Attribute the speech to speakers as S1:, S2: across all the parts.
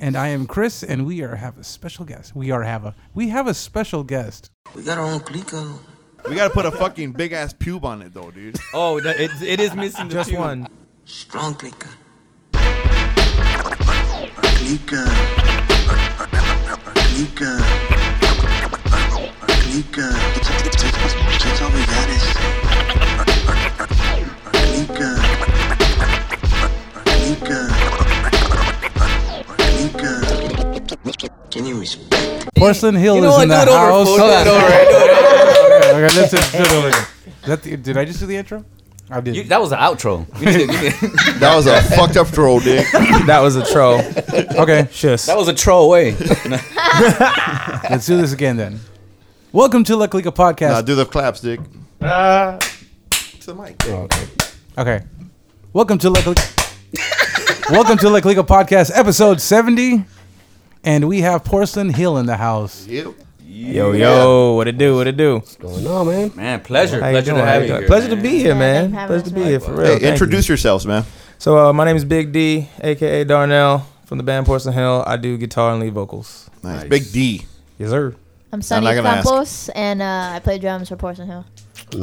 S1: and I am Chris, and we are have a special guest. We are have a we have a special guest.
S2: We got our own Clico.
S3: We gotta put a fucking big ass pube on it though, dude.
S4: Oh, that- it, it is missing the
S5: Just
S4: tune.
S5: one.
S2: Strong Clico. Clico. Clico. Clico. That's all we got is. Clico. Clico. Can you respect?
S1: Porcelain Hill
S4: You know
S1: is
S4: what?
S1: in
S4: Do
S1: the
S4: it over,
S1: house.
S4: folks. Do it over.
S1: okay, okay, let's just do it over. Is that the- did I just do the intro? I did.
S4: You- that was an outro. You did- you did-
S3: That was a fucked up troll, dick.
S5: That was a troll.
S1: okay,
S5: Just
S4: that was a troll way.
S1: let's do this again then. Welcome to La Clica Podcast.
S3: Nah, do the claps, dick. to the mic. Dick.
S1: Okay. Welcome to La Clica. Welcome to La Clica Podcast, episode 70. And we have Porcelain Hill in the house.
S3: Ew.
S5: yo yo. What it do? What it do?
S6: going on, man?
S4: Man, pleasure.
S5: How you
S4: pleasure
S5: doing?
S4: to
S5: How
S4: have
S5: you
S4: you
S5: doing?
S4: here.
S5: Pleasure to
S4: man.
S5: be here, man.
S6: thanks for having
S5: Pleasure to
S6: us,
S5: be
S6: man.
S5: here for real.
S3: Hey,
S5: Thank you.
S3: introduce yourselves, man.
S5: So uh, my name is Big D, aka Darnell from the band Porcelain Hill. I do guitar and lead vocals.
S3: Nice. Big D.
S5: Yes, sir.
S7: I'm Sonny
S3: not gonna ask.
S7: Campos, and uh, I play drums for Porcelain Hill.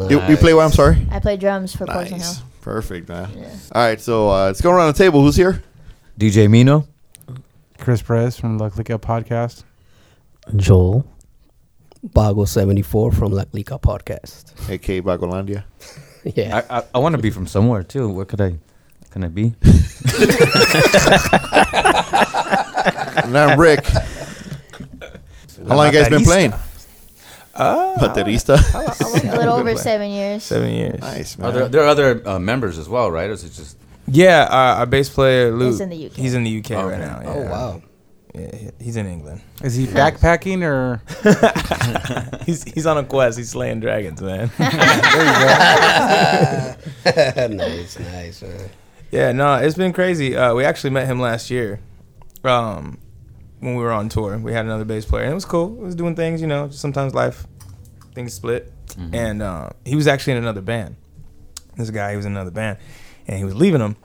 S3: You, you play what? I'm sorry.
S7: I play drums for Porcelain Hill.
S3: Nice. Perfect, man. All right, so uh, let's go around the table. Who's here?
S4: DJ Mino.
S1: Chris Perez from La Clica Podcast.
S6: Joel Bago seventy four from Laklika podcast.
S3: A.K. Bagolandia.
S6: Yeah,
S4: I, I, I want to be from somewhere too. Where could I? Can I be?
S3: And I'm Rick. How long you guys been
S5: Baterista.
S3: playing?
S5: Uh,
S3: Baterista.
S7: A little over seven years.
S5: seven years.
S3: nice,
S4: Are there,
S3: man.
S4: there are other uh, members as well, right? Or is it just
S5: Yeah, uh, our bass player Luke.
S7: in the UK.
S5: He's in the UK
S4: Okay.
S5: right now. Yeah.
S6: Oh wow.
S5: Yeah, he- he's in England.
S1: Is he backpacking or
S5: He's he's on a quest. He's slaying dragons, man.
S6: nice, nice. uh, man.
S5: Yeah, no, it's been crazy. Uh, we actually met him last year, um, when we were on tour. We had another bass player, and it was cool. It was doing things, you know. Just sometimes life, things split,
S4: Mm-hmm.
S5: and uh, he was actually in another band. This guy, he was in another band, and he was leaving them,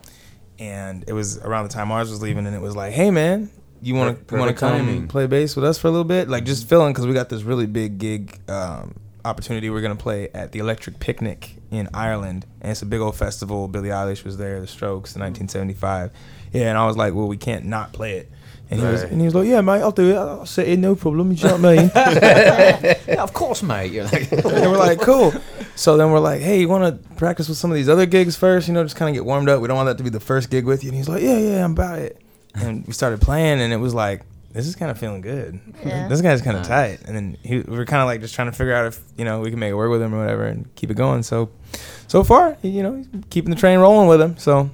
S5: and it was around the time ours was leaving, and it was like, hey man, you want
S4: Per-
S5: to want to
S4: perfect
S5: come
S4: timing.
S5: play bass with us for a little bit? Like just filling because we got this really big gig um, opportunity. We're gonna play at the Electric Picnic in Ireland, and it's a big old festival. Billie Eilish was there, The Strokes,
S4: Mm-hmm.
S5: in 1975. Yeah, and I was like, well, we can't not play it. And he was,
S4: Right.
S5: and he was like, yeah, mate, I'll do it. I'll sit in, no problem. You know what I mean?
S4: yeah, of course, mate. You're like,
S5: and we're like, cool. So then we're like, hey, you want to practice with some of these other gigs first? You know, just kind of get warmed up. We don't want that to be the first gig with you. And he's like, yeah, yeah, I'm about it. And we started playing, and it was like, this is kind of feeling good.
S7: Yeah.
S5: This guy's kind of tight. And then he, we were kind of like just trying to figure out if you know we can make it work with him or whatever, and keep it going. So, so far, you know, he's keeping the train rolling with him. So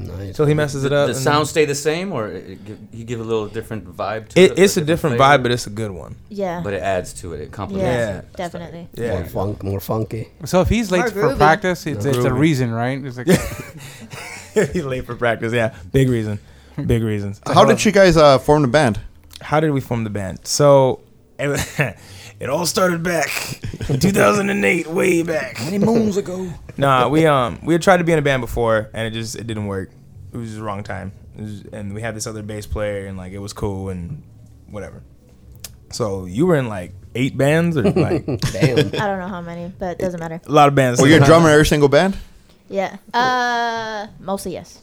S6: Nice.
S5: until he messes it up,
S4: the
S5: and-
S4: sound stay the same, or it, it, give- you give a little different vibe to it.
S5: It, it's a different vibe, but it's a good one.
S7: Yeah.
S4: but it adds to it. It
S7: yeah,
S4: complements it. It's
S7: definitely.
S6: more funk, more funky.
S1: so if he's late
S7: More
S1: for
S7: groovy.
S1: practice, it's, it's a
S5: Groovy.
S1: reason, right? It's like
S5: he's late for practice. Yeah, big reason, big reasons.
S3: How did you guys uh, form the band?
S5: how did we form the band? So it, it all started back in 2008, way back.
S4: Many moons ago.
S5: Nah, we um we had tried to be in a band before and it just it didn't work. It was just the wrong time. It was- and we had this other bass player and like it was cool and whatever. So you were in like eight bands or like a
S6: Damn.
S7: I don't know how many, but it doesn't matter.
S5: lot of bands.
S3: Oh, you're a drummer in every single band?
S7: Yeah. Uh, mostly yes.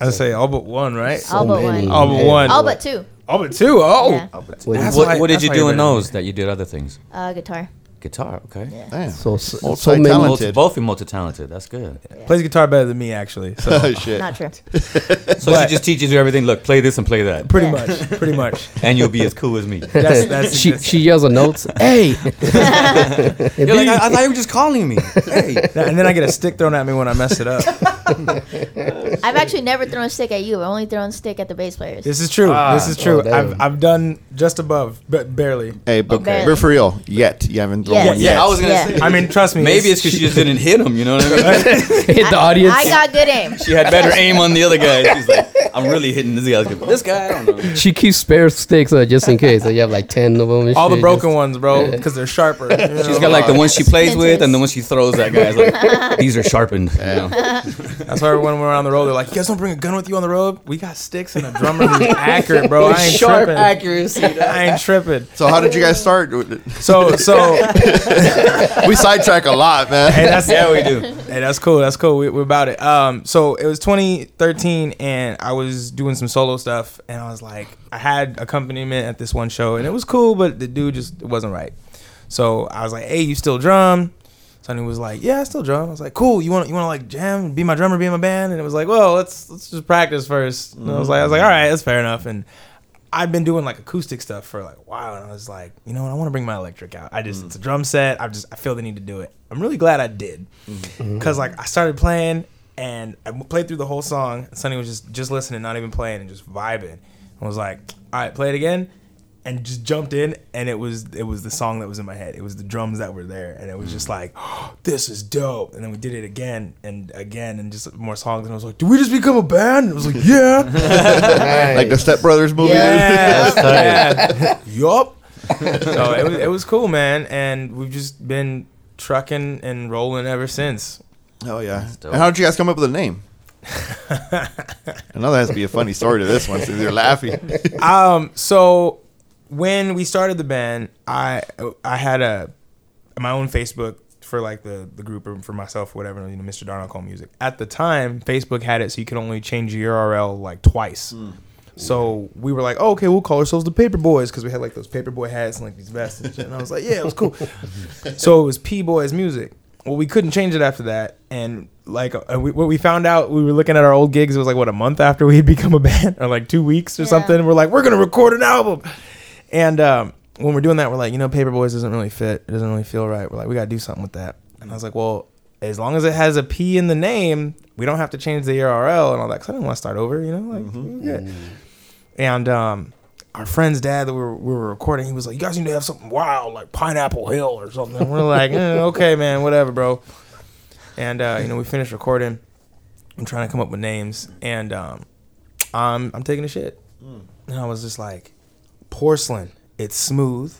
S5: I'd say all but one, right?
S7: all but
S6: many.
S7: one.
S5: All but one.
S7: All but two.
S5: all but two. Oh,
S7: Yeah.
S6: Wait,
S5: That's
S4: what,
S5: why-
S4: what did
S5: that's
S4: you
S5: why
S4: do
S5: you're
S4: in
S5: better.
S4: those that you did other things?
S7: Uh, guitar.
S4: Guitar, okay.
S7: Yeah.
S3: Damn.
S6: so so, so
S3: Multi-talented.
S6: many.
S4: Multi,
S3: Talented.
S4: both are multi-talented. That's good.
S5: plays guitar better than me actually. So
S3: Oh, shit.
S7: Not true.
S4: So she just teaches you everything. Look, play this and play that,
S5: pretty
S7: Yeah.
S5: much, pretty much.
S4: and you'll be as cool as me.
S5: That's that's
S6: She
S5: that's-
S6: she yells a notes. hey.
S4: You're like, I, I thought you were just calling me. Hey,
S5: and then I get a stick thrown at me when I mess it up.
S7: I've actually never thrown a stick at you. I've only thrown a stick at the bass players.
S5: This is true.
S4: Ah.
S5: this is true.
S6: Oh, damn.
S5: I've, I've done just above, but barely.
S3: Hey, but,
S7: Okay.
S3: but for real, yet. You haven't thrown
S7: Yes.
S3: one
S7: Yeah,
S3: yet.
S4: yeah, I was gonna
S7: Yeah.
S4: say.
S5: I mean, trust me.
S4: Maybe it's because she just didn't hit him. You know what I mean?
S6: Hit the audience.
S7: I got good aim.
S4: she had better aim on the other guy. She's like, I'm really hitting this guy. This guy, I don't know.
S6: she keeps spare sticks uh, just in case. So you have like ten of them. And
S5: all the
S6: shit,
S5: broken
S6: just-
S5: ones, bro, because they're sharper.
S4: She's got like the ones she plays with
S7: Spencer's.
S4: and the ones she throws at guys. Like, these are sharpened. You know?
S5: That's why when we're on the road They're like, you guys don't bring a gun with you on the road. We got sticks and a drummer who's accurate, bro. I ain't
S4: Sharp
S5: tripping.
S4: accuracy.
S5: I ain't tripping.
S3: So how did you guys start?
S5: So so hey,
S3: We sidetrack a lot, man.
S5: that's
S4: yeah, we do.
S5: Hey, that's cool. That's cool. We, we're about it. Um, so it was 2013, and I was doing some solo stuff, and I was like, I had accompaniment at this one show, and it was cool, but the dude just it wasn't right. So I was like, Hey, you still drum? Sonny was like, Yeah, I still drum. I was like, Cool. You want you want to like jam, be my drummer, be in my band? And it was like, Well, let's let's just practice first. And I was like, I was like, All right, that's fair enough. And I've been doing like acoustic stuff for like a while, and I was like, you know what? I want to bring my electric out. I just it's a drum set. I just I feel the need to do it. I'm really glad I did, because like I started playing and I played through the whole song. And Sonny was just just listening, not even playing, and just vibing. I was like, all right, play it again, and just jumped in, and it was it was the song that was in my head. It was the drums that were there, and it was just like, this is dope. And then we did it again and again, and just more songs. And I was like, did we just become a band? And it was like, yeah.
S3: Like the Step Brothers movie.
S5: Yeah. yup. So it was, it was cool, man. And we've just been trucking and rolling ever since.
S3: Hell yeah.
S4: dope.
S3: And how did you guys come up with the name? I know that has to be a funny story to this one since you're laughing.
S5: Um, so when we started the band, I I had a my own Facebook for like the the group or for myself, whatever, you know, Mr. Darnell Cole Music. At the time, Facebook had it so you could only change your URL like twice. So we were like, oh, okay, we'll call ourselves the Paper Boys because we had like those Paper Boy hats and like these vests and shit. And I was like, yeah, it was cool. so it was P Boys Music. Well, we couldn't change it after that, and like uh, we, what we found out, we were looking at our old gigs. It was like what a month after we had become a band, or like two weeks or
S7: Yeah.
S5: something. And we're like, we're gonna record an album, and um, when we're doing that, we're like, you know, Paper Boys doesn't really fit. It doesn't really feel right. We're like, we gotta do something with that. And I was like, well, as long as it has a P in the name, we don't have to change the URL and all that. Cause I didn't want to start over, you know, like we're good. And um, our friend's dad that we were, we were recording, he was like, "You guys need to have something wild, like Pineapple Hill or something." And we're like, eh, "Okay, man, whatever, bro." And uh, you know, we finished recording. I'm trying to come up with names, and um, I'm I'm taking a shit, and I was just like, "Porcelain, it's smooth."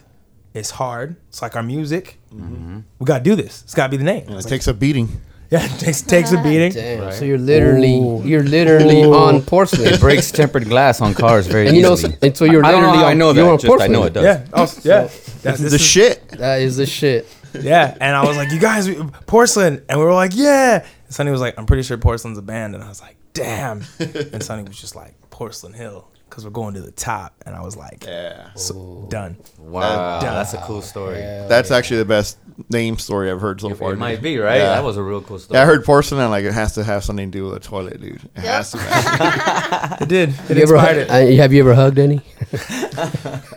S5: It's hard. It's like our music. We gotta do this. It's gotta be the name.
S3: It
S5: It's like-
S3: takes a beating.
S5: yeah, it takes, takes a beating.
S6: Damn. So you're literally you're literally on porcelain.
S4: It breaks tempered glass on cars very
S6: And you know,
S4: easily.
S6: so- and so you're
S4: I don't know
S6: literally
S4: how I
S6: on-
S4: know
S6: you're on
S4: that. Just I know
S6: porcelain.
S4: it does.
S5: Yeah. Oh, yeah. That's
S3: The shit.
S6: That is the shit.
S5: Yeah, and I was like, "You guys, we- porcelain," and we were like, "Yeah." And Sonny was like, "I'm pretty sure porcelain's a band," and I was like, "Damn!" And Sonny was just like, "Porcelain Hill," because we're going to the top, and I was like,
S3: Yeah.
S5: so, "Done."
S4: Wow,
S5: Duh.
S4: that's a cool story.
S3: That's actually the best name story I've heard so far.
S4: It
S3: dude.
S4: might be right.
S3: Yeah.
S4: That was a real cool story.
S3: Yeah, I heard porcelain. I'm like, it has to have something to do with a toilet, dude. It has to. Man.
S5: It did. It
S6: You ever,
S5: inspired it
S6: uh, have you ever hugged any?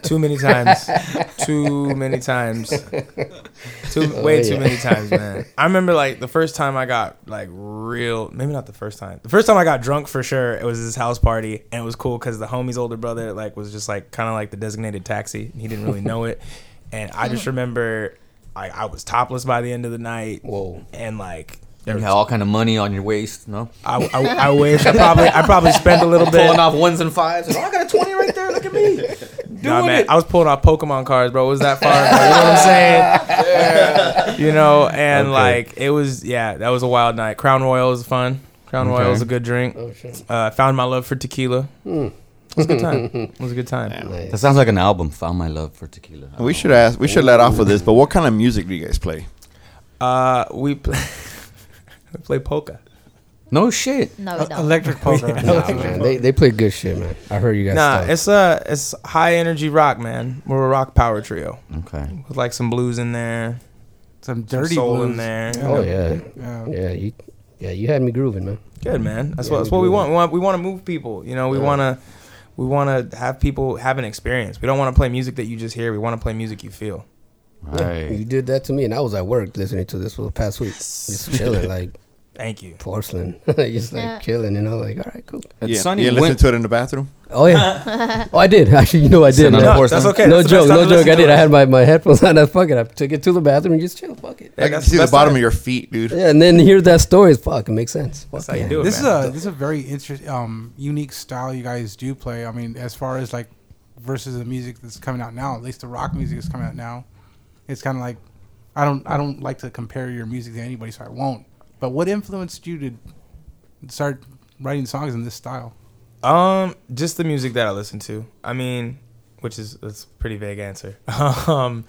S5: too many times, too many times, too way too
S6: yeah.
S5: many times, man. I remember like the first time I got like real, maybe not the first time. The first time I got drunk for sure, it was this house party, and it was cool because the homie's older brother like was just like kind of like the designated taxi, and he didn't really know it. And I just remember, like I was topless by the end of the night.
S6: Whoa.
S5: And like. there
S4: You
S5: was-
S4: had all kind of money on your waist, no?
S5: I, I, I wish I probably I probably spent a little bit.
S4: Pulling off ones and fives. and, "Oh, I got a twenty right there. Look at me.
S5: Nah,
S4: doing
S5: man,
S4: it.
S5: I was pulling off Pokemon cards, bro. It was that far? bro. You know what I'm saying? You know, and like it was, yeah, that was a wild night. Crown Royal was fun. Crown Royal was a good drink.
S1: Oh,
S5: Uh,
S6: shit.
S5: I found my love for tequila.
S1: Hmm.
S5: It was a good time. It was a good time.
S4: That sounds like an album. Found my love for tequila.
S3: we should ask. We should let off with this. But what kind of music do you guys play?
S5: Uh, we play, we play polka.
S4: No shit.
S7: No, we don't.
S1: Uh, Electric poker.
S6: Man, they, they play good shit, man. I heard you guys.
S5: Nah,
S6: talk.
S5: it's uh, it's high energy rock, man. We're a rock power trio
S4: Okay.
S5: with like some blues in there,
S1: Some
S5: some
S1: dirty
S5: soul
S1: blues.
S5: in there.
S6: oh yeah,
S1: Yeah.
S6: yeah. You yeah, you had me grooving, man.
S5: Good man. That's
S6: Yeah,
S5: what
S6: we
S5: that's what
S6: do
S5: we
S6: that.
S5: want. We want we want to move people. You know, we want to we want to have people have an experience. We don't want to play music that you just hear. We want to play music you feel.
S4: All right.
S6: You did that to me, and I was at work listening to this for the past week, just chilling like
S5: Thank you.
S6: porcelain, just like
S7: Yeah.
S6: chilling, and I was like, all right, cool.
S4: It's
S3: yeah,
S4: Sunny
S3: you
S4: Win-
S3: listen to it in the bathroom.
S6: Oh yeah. oh, I did actually. You know, I did.
S4: Sitting on
S6: man.
S4: a
S5: No,
S4: horse
S5: that's
S4: then.
S5: okay.
S6: no
S5: that's the best
S6: joke,
S5: time
S6: no
S5: to listen
S6: joke. I
S5: to
S6: did.
S5: it.
S6: I had my, my headphones on. I fuck it. I took it to the bathroom and just chill. Fuck it.
S5: Yeah,
S3: I can
S5: that's
S3: see the
S5: best
S3: bottom
S5: time.
S3: of your feet, dude.
S6: Yeah, and then hear that story. Fuck, it makes sense. Fuck
S5: That's how you
S6: yeah.
S5: do it.
S1: This is
S5: man.
S1: a this is a very interesting, um, unique style you guys do play. I mean, as far as like versus the music that's coming out now, at least the rock music is coming out now. It's kind of like I don't I don't like to compare your music to anybody, so I won't. But what influenced you to start writing songs in this style?
S5: Um, just the music that I listen to. I mean, which is that's a pretty vague answer. um,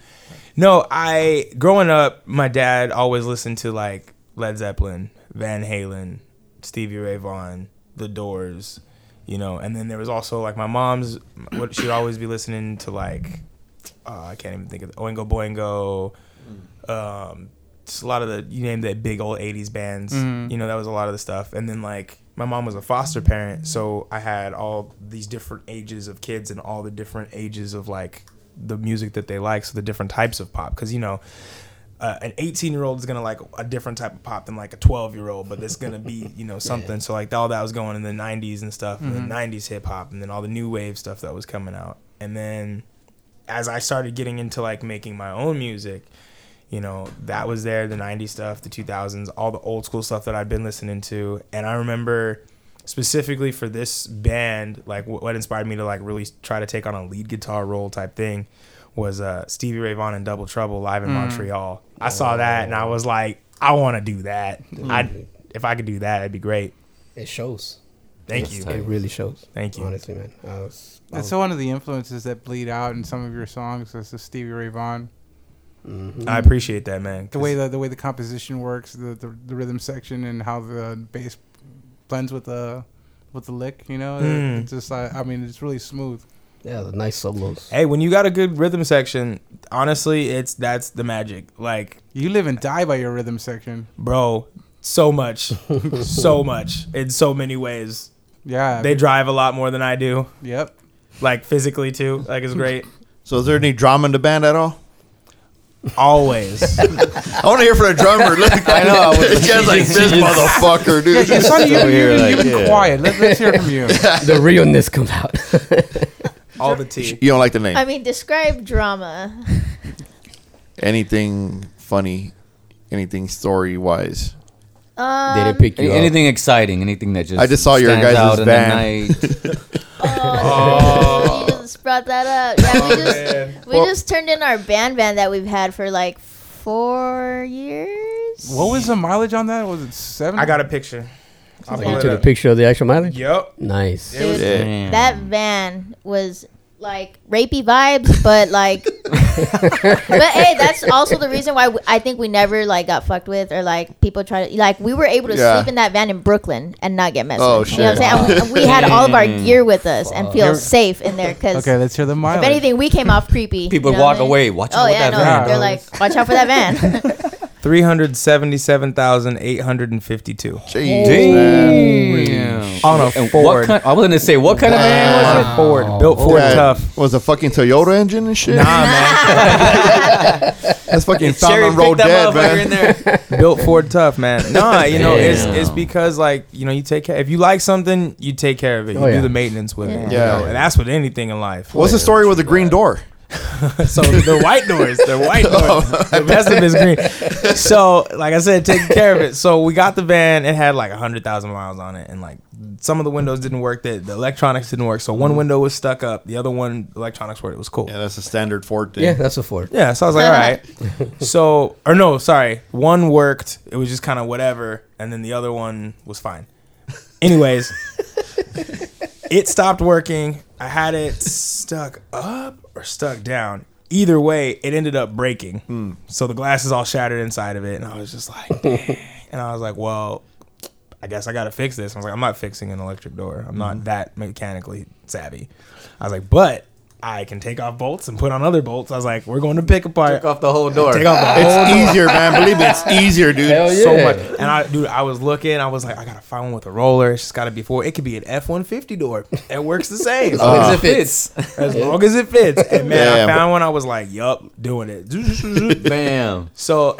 S5: no, I growing up, my dad always listened to like Led Zeppelin, Van Halen, Stevie Ray Vaughan, The Doors, you know. And then there was also like my mom's. What she'd always be listening to like, uh, I can't even think of Oingo Boingo. Um, just a lot of the you name that big old '80s bands. You know, that was a lot of the stuff. And then like my mom was a foster parent, so I had all these different ages of kids and all the different ages of like the music that they like, so the different types of pop. Because you know, uh, an 18 year old is gonna like a different type of pop than like a 12 year old, but it's gonna be you know something. So like all that was going in the 90s and stuff, and the 90s hip hop, and then all the new wave stuff that was coming out. And then as I started getting into like making my own music, you know, that was there, the 90s stuff, the 2000s, all the old school stuff that I'd been listening to. And I remember specifically for this band, like wh- what inspired me to like really try to take on a lead guitar role type thing was uh, Stevie Ray Vaughan and Double Trouble live in Montreal. I saw that and I was like, I want to do that. I if I could do that, it'd be great.
S6: It shows.
S5: Thank
S6: This
S5: you.
S6: time. It really shows.
S5: Thank you.
S6: Honestly, man. Uh, I was, I
S1: That's
S5: Oh.
S6: was-
S1: one of the influences that bleed out in some of your songs. That's the Stevie Ray Vaughan.
S5: I appreciate that, man.
S1: The way the, the way the composition works, the, the the rhythm section, and how the bass blends with the with the lick. You know,
S5: Mm.
S1: it's just like I mean, it's really smooth.
S6: yeah, the nice solos.
S5: Hey, when you got a good rhythm section, honestly, it's that's the magic. Like
S1: You live and die by your rhythm section.
S5: bro so much so much in so many ways
S1: Yeah.
S5: they drive a lot more than i do
S1: yep.
S5: like physically too like it's great
S3: So is there any drama in the band at all?
S5: always
S3: I want to hear from the drummer. Look, I know. Just like this motherfucker, dude.
S1: Yeah, Sonny, you,
S4: over
S1: you,
S4: here
S1: you,
S4: like,
S1: you've been
S4: yeah.
S1: quiet. Let, let's hear from you.
S6: the realness comes out.
S5: all the tea
S3: You don't like the name.
S7: I mean, describe drama.
S3: anything funny, anything story wise.
S6: they didn't pick you
S4: Any-
S6: up.
S4: Anything exciting? Anything that just
S3: I just saw your
S4: stands
S3: guys'
S4: out in the
S3: van.
S4: night.
S7: Oh, you just brought that up. Yeah, we
S5: man.
S7: just we
S3: Well-
S7: just turned in our band van that we've had for like four years.
S1: What was the mileage on that? Was it seven?
S5: i got a picture I'll
S6: Like,
S5: pull
S6: you
S5: it
S6: took a
S5: up.
S6: picture of the actual mileage.
S5: yep
S6: Nice.
S7: Dude,
S3: Yeah.
S7: that van was like rapey vibes, but like, but hey, that's also the reason why we, I think we never like got fucked with or like people try to like we were able to
S3: Yeah.
S7: sleep in that van in Brooklyn and not get messed
S3: Oh,
S7: with. You know what I'm saying? And we, we had all of our gear with us and feel safe in there because
S1: Okay, let's hear the
S7: if
S1: mileage.
S7: anything, we came off creepy.
S4: People
S7: you know
S4: walk
S7: what I mean?
S4: away. Watch
S7: Oh
S4: out with
S7: yeah,
S4: that
S7: no,
S1: van.
S7: they're like, watch out for that van.
S5: 377852
S3: Jeez, man.
S4: Damn.
S5: on a
S4: And
S5: ford
S4: what kind, I was gonna say what kind of man was
S5: on a ford built ford
S3: That
S5: tough
S3: Was a fucking Toyota engine and shit.
S5: nah man
S3: That's fucking
S4: it?
S3: Fountain
S4: Cherry picked
S3: Road
S4: that
S3: dead,
S4: motherfucker in
S3: man.
S4: there.
S5: built ford tough man nah you know it's
S4: Damn.
S5: it's because like you know you take care if you like something you take care of it you
S6: Oh, yeah.
S5: do the maintenance with it you
S3: Yeah.
S5: know? and that's with anything in life
S3: What's the story with the green door?
S5: So they're white doors. They're white doors. the rest of it's green. So, like I said, taking care of it. So we got the van. It had like hundred thousand miles on it, and like some of the windows didn't work. The, the electronics didn't work. So one window was stuck up. The other one, electronics worked. It was cool.
S3: Yeah, that's a standard Ford thing.
S6: Yeah, that's a Ford.
S5: Yeah, so I was like, all right. So, or no, sorry. One worked. It was just kind of whatever. And then the other one was fine. Anyways, it stopped working. I had it stuck up or stuck down. Either way, it ended up breaking. So the glass is all shattered inside of it. And I was just like, dang. And I was like, well, I guess I gotta fix this. I was like, I'm not fixing an electric door. I'm not that mechanically savvy. I was like, but I can take off bolts and put on other bolts. I was like, we're going to pick apart.
S4: Took off the whole door.
S5: Take off the whole
S3: It's easier, man. Believe me, it's easier, dude.
S6: Hell Oh, yeah.
S5: so much. And I, dude, I was looking. I was like, I gotta find one with a roller. It's just gotta be four. It could be an F one fifty door. It works the same
S4: As
S6: Uh,
S4: long as it fits.
S5: as long as it fits. And man,
S3: Yeah.
S5: I found one. I was like, yup, doing it.
S4: Bam.
S5: so,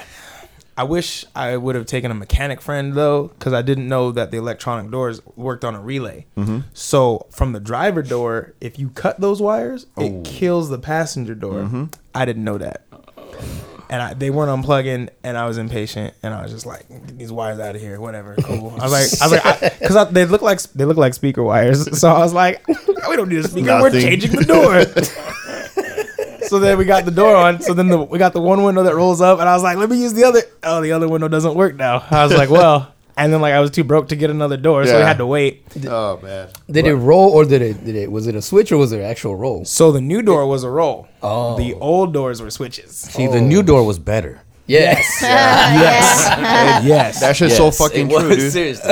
S5: I wish I would have taken a mechanic friend though, because I didn't know that the electronic doors worked on a relay. So from the driver door, if you cut those wires, it kills the passenger door. I didn't know that. And I, they weren't unplugging, and I was impatient, and I was just like, "Get these wires out of here, whatever." Cool. I was like, I was like, because I, they look like they look like speaker wires, so I was like, "We don't need a speaker. We're
S3: Nothing.
S5: changing the door." so then we got the door on. So then the, we got the one window that rolls up, and I was like, "Let me use the other." Oh, the other window doesn't work now. I was like, "Well, and then like I was too broke to get another door, so we
S3: Yeah.
S5: had to wait.
S3: Oh man.
S6: Did it roll or did it? Did it? Was it a switch or was it an actual roll?
S5: So the new door was a roll.
S8: Oh.
S5: The old doors were switches.
S8: See, the new door was better.
S6: Yes.
S5: yes.
S3: That shit's so fucking
S4: it was,
S3: true, dude.
S4: Seriously.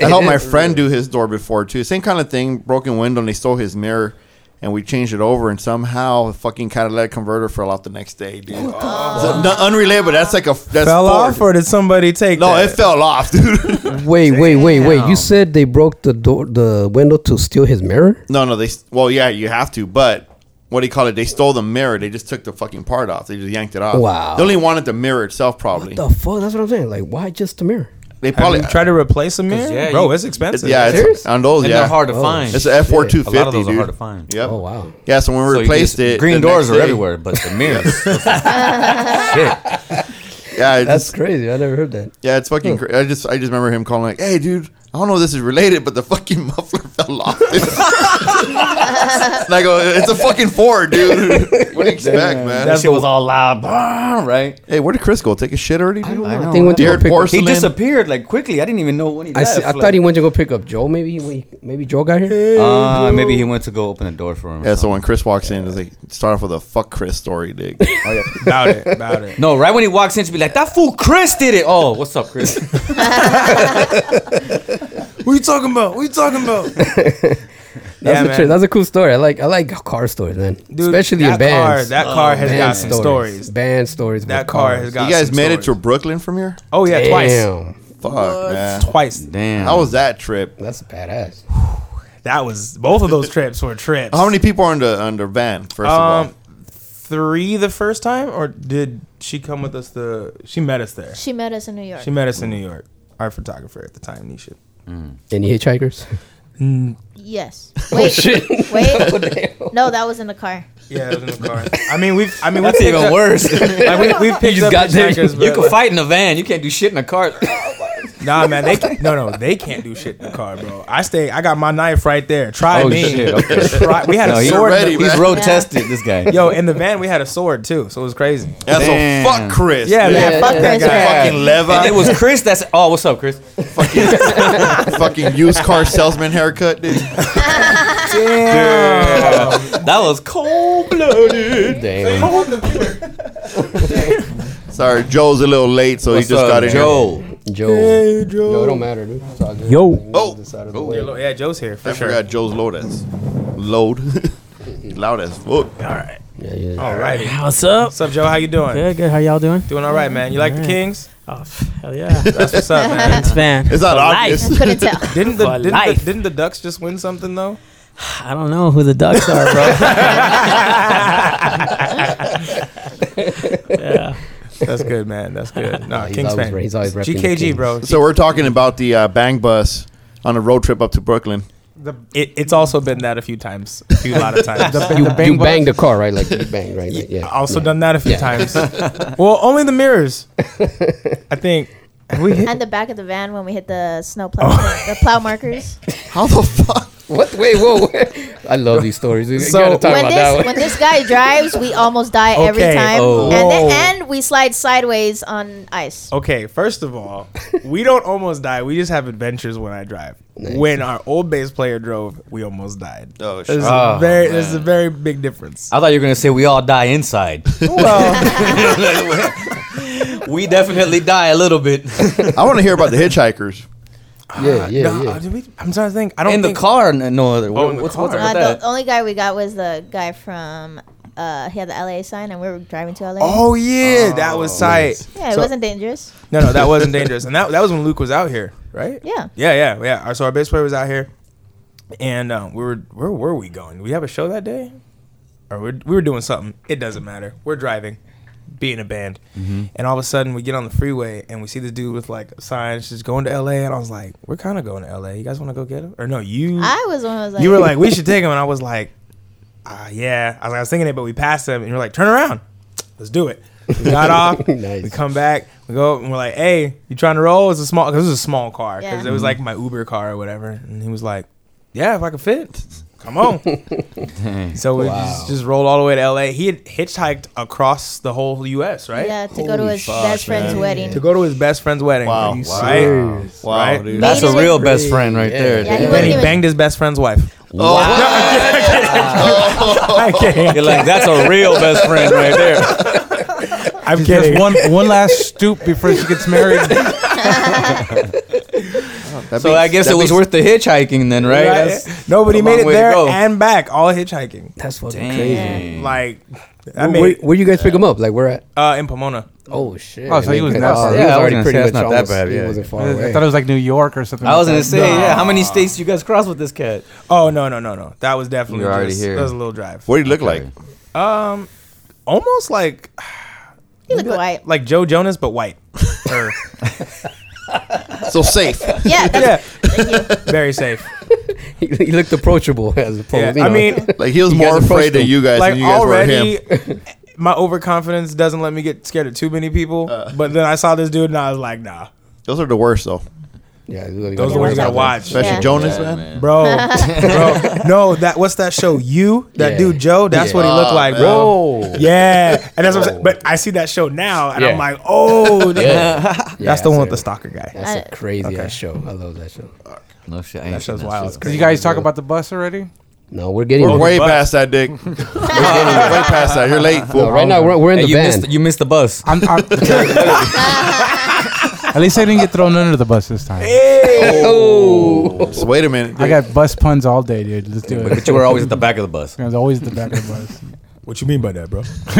S3: I helped my friend do his door before too. Same kind of thing, broken window, and they stole his mirror, and we changed it over, and somehow the fucking Cadillac converter fell out the next day, dude. So, no, unrelated, but that's like a that's
S5: Fell
S3: Ford.
S5: off, or did somebody take?
S3: No,
S5: that?
S3: it fell off, dude.
S6: Wait, wait, wait, wait.
S4: Damn.
S6: You said they broke the door, the window to steal his mirror.
S3: no, no, they. Well, yeah, you have to, but. What do you call it? They stole the mirror. They just took the fucking part off. They just yanked it off.
S6: Wow.
S3: They only wanted the mirror itself, probably.
S6: The fuck? That's what I'm saying. Like, why just the mirror?
S3: they
S5: Have
S3: probably
S5: you tried to replace a mirror,
S4: yeah,
S5: bro.
S4: you-
S5: it's expensive.
S3: Yeah,
S6: Serious?
S3: it's, on those,
S4: And
S3: yeah,
S4: they're hard to
S6: Oh,
S4: find.
S3: It's an F four two
S4: A
S3: fifty.
S4: lot of those
S3: dude.
S4: are hard to find.
S3: Yep.
S6: Oh wow.
S3: Yeah, so when we
S4: So you
S3: replaced
S4: just-
S3: it,
S8: Green
S3: the
S8: doors
S3: next
S8: are
S3: day-
S8: everywhere, but the mirrors. Shit.
S3: Yeah, I
S6: That's
S3: just-
S6: crazy. I never heard that.
S3: yeah, it's fucking. Cra- I just I just remember him calling like, "Hey, dude, I don't know if this is related, but the fucking muffler fell off." and I go, "It's a fucking Ford, dude. What do you expect, man?"
S8: That shit was all loud, "Bah," right?
S3: hey, where did Chris go? Take a shit already? dude?
S6: I,
S8: know,
S6: think went to
S3: Dear
S6: go pick up,
S3: porcelain.
S8: He disappeared like quickly. I didn't even know when he
S6: I,
S8: left.
S6: see, I
S8: like-
S6: thought he went to go pick up Joe. Maybe he, wait, maybe Joe got here.
S8: Uh, maybe he went to go open the door for him. or
S3: Yeah, so
S8: something.
S3: when Chris walks in, it's like start off with a fuck Chris story, dig.
S5: about it. About it.
S8: No, right when he walks in, to be like, "That fool Chris did it." Oh, what's up, Chris?
S5: What are you talking about? What are you talking about?
S6: that's,
S5: yeah,
S6: a
S5: man.
S6: tri- that's a cool story. I like I like car stories, man.
S5: Dude,
S6: Especially
S5: that
S6: in bands.
S5: Car, that car has
S6: Band
S5: got some stories.
S6: Band stories. with
S5: That car has
S6: cars.
S5: got.
S3: you guys
S5: some
S3: made it to
S5: stories.
S3: Brooklyn from here?
S5: Oh yeah, twice.
S6: Damn.
S3: Fuck, man.
S5: Twice.
S8: Damn.
S3: How was that trip?
S6: That's badass.
S5: That was both of those trips were trips.
S3: How many people are in the under van? First of all,
S5: Um, three the first time, or did she come with us? The she met us there.
S7: She met us in New York.
S5: She met us in New York. Our photographer at the time, Nisha.
S6: Any hitchhikers?
S7: yes. Wait. Wait. no, that was in the car.
S5: Yeah, it was in the car. I mean, we've. I mean,
S8: That's
S5: we've
S8: even
S5: picked
S8: worse.
S5: Up, like, we, we've picked up
S8: got there.
S5: hitchhikers,
S8: You
S5: but-
S8: can fight in a van. You can't do shit in a car.
S5: Nah, man, they can, no, no, they can't do shit in the car, bro. I stay. I got my knife right there. Try
S8: Oh,
S5: me.
S8: shit, okay.
S5: Try- we had
S8: No,
S5: a
S8: he-
S5: sword. in
S3: ready,
S5: the-
S8: He's
S3: man.
S8: road tested. This guy.
S5: Yo, in the van we had a sword too, so it was crazy.
S3: yeah,
S8: Damn.
S3: so fuck Chris.
S5: Yeah,
S3: dude.
S5: man.
S7: Yeah,
S5: fuck
S7: yeah,
S5: that
S7: yeah.
S5: guy.
S3: Fucking Levi.
S8: And it was Chris. That's oh, what's up, Chris?
S3: fucking used car salesman haircut, dude.
S8: That was cold blooded.
S6: Damn.
S3: Sorry, Joe's a little late, so he
S8: What's
S3: just
S8: up,
S3: got in. here.
S8: Joe?
S6: Joe. Joe, it don't matter, dude. It's all good.
S5: Yo.
S6: Move
S3: Oh.
S6: this out of the way.
S5: Yeah, Joe's here for
S3: I
S5: sure.
S3: forgot Joe's load as load, loud as fuck.
S6: Yeah, yeah.
S5: All right.
S9: What's up?
S5: What's up, Joe? How you doing?
S9: Good, good. How y'all doing?
S5: Doing all right, man. You like the
S9: Alright.
S5: Kings?
S9: Oh, pff, hell yeah.
S5: That's what's up, man.
S9: It's fan.
S3: It's not
S9: For
S3: obvious.
S9: life.
S7: Couldn't tell.
S5: Didn't the,
S9: For
S5: didn't, the
S9: life.
S5: didn't the Ducks just win something though?
S9: I don't know who the ducks are, bro. yeah.
S5: That's good, man. That's good. No,
S6: He's
S5: Kings
S6: always
S5: fan.
S6: re- he's always repping the
S5: GKG, bro.
S3: So we're talking about the uh, bang bus on a road trip up to Brooklyn.
S5: The- it, it's also been that a few times, a few lot of times.
S6: You, you banged the car, right? Like you banged, right? Like, yeah.
S5: also
S6: yeah.
S5: done that a few times. well, only the mirrors. I think. Have we hit?
S7: And the back of the van when we hit the snow plow, the plow markers.
S3: How the fuck?
S6: What? Wait, whoa. I love these stories. You
S5: So-
S6: gotta talk
S7: When
S6: about that
S7: this
S6: one.
S7: when this guy drives, we almost die every
S5: Okay.
S7: time.
S8: Oh.
S7: And
S5: Whoa.
S7: then, and we slide sideways on ice.
S5: Okay, first of all, we don't almost die. We just have adventures when I drive. When our old bass player drove, we almost died.
S3: Oh, shit.
S5: There's,
S8: Oh,
S5: a very, there's a very big difference.
S8: I thought you were gonna say we all die inside.
S5: Well,
S8: we definitely die a little bit
S3: I want to hear about the hitchhikers.
S6: yeah, yeah,
S5: no,
S6: yeah.
S5: did Uh, we- I'm trying to think. I don't
S8: in the
S5: think
S8: car. n- No other.
S5: in the
S8: what's,
S5: car.
S8: what's up
S7: Uh,
S8: with
S7: the
S8: that?
S7: only guy we got was the guy from. Uh, he had the LA sign, and we were driving to LA.
S5: Oh yeah, that was tight.
S7: yeah, it
S5: so-
S7: wasn't dangerous.
S5: No, no, that wasn't dangerous. And that that was when Luke was out here, right?
S7: Yeah.
S5: Yeah, yeah, yeah. Our- So our bass player was out here, and uh, we were where were we going? Did we have a show that day, or we we were doing something. It doesn't matter. We're driving, being a band,
S6: Mm-hmm.
S5: and all of a sudden we get on the freeway and we see this dude with like signs just going to L.A. And I was like, we're kind of going to L.A. You guys want to go get him? Or no, you
S7: I was the one who was like,
S5: you were like, we should take him, and I was like, uh, yeah. I was, I was thinking it, but we passed him, and you're like, turn around, let's do it. We got off.
S6: Nice.
S5: We come back. We go up and we're like, hey, you trying to roll? It's a small,
S3: Mm-hmm.
S5: because it was a small car, because
S7: Yeah.
S5: it was like my Uber car or whatever. And he was like, yeah, if I could fit. Come on.
S4: Dang.
S5: So we just, just rolled all the way to LA. He had hitchhiked across the whole US, right?
S7: Yeah, to go to his best friend's wedding.
S5: To go to his best friend's wedding.
S3: Wow.
S5: You
S3: Wow.
S5: see?
S3: Wow. Wow,
S5: Right?
S3: dude.
S4: That's a
S7: Made it
S4: real
S7: in-
S4: best friend right
S6: Yeah.
S4: there.
S7: Yeah, he
S4: dude.
S5: Then
S7: wasn't
S5: he
S7: even-
S5: banged his best friend's wife.
S3: Oh,
S5: I can't.
S4: You're like, that's a real best friend right there.
S5: I'm
S1: Just
S5: kidding.
S1: one one last stoop before she gets married.
S3: that
S4: So
S3: beats-
S4: I guess
S3: that
S4: it was
S3: beats-
S4: worth the hitchhiking then, right? That's-
S5: Nobody
S4: a
S5: made
S4: long
S5: it
S4: way to
S5: there
S4: go. Mm.
S5: and back, all hitchhiking.
S6: That's fucking crazy.
S4: Dang.
S5: Like, I
S6: Where,
S5: mean,
S6: where you guys pick him up? Like where at?
S5: uh, in Pomona.
S6: Oh shit!
S1: Oh, so he was
S6: Okay,
S1: not
S6: so
S1: far.
S6: he
S1: Yeah,
S6: was
S1: I was
S6: already
S4: gonna
S6: pretty
S4: say,
S6: much
S4: it's not that
S6: almost.
S4: bad,
S6: He
S4: yeah.
S6: wasn't far away.
S1: I thought it was like New York or something.
S4: I was gonna
S1: like
S4: say, yeah, how many states you guys cross with this cat?
S5: Oh, no, no, no, no. That was definitely
S4: You're already
S5: just,
S4: here.
S5: That was a little drive.
S3: What do you look like?
S5: Um, Almost like
S7: You look white.
S5: like Joe Jonas, but white. Or-
S3: So safe.
S7: Yeah, that's,
S5: yeah. Very safe.
S6: he, he looked approachable as
S5: Yeah.
S6: opposed. you
S5: I
S6: know.
S5: mean,
S3: Like he was
S6: You guys
S3: more
S6: approached
S3: afraid of
S6: him.
S3: you guys
S5: like
S3: than you guys were
S5: already
S3: of him.
S5: my overconfidence doesn't let me get scared of too many people but then i saw this dude and i was like nah
S3: Those are the worst though.
S6: yeah, those
S5: those are the ones you gotta watch
S3: Especially
S7: Yeah.
S3: Jonas,
S4: Yeah,
S3: man.
S4: man.
S5: bro bro no that what's that show you that
S6: Yeah.
S5: dude joe that's
S6: Yeah.
S5: what he looked
S3: Oh,
S5: like
S3: man.
S5: bro
S6: Whoa!
S5: yeah and that's what i'm saying but i see that show now and
S6: Yeah.
S5: i'm like oh that's the one with the
S6: style.
S5: stalker guy
S6: That's
S7: I-
S6: a crazy ass show. I love that show.
S4: No shit. I ain't
S5: that
S4: seen
S5: show's
S4: that
S5: wild
S4: shit.
S1: Did you guys talk about the bus already?
S6: No, we're getting
S3: We're
S6: there.
S3: way
S5: bus.
S3: past that, Dick. We're getting way past that. You're late.
S6: No,
S3: fool.
S6: right now we're, we're in
S4: Hey,
S6: the
S4: you,
S6: van.
S4: missed, you missed the bus.
S1: I'm, I'm At least I didn't get thrown under the bus this time.
S3: So wait a minute.
S1: I
S3: Dick.
S1: got bus puns all day, dude. Let's do
S4: But
S1: it.
S4: you were always at the back of the bus.
S1: I was always the back of the bus.
S5: what you mean by that bro
S3: Fuck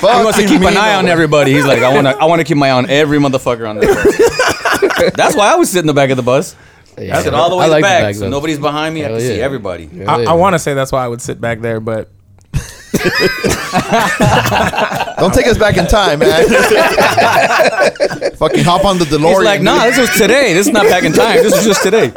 S4: He wants to
S3: you,
S4: keep an
S3: Mino.
S4: eye on everybody. He's like, I want to, I want to keep my eye on every motherfucker on this. bus. That's why I was sitting in the back of the bus.
S6: Yeah.
S4: I sit all the way
S6: I like
S4: back,
S6: back
S4: so
S6: though.
S4: nobody's behind me. I
S6: Hell
S4: can see
S6: yeah.
S4: everybody.
S6: Hell
S5: i,
S6: yeah.
S5: I want to say that's why i would sit back there but
S3: Don't take us back in time, man. Fucking hop on the DeLorean.
S4: He's like, nah, this was today. This is not back in time. This was just today.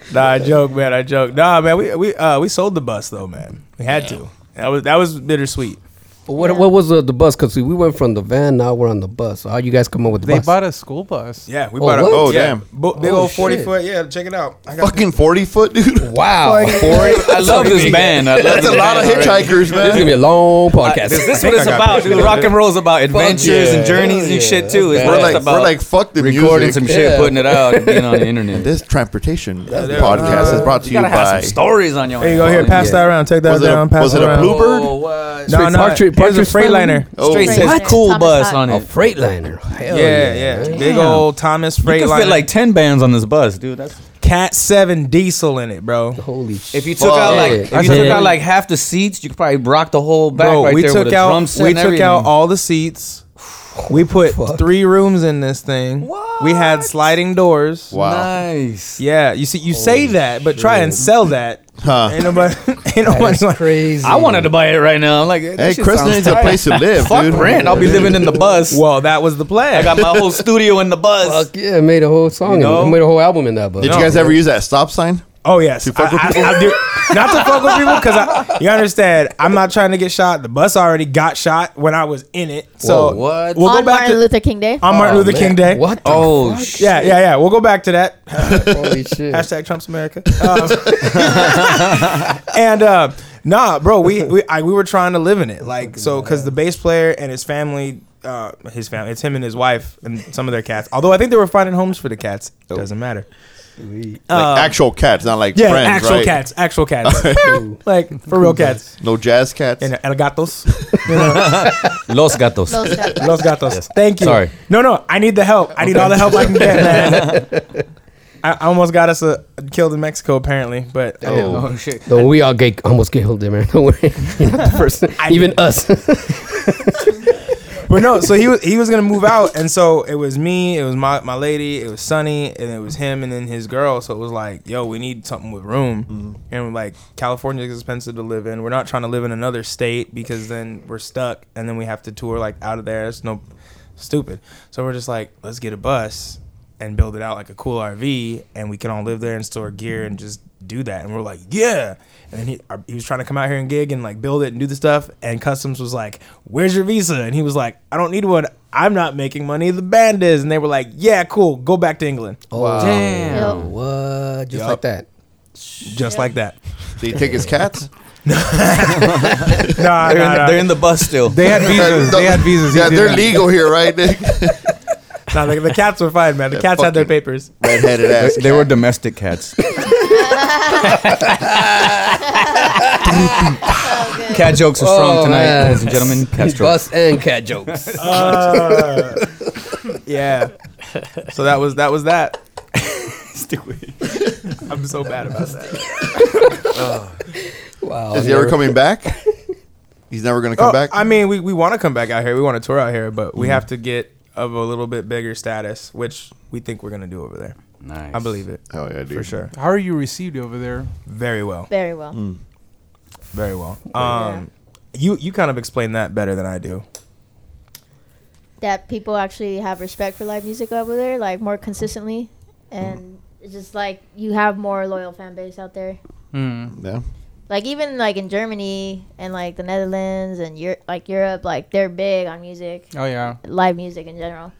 S5: nah, I joke, man. I joke. Nah, man. We we uh, we sold the bus though, man. We had to. That was that was bittersweet.
S6: But what, what was the, the bus? Because we went from the van, now we're on the bus. So how you guys come up with the
S1: They
S6: bus?
S1: bought a school bus.
S5: Yeah, we
S6: Oh,
S5: bought.
S6: what?
S5: A,
S3: Oh,
S5: yeah,
S3: damn.
S5: bo- big
S6: Oh,
S5: old forty
S6: shit.
S5: foot. Yeah, check it out. I got
S3: fucking 40 foot, dude.
S6: wow,
S4: I love this band. I love
S3: That's a
S4: this
S3: lot of
S4: band already.
S3: hitchhikers,
S6: It's gonna be
S3: man.
S6: a long
S4: This,
S6: podcast.
S4: this is what it's about, dude. Rock and roll's about adventures
S6: yeah.
S4: and journeys
S6: Hell
S4: and shit
S6: yeah.
S4: too. It's
S3: We're
S4: not
S3: like,
S4: just about
S3: we're like, fuck the
S4: recording
S3: music.
S4: some shit,
S6: Yeah.
S4: putting it out, and being on the internet.
S3: This transportation podcast is brought to you,
S4: gotta have
S3: by.
S4: some stories on your.
S5: there you go. Here, pass that around. Take that
S3: Was it a-
S5: down. pass
S3: was it a
S5: around.
S3: blue- Bluebird?
S4: Oh, what?
S5: No, no.
S6: Partridge-
S5: Partridge,
S6: Partridge
S5: a Freightliner. Oh,
S3: Oh,
S4: Straight
S7: Right.
S4: says
S7: What?
S4: cool
S7: Thomas
S4: bus
S7: Hot.
S4: on
S6: a
S4: it.
S6: Freightliner. Hell
S5: Yeah,
S6: yeah,
S5: yeah.
S6: man.
S5: Big old Thomas
S4: You could
S5: Freightliner.
S4: fit like ten bands on this bus, dude. That's
S5: Cat Seven diesel in it, bro.
S6: Holy
S4: If
S6: shit!
S4: you took
S3: Fuck.
S4: out like
S6: Yeah.
S4: if
S6: That's
S4: you took
S9: it.
S4: out like half the seats, you could probably rock the whole back
S5: Bro,
S4: right
S5: we
S4: there
S5: took
S4: with a
S5: out
S4: drum set.
S5: we
S4: and
S5: took
S4: everything.
S5: out all the seats. We put three rooms in this thing. We had sliding doors.
S3: Wow.
S4: Nice.
S5: Yeah, you see, you say that, but try and sell that.
S3: Huh.
S5: Ain't nobody, ain't nobody
S6: That's crazy.
S4: I wanted to buy it right now. I'm like, hey,
S3: Hey, Creston needs a place to live,
S4: Fuck
S3: dude.
S4: rent. I'll be living in the bus.
S5: Well, that was the
S4: I
S5: plan.
S4: got my whole studio in the bus.
S6: Fuck yeah! Made a whole song.
S5: You know?
S6: and made a whole album in that bus.
S3: Did you guys ever use that stop sign?
S5: oh yes,
S3: To fuck with
S5: I- I-
S3: people?
S5: I do- not to fuck with people because I, you understand. I'm not trying to get shot. The bus already got shot when I was in it. So
S4: Whoa, Oh, what?
S5: We'll
S7: on
S5: go back
S7: Martin
S5: to
S7: Luther King Day.
S5: on Martin Luther King Day.
S6: What? The
S4: Oh,
S6: fuck?
S4: shit.
S5: Yeah, yeah, yeah. We'll go back to that.
S6: Holy shit!
S5: Hashtag Trump's America. Um, and uh, nah, bro, we we, I, we were trying to live in it, like so, because the bass player and his family, uh, his family, it's him and his wife and some of their cats. Although I think they were finding homes for the cats. It doesn't matter.
S4: Uh,
S3: Like actual cats, not like
S5: Yeah,
S3: friends,
S5: actual
S3: right?
S5: cats, actual cats, like for real cats.
S3: No jazz cats.
S5: And uh, el gatos,
S4: Los gatos.
S7: Those guys.
S5: los gatos. Thank you.
S4: Sorry.
S5: No, no, I need the help. I need all the help I can get, man. I I almost got us uh, killed in Mexico, apparently, but I didn't.
S6: Oh, Though we all get almost get killed there, man. Don't worry, you're not the first. Even us.
S5: But no, so he was he was gonna move out, and so it was me, it was my my lady, it was Sunny, and it was him, and then his girl. So it was like, yo, we need something with room, and we're like, California is expensive to live in. We're not trying to live in another state because then we're stuck, and then we have to tour like out of there. It's no stupid. So we're just like, let's get a bus. and build it out like a cool RV, and we can all live there and store gear and just do that. And we're like, yeah. And then he, our- he was trying to come out here and gig and like build it and do the stuff. And customs was like, where's your visa? And he was like, I don't need one. I'm not making money. The band is. And they were like, yeah, cool. Go back to England.
S6: Oh,
S7: Yep.
S6: what? Just
S5: Yup.
S6: like that.
S5: Just like that.
S3: Did he take his cats?
S5: Nah,
S4: They're
S5: nah,
S4: in,
S5: nah.
S4: they're in the bus still.
S1: They had visas. they had visas. He
S3: Yeah,
S1: did
S3: they're
S1: that.
S3: legal here, right?
S5: Nah, the, the cats were fine, man. The
S3: Yeah,
S5: cats had their
S3: fucking-
S5: papers.
S3: Redheaded ass.
S4: They were domestic cats. Cat jokes are strong
S6: Oh,
S4: tonight,
S6: man.
S4: ladies and gentlemen. Cat jokes.
S6: Bus and cat jokes.
S5: Yeah. So that was that was that. Stick with it. I'm so bad about that.
S6: wow.
S3: Is he ever coming back? He's never gonna come
S5: Oh,
S3: back.
S5: I mean, we, we want to come back out here. We want to tour out here, but we have to get of a little bit bigger status, which we think we're gonna do over there.
S4: Nice.
S5: I believe it
S3: oh yeah, dude.
S5: for sure.
S1: How are you received over there?
S5: Very well,
S7: Very well.
S5: very well. Um, you you kind of explain that better than I do.
S7: That people actually have respect for live music over there, like more consistently, and it's just like you have more loyal fan base out there.
S1: Hmm.
S3: Yeah.
S7: Like even like in Germany and like the Netherlands and Eur- like Europe, like they're big on music,
S1: Oh yeah.
S7: live music in general.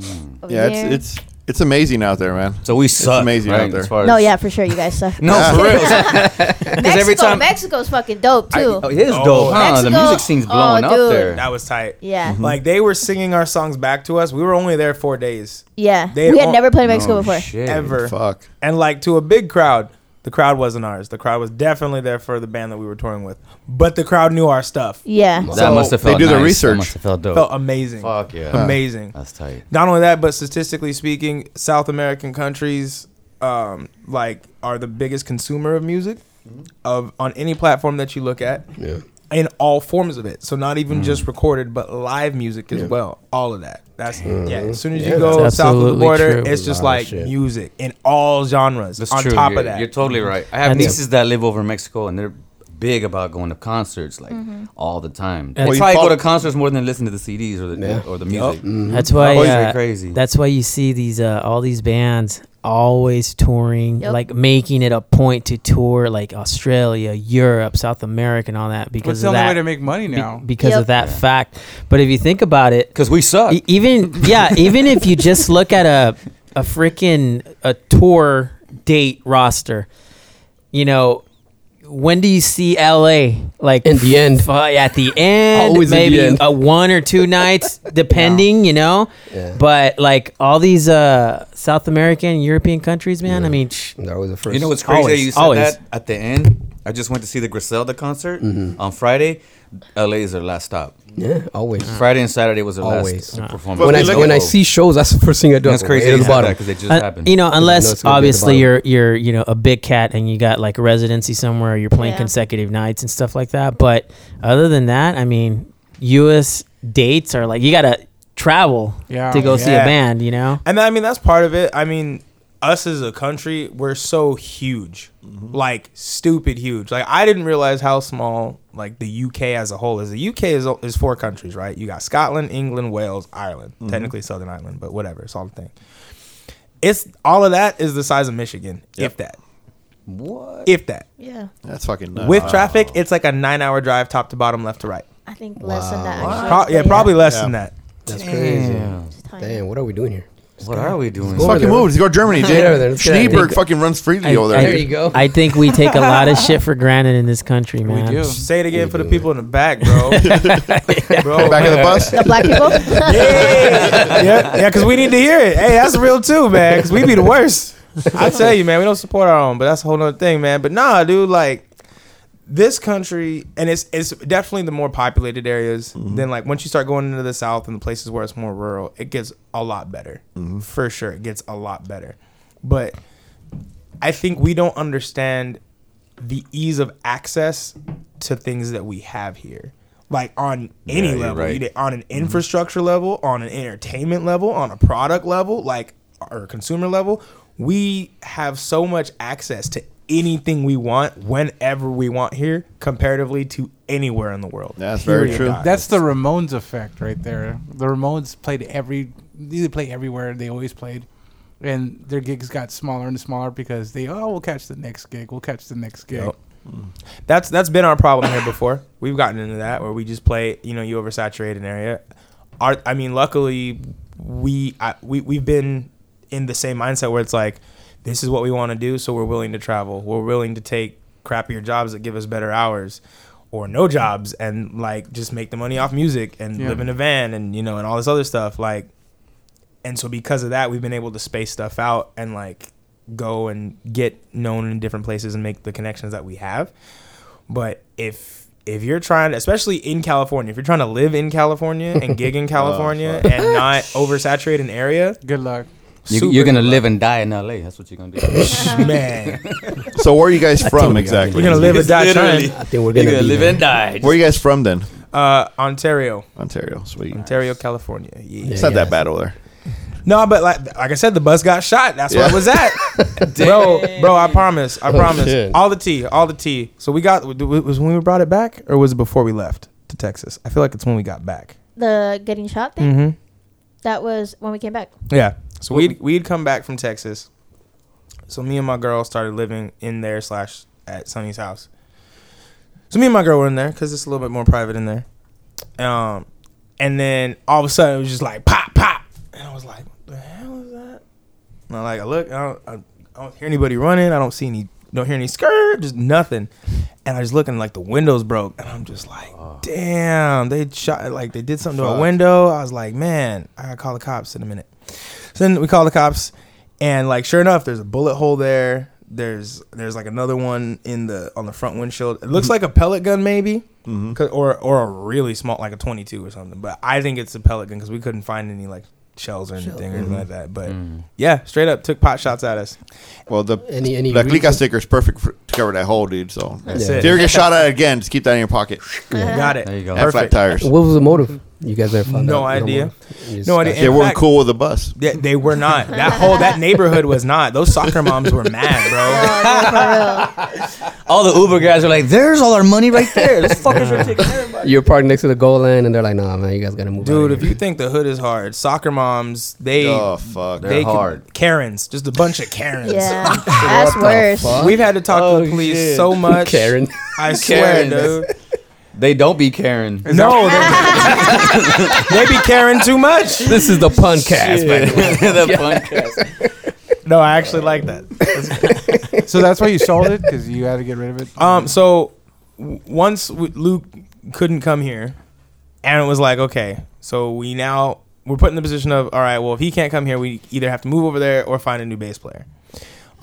S4: Hmm.
S7: Over
S3: Yeah,
S7: here-
S3: it's it's it's amazing out there, man.
S4: So we suck.
S3: amazing
S4: right,
S3: out there.
S4: as far
S7: no,
S4: as-
S7: yeah, for sure, you guys suck.
S4: No, for real.
S7: Mexico,
S4: every time-
S7: Mexico's fucking dope too.
S4: Oh, it is
S5: Oh.
S4: dope, huh? the
S7: Mexico-
S4: music scene's
S7: oh,
S4: blowing up
S7: dude.
S4: there.
S5: That was tight.
S7: yeah,
S3: Mm-hmm.
S5: Like they were singing our songs back to us. We were only there four days
S7: yeah.
S5: They
S7: we had
S5: all-
S7: never played Mexico before.
S4: Shit.
S5: ever.
S3: Fuck.
S5: and like to a big crowd the crowd wasn't ours the crowd was definitely there for the band that we were touring with but the crowd knew our stuff
S7: Yeah,
S4: That
S3: So
S4: must have
S3: they
S4: felt
S3: do their
S4: nice.
S3: research.
S4: That must have felt dope.
S5: felt amazing
S4: Fuck yeah.
S5: amazing
S4: That's tight.
S5: not only that but statistically speaking south american countries um, like are the biggest consumer of music of on any platform that you look at
S6: Mm-hmm. Yeah.
S5: in all forms of it so not even
S4: Mm.
S5: just recorded but live music as well all of that that's yeah as soon as you
S6: Mm-hmm. Yeah,
S5: go
S9: that's
S5: south of the
S9: absolutely
S5: border
S9: true.
S5: it's just
S6: A lot of
S5: like
S6: shit.
S5: music in all genres
S4: That's
S5: on
S4: true.
S5: top
S4: you're,
S5: of that
S4: you're totally right. I have
S9: And-
S4: nieces that live over in Mexico, and they're big about going to concerts like
S7: Mm-hmm.
S4: all the time.
S9: Well,
S4: they
S9: you
S4: probably
S3: follow-
S4: go to concerts more than listen to the CDs or the or the music.
S9: That's why
S4: Always
S9: uh,
S4: crazy.
S9: That's why you see these uh, all these bands always touring,
S7: Yep.
S9: like making it a point to tour like Australia, Europe, South America, and all that because
S1: What's the
S9: of
S1: only
S9: that
S1: way to make money
S9: be-
S1: now?
S9: because
S7: Yep.
S9: of that fact. But if you think about it,
S4: Because we suck.
S9: E- even yeah, even if you just look at a a freaking a tour date roster, you know, when do you see LA? Like
S6: In the end.
S9: f- at the end,
S6: Always in the
S9: maybe
S6: end.
S9: a one or two nights, depending, you know.
S6: Yeah.
S9: But like all these uh South American, European countries, man. I mean, sh-
S6: That was the first.
S4: You know what's crazy? that
S9: Always,
S4: you said
S9: always.
S4: that at the end. I just went to see the Griselda concert
S6: Mm-hmm.
S4: on Friday. LA is their last stop.
S6: Yeah, always.
S4: Friday and Saturday was their
S6: Mm. Always.
S4: last performance.
S3: But
S6: When I
S3: we look
S6: when
S3: at-
S6: I see shows, that's the first thing I do.
S4: that's
S6: I go way
S4: crazy.
S6: to the
S4: They
S6: bottom.
S4: because it just
S9: uh,
S4: happened.
S9: you know,
S6: it's
S9: unless
S6: gonna be at the
S9: obviously
S6: bottom.
S9: you're you're you know a big cat and you got like residency somewhere, you're playing
S7: Yeah.
S9: consecutive nights and stuff like that. But other than that, I mean, U.S. dates are like you gotta travel
S1: Yeah.
S9: to go see a
S5: Yeah.
S9: band, you know.
S5: And I mean, that's part of it. I mean, us as a country, we're so huge, like stupid huge. Like I didn't realize how small like the UK as a whole is. The UK is is four countries, right? You got Scotland, England, Wales, Ireland. Technically Southern Ireland, but whatever. It's all the thing. It's all of that is the size of Michigan, if that,
S4: what?
S5: if that.
S7: yeah.
S3: That's fucking nuts.
S5: With traffic, it's like a nine-hour drive, top to bottom, left to right.
S7: I think less than that. Actually,
S5: Pro- yeah,
S7: but
S5: probably less than that.
S6: That's crazy.
S7: it's tiny.
S6: Damn, what are we doing here?
S4: What are we doing?
S6: Let's go over
S3: fucking
S6: there.
S3: moves. Go to Germany,
S6: Get over
S3: dude.
S6: there, let's get out of here.
S3: Schneeberg fucking runs freely
S9: I-
S3: over there.
S9: I-
S6: There you go.
S9: I think we take a lot of shit for granted in this country, man.
S1: do.
S5: Say it again for the people in the back, bro. bro.
S3: Back of the bus.
S7: The black people.
S5: yeah, yeah, because we need to hear it. Hey, that's real too, man. Because we be the worst. I tell you, man, we don't support our own, but that's a whole nother thing, man. But nah, dude, like this country, and it's it's definitely the more populated areas. Then, like once you start going into the south and the places where it's more rural, it gets a lot better for sure. It gets a lot better, but I think we don't understand the ease of access to things that we have here. Like on any
S4: you're
S5: level,
S4: right.
S5: you did- on an
S3: Mm-hmm.
S5: infrastructure level, on an entertainment level, on a product level, like or consumer level, we have so much access to anything we want whenever we want here, comparatively to anywhere in the world.
S3: That's very
S5: Period.
S3: true.
S5: God.
S1: That's the Ramones effect right there. The Ramones played every. They played everywhere. They always played. and their gigs got smaller and smaller because they oh we'll catch the next gig, we'll catch the next gig.
S5: Yep. That's that's been our problem here before. We've gotten into that where we just play, you know, you oversaturate an area. Our, I mean, luckily, we I, we we've been in the same mindset where it's like, this is what we want to do, so we're willing to travel. We're willing to take crappier jobs that give us better hours, or no jobs and like just make the money off music and
S1: Yeah.
S5: live in a van and you know and all this other stuff like. And so because of that, we've been able to space stuff out and like go and get known in different places and make the connections that we have. But if if you're trying, especially in California, if you're trying to live in California and gig in California and not oversaturate an area,
S1: Good luck.
S4: You,
S5: super
S4: you're gonna
S5: good
S4: live and die in LA. That's what you're gonna do.
S5: luck. man.
S3: So where are you guys from exactly?
S5: You're gonna live and die
S8: Literally.
S5: trying.
S6: I think we're
S8: You're
S6: gonna,
S8: gonna
S6: be
S8: live
S6: there.
S8: and die.
S3: Where are you guys from then?
S5: Uh, Ontario,
S3: Ontario, sweet.
S5: Ontario, California. Yeah.
S3: It's not
S6: Yeah.
S3: that bad over there.
S5: No, but like like I said, the bus got shot. That's where
S3: Yeah.
S5: I was at, bro. Bro, I promise. I promise.
S6: shit.
S5: all the tea, all the tea. So we got was when we brought it back, or was it before we left to Texas? I feel like it's when we got back.
S7: The getting shot thing.
S5: Mm-hmm.
S7: That was when we came back.
S5: Yeah. So we'd we'd come back from Texas. So me and my girl started living in there slash at Sonny's house. So me and my girl were in there because it's a little bit more private in there. Um, and then all of a sudden it was just like pop pop, and I was like, what the hell is that? And I like I look, I don't, I, I don't hear anybody running. I don't see any, don't hear any skirt, just nothing. And I just looking like the windows broke, and I'm just like, damn, they shot like they did something to a window. I was like, man, I gotta call the cops in a minute. So then we call the cops, and like sure enough, there's a bullet hole there. There's there's like another one in the on the front windshield. It looks like a pellet gun maybe, 'Cause- or or a really small like a 22 or something. But I think it's a pellet gun because we couldn't find any like shells or anything or anything like that. But
S6: Mm.
S5: yeah, straight up took pot shots at us.
S3: Well, the
S6: Any- any
S3: La Clica
S6: reason-
S3: sticker is perfect for, to cover that hole, dude. So
S5: That's
S6: Yeah.
S3: if
S5: it.
S3: you ever get shot at again, just keep that in your pocket.
S5: Got it.
S4: There you go.
S3: And flat
S5: Perfect.
S3: tires.
S6: What was the motive? You guys ever found
S5: No
S6: out?
S5: idea.
S6: motive. You just
S5: No
S6: got
S5: idea.
S3: They
S5: In
S3: weren't
S5: fact-
S3: cool with the bus.
S5: They, they were not. That whole that neighborhood was not. Those soccer moms were mad, bro.
S4: All the Uber guys are like, "There's all our money right there. Those fuckers are taking everybody."
S6: You're parked next to the goal line, and they're like, "Nah, man, you guys gotta move."
S5: Dude,
S6: out of
S5: if
S6: here."
S5: you think the hood is hard, soccer moms, they
S3: Oh fuck.
S5: they could-
S8: hard.
S5: Karens, just a bunch of Karens.
S7: Yeah, that's worse.
S5: We've had to talk to the police so much.
S6: Oh, Karen,
S5: I swear,
S4: Karens.
S5: dude.
S4: They don't be Karen.
S5: No, they, they be caring too much.
S6: this is the pun cast. man.
S4: the podcast.
S5: No, I actually like that.
S1: So that's why you sold it because you had to get rid of it.
S5: Um, so w- once w- Luke couldn't come here, Aaron was like, okay, so we now we're put in the position of, all right, well, if he can't come here, we either have to move over there or find a new bass player.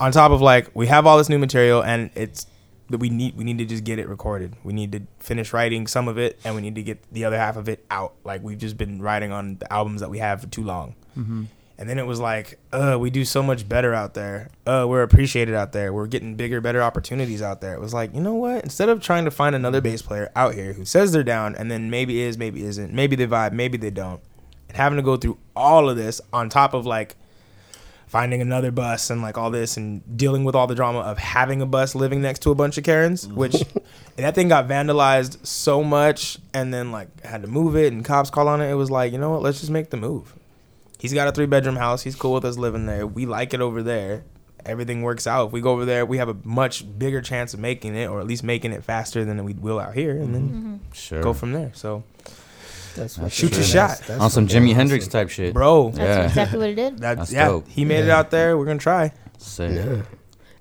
S5: On top of like, we have all this new material and it's that we need we need to just get it recorded. We need to finish writing some of it and we need to get the other half of it out. Like we've just been writing on the albums that we have for too long. And then it was like, uh, we do so much better out there. Uh, we're appreciated out there. We're getting bigger, better opportunities out there. It was like, you know what? Instead of trying to find another bass player out here who says they're down and then maybe is, maybe isn't, maybe they vibe, maybe they don't, and having to go through all of this on top of like finding another bus and like all this and dealing with all the drama of having a bus living next to a bunch of Karens, which and that thing got vandalized so much and then like had to move it and cops call on it. It was like, you know what? Let's just make the move. He's got a three bedroom house. He's cool with us living there. We like it over there. Everything works out. If we go over there, we have a much bigger chance of making it, or at least making it faster than we will out here, and then
S4: Sure.
S5: go from there. So,
S6: That's what
S5: Shoot
S6: they
S5: your
S6: do.
S5: shot.
S6: That's-
S4: On some Jimi Hendrix type shit.
S5: bro,
S7: That's
S4: Yeah.
S7: exactly what it did.
S5: that,
S4: That's
S5: yeah,
S4: dope.
S5: he made it out there. We're gonna try.
S4: Sick.
S6: Yeah.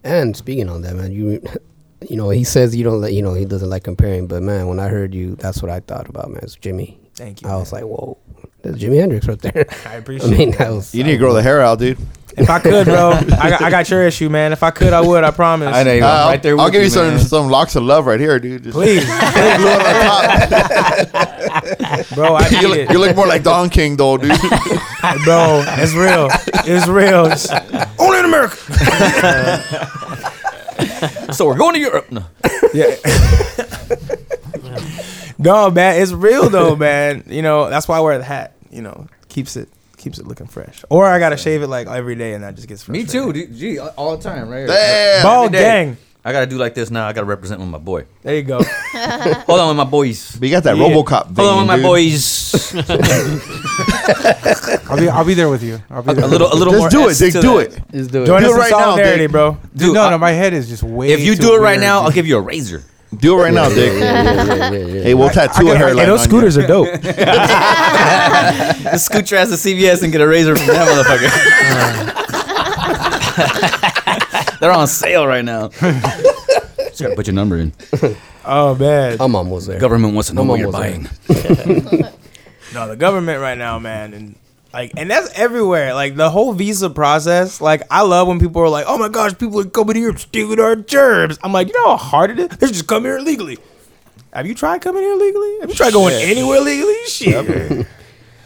S6: And speaking on that, man, you you know he says you don't like you know he doesn't like comparing, but man, when I heard you, that's what I thought about, man. It's Jimmy.
S5: Thank you.
S6: I was like, whoa, that's Jimi Hendrix right there.
S5: I
S6: I
S5: appreciate.
S6: mean,
S5: it.
S6: that was
S3: You need to grow the hair out, dude.
S5: If I could, bro, I got, I got your issue, man. If I could, I would. I promise.
S4: I know you
S3: Uh,
S4: are
S3: I'll,
S4: right there.
S3: I'll
S4: with
S3: give you, some
S4: man.
S3: some locks of love right here, dude. Just
S5: Please,
S3: glue it on top.
S5: bro, I
S3: you,
S5: need
S3: look, you
S5: it,
S3: look more like Don King, though, dude.
S5: bro. It's real. It's real. It's- only in America.
S4: So we're going to Europe. No.
S5: Yeah. no, man, it's real though, man. You know, that's why I wear the hat. You know, keeps it keeps it looking fresh. Or I gotta shave it like every day, and that just gets
S4: Me
S5: frustrating.
S4: too, dude. Gee, all- all the time, right?
S3: Damn.
S5: Ball
S4: Every day.
S5: gang.
S4: I gotta do like this now. I gotta represent with my boy.
S5: There you go.
S4: Hold on with my boys.
S3: But you got that
S5: Yeah.
S3: RoboCop. Vein,
S4: Hold on with my
S3: dude.
S4: boys.
S3: Yes.
S1: I'll be I'll be there with you. I'll be there.
S4: A little, a little more.
S3: Just do it,
S4: S
S3: Dick.
S4: to
S3: Do
S4: that.
S3: it.
S6: Just do it.
S5: Join
S3: Do
S5: us
S3: it
S5: in
S3: right now,
S5: solidarity,
S3: Dick.
S5: bro.
S4: Dude,
S1: no,
S4: I-
S1: no, my head is just way.
S4: uh, if you
S1: too
S4: do it right
S1: weird,
S4: now, I'll
S1: dude.
S4: give you a razor.
S3: Do it right now, Dick. Hey, we'll tattoo a hairline.
S5: Hey, those
S3: on you.
S5: scooters are dope.
S4: Just scoot your ass to CVS and get a razor from that motherfucker. They're on sale right now. Just gotta put your number in.
S5: oh man,
S6: I'm almost there.
S4: Government wants to know
S6: I'm
S4: what you're
S6: almost there.
S4: buying.
S5: No, the government right now, man, and like, and that's everywhere. Like the whole visa process. Like, I love when people are like, "Oh my gosh, people are coming here stealing our germs." I'm like, you know how hard it is? They're just coming here illegally. Have you tried coming here legally? Have you tried going anywhere legally? Shit.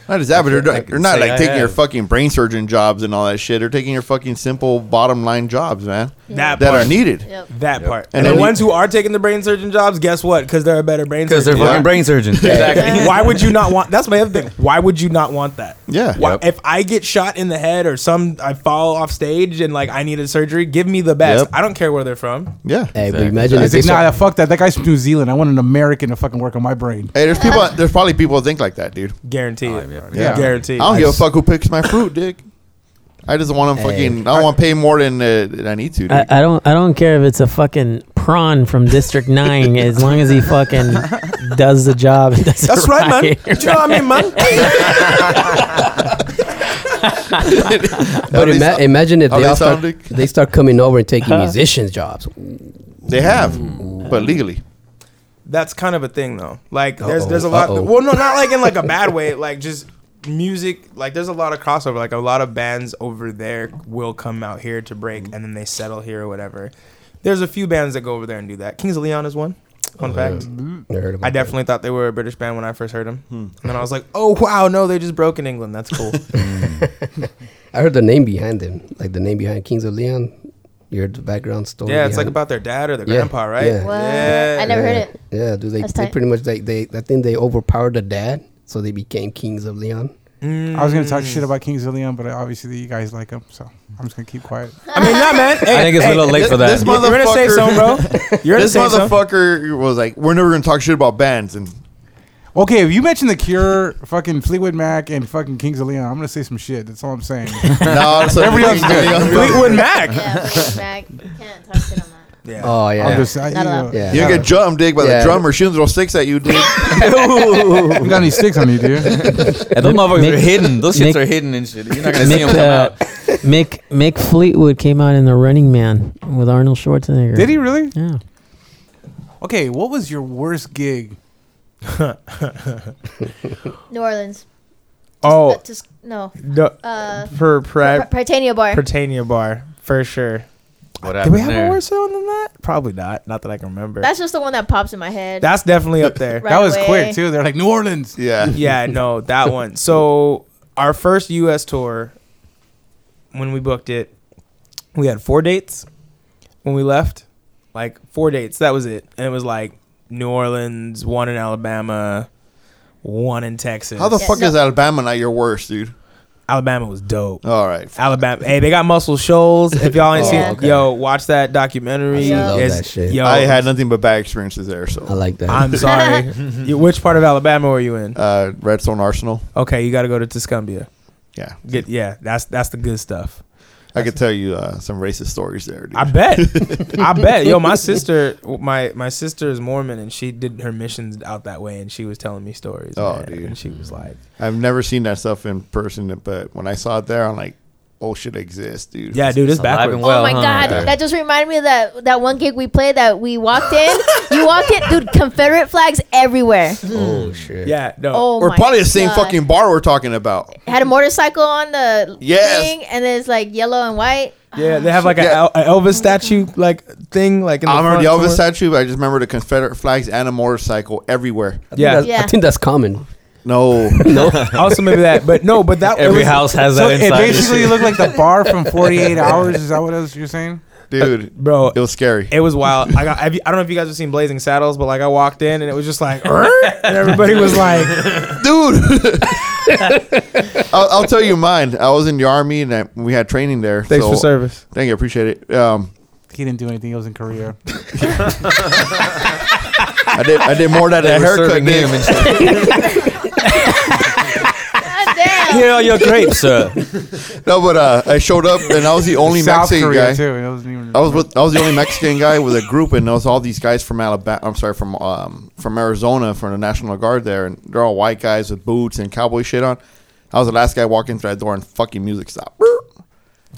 S3: Not just that, but they're, they're not
S5: say
S3: like
S5: I
S3: taking your
S5: have.
S3: fucking brain surgeon jobs and all that shit. They're taking your fucking simple bottom line jobs, man,
S5: that
S3: that
S5: part.
S3: are needed.
S7: Yep.
S5: That part.
S3: And
S5: And, the
S3: then you-
S5: ones who are taking the brain surgeon jobs, guess what? Because they're a better brain
S4: Because
S5: surgeon.
S4: they're fucking
S3: Yeah.
S4: brain surgeons. Exactly.
S5: Why would you not want? That's my other thing. Why would you not want that?
S3: Yeah.
S5: Why,
S3: Yep.
S5: If I get shot in the head or some, I fall off stage and like I need a surgery. Give me the best.
S3: Yep.
S5: I don't care where they're from.
S3: Yeah.
S6: Hey, but imagine if
S1: It's
S6: they
S1: like, nah,
S6: start,
S1: fuck that. That guy's from New Zealand. I want an American to fucking work on my brain.
S3: Hey, there's people. There's probably people that think like that, dude.
S5: Guaranteed.
S3: Yeah.
S5: Guaranteed.
S3: I don't give a fuck who picks my fruit, Dick. I just want to fucking. I don't want to pay more than uh, than I need to. Dick.
S9: I, I don't. I don't care if it's a fucking prawn from District Nine, as long as he fucking does the job. and does it
S5: That's right, man.
S9: right.
S5: you know what I mean, man?
S3: How
S6: but
S3: they
S6: ima-
S3: sound-
S6: imagine if
S3: how
S6: they
S3: they
S6: all start,
S3: sound like-
S6: they start coming over and taking musicians' jobs.
S3: They have, but legally.
S5: That's kind of a thing though. Like there's
S6: Uh-oh,
S5: there's a lot.
S6: uh-oh.
S5: Well, no, not like in like a bad way. Like just music. Like there's a lot of crossover. Like a lot of bands over there will come out here to break, and then they settle here or whatever. There's a few bands that go over there and do that. Kings of Leon is one. Fun fact.
S6: I heard about
S5: I definitely thought they were a British band when I first heard them, and then I was like, "Oh wow, no, they just broke in England. That's cool."
S6: that. I heard the name behind them, like the name behind Kings of Leon. You heard the background story.
S5: yeah, it's like
S6: behind
S5: about their dad or their
S6: Yeah,
S5: grandpa, right?
S6: yeah.
S7: What? Uh, I never heard it.
S6: Yeah, do they?
S7: That's
S6: They
S7: tight.
S6: pretty much like they. I think they overpowered the dad, so they became kings of Leon.
S1: I was gonna talk
S4: Mm.
S1: shit about Kings of Leon, but obviously you guys like him, so I'm just gonna keep quiet.
S5: I mean, not man. Hey,
S4: I think it's a little late for
S3: This
S4: that.
S5: you're gonna say something,
S3: motherfucker.
S5: bro. You're gonna
S3: This
S5: say something.
S3: motherfucker was like, "We're never gonna talk shit about bands," and
S1: Okay, if you mention the Cure, fucking Fleetwood Mac, and fucking Kings of Leon, I'm gonna say some shit. That's all I'm saying.
S3: no, so
S1: Everybody else is
S5: Fleetwood Mac.
S7: Yeah, Fleetwood Mac. You can't talk shit on that.
S5: Yeah.
S6: Oh
S1: I'm
S6: yeah,
S1: just, I, you,
S7: Not
S1: know,
S7: allowed.
S6: yeah.
S3: You get jumped, Dick, by
S6: Yeah.
S3: the drummer. She throw sticks at you, Dick.
S1: you got any sticks on you, dude?
S4: Yeah, those motherfuckers
S9: Mick-
S4: are hidden. Those shits
S9: Mick-
S4: are hidden and shit. You're not gonna see them
S9: Mick,
S4: come
S9: uh,
S4: out.
S9: Mick Mick Fleetwood came out in The Running Man with Arnold Schwarzenegger.
S1: Did he really?
S9: Yeah.
S1: Okay, what was your worst gig?
S7: New Orleans.
S5: Oh,
S7: Uh, just no.
S5: no,
S7: Uh,
S5: for
S7: Pri-
S5: pra-
S7: Britannia Bar.
S5: Britannia Bar for sure.
S4: What
S5: Did
S4: happened
S5: we have
S4: there?
S5: a worse one than that? Probably not. Not that I can remember. That's,
S7: That's just the one that pops in my head.
S5: definitely up there.
S7: Right
S1: that was
S7: away.
S1: quick too. They're like New Orleans.
S3: yeah.
S5: yeah, no, that one. So our first U.S. tour, when we booked it, we had four dates. When we left, like four dates. That was it, and it was like New Orleans, one in Alabama, one in Texas.
S3: How the
S7: Yeah,
S3: fuck
S7: no.
S3: is Alabama not your worst, dude?
S5: Alabama was dope.
S3: All right.
S5: Alabama. Hey, they got Muscle Shoals. If y'all ain't
S7: Oh,
S5: seen it,
S6: okay.
S5: yo, watch that documentary.
S7: I love
S5: It's-
S6: that shit.
S5: Yo,
S3: I had nothing but bad experiences there.
S6: I
S3: So,
S6: like that.
S5: I'm sorry. You- which part of Alabama were you in?
S3: uh, Redstone Arsenal.
S5: Okay, you got to go to Tuscumbia.
S3: Yeah,
S5: Get yeah, that's that's the good stuff.
S3: I could tell you uh, some racist stories there, dude.
S5: I bet. I bet. Yo, my sister, my my sister is Mormon, and she did her missions out that way, and she was telling me stories.
S3: Oh,
S5: man.
S3: dude.
S5: And she was like,
S3: I've never seen that stuff in person, but when I saw it there, I'm like, oh shit, exists, dude.
S5: "Yeah, dude, it's
S4: Alive and
S5: backwards."
S4: well,
S7: oh my
S4: huh?
S7: god, that just reminded me of that that one gig we played that we walked in. you walked in, dude. Confederate flags everywhere.
S6: oh shit.
S5: Yeah, no.
S7: Oh,
S3: We're
S7: my
S3: probably the same
S7: God.
S3: fucking bar we're talking about.
S7: Had a motorcycle on the
S3: Yes.
S7: thing, and then it's like yellow and white.
S5: Yeah, they have like a
S3: Yeah.
S5: El- a Elvis statue like thing like in the
S3: I remember the
S5: front
S3: Elvis
S5: somewhere.
S3: statue, but I just remember the Confederate flags and a motorcycle everywhere.
S5: Yeah,
S6: That's- I
S7: Yeah.
S6: think that's common.
S3: No,
S5: also maybe that, but no, but that it
S4: Every
S5: was-
S4: house has
S1: So
S4: that
S1: it
S4: inside.
S1: basically looked like the bar from 48 Hours. Is that what else you're saying?
S3: dude,
S5: bro.
S3: it was scary.
S5: It was wild. I got. Have you, I don't know if you guys have seen Blazing Saddles, but like I walked in and it was just like, "Er?" and everybody was like,
S3: dude. I'll, I'll tell you mine. I was in the army and I, we had training there.
S5: "Thanks for
S3: so-
S5: service."
S3: Thank you, appreciate it. Um,
S1: He didn't do anything. He was in Korea.
S3: I did. I did more than a
S4: They were
S3: haircut.
S4: serving
S3: Dick.
S4: him and shit. Here are your grapes, sir.
S3: No, but uh, I showed up and I was the only
S1: South
S3: Mexican
S1: Korea
S3: guy.
S1: too. It wasn't even.
S3: I was with I was the only Mexican guy with a group, and it was all these guys from Alabama. I'm sorry, from um, from Arizona, from the National Guard there, and they're all white guys with boots and cowboy shit on. I was the last guy walking through that door, and fucking music stopped. I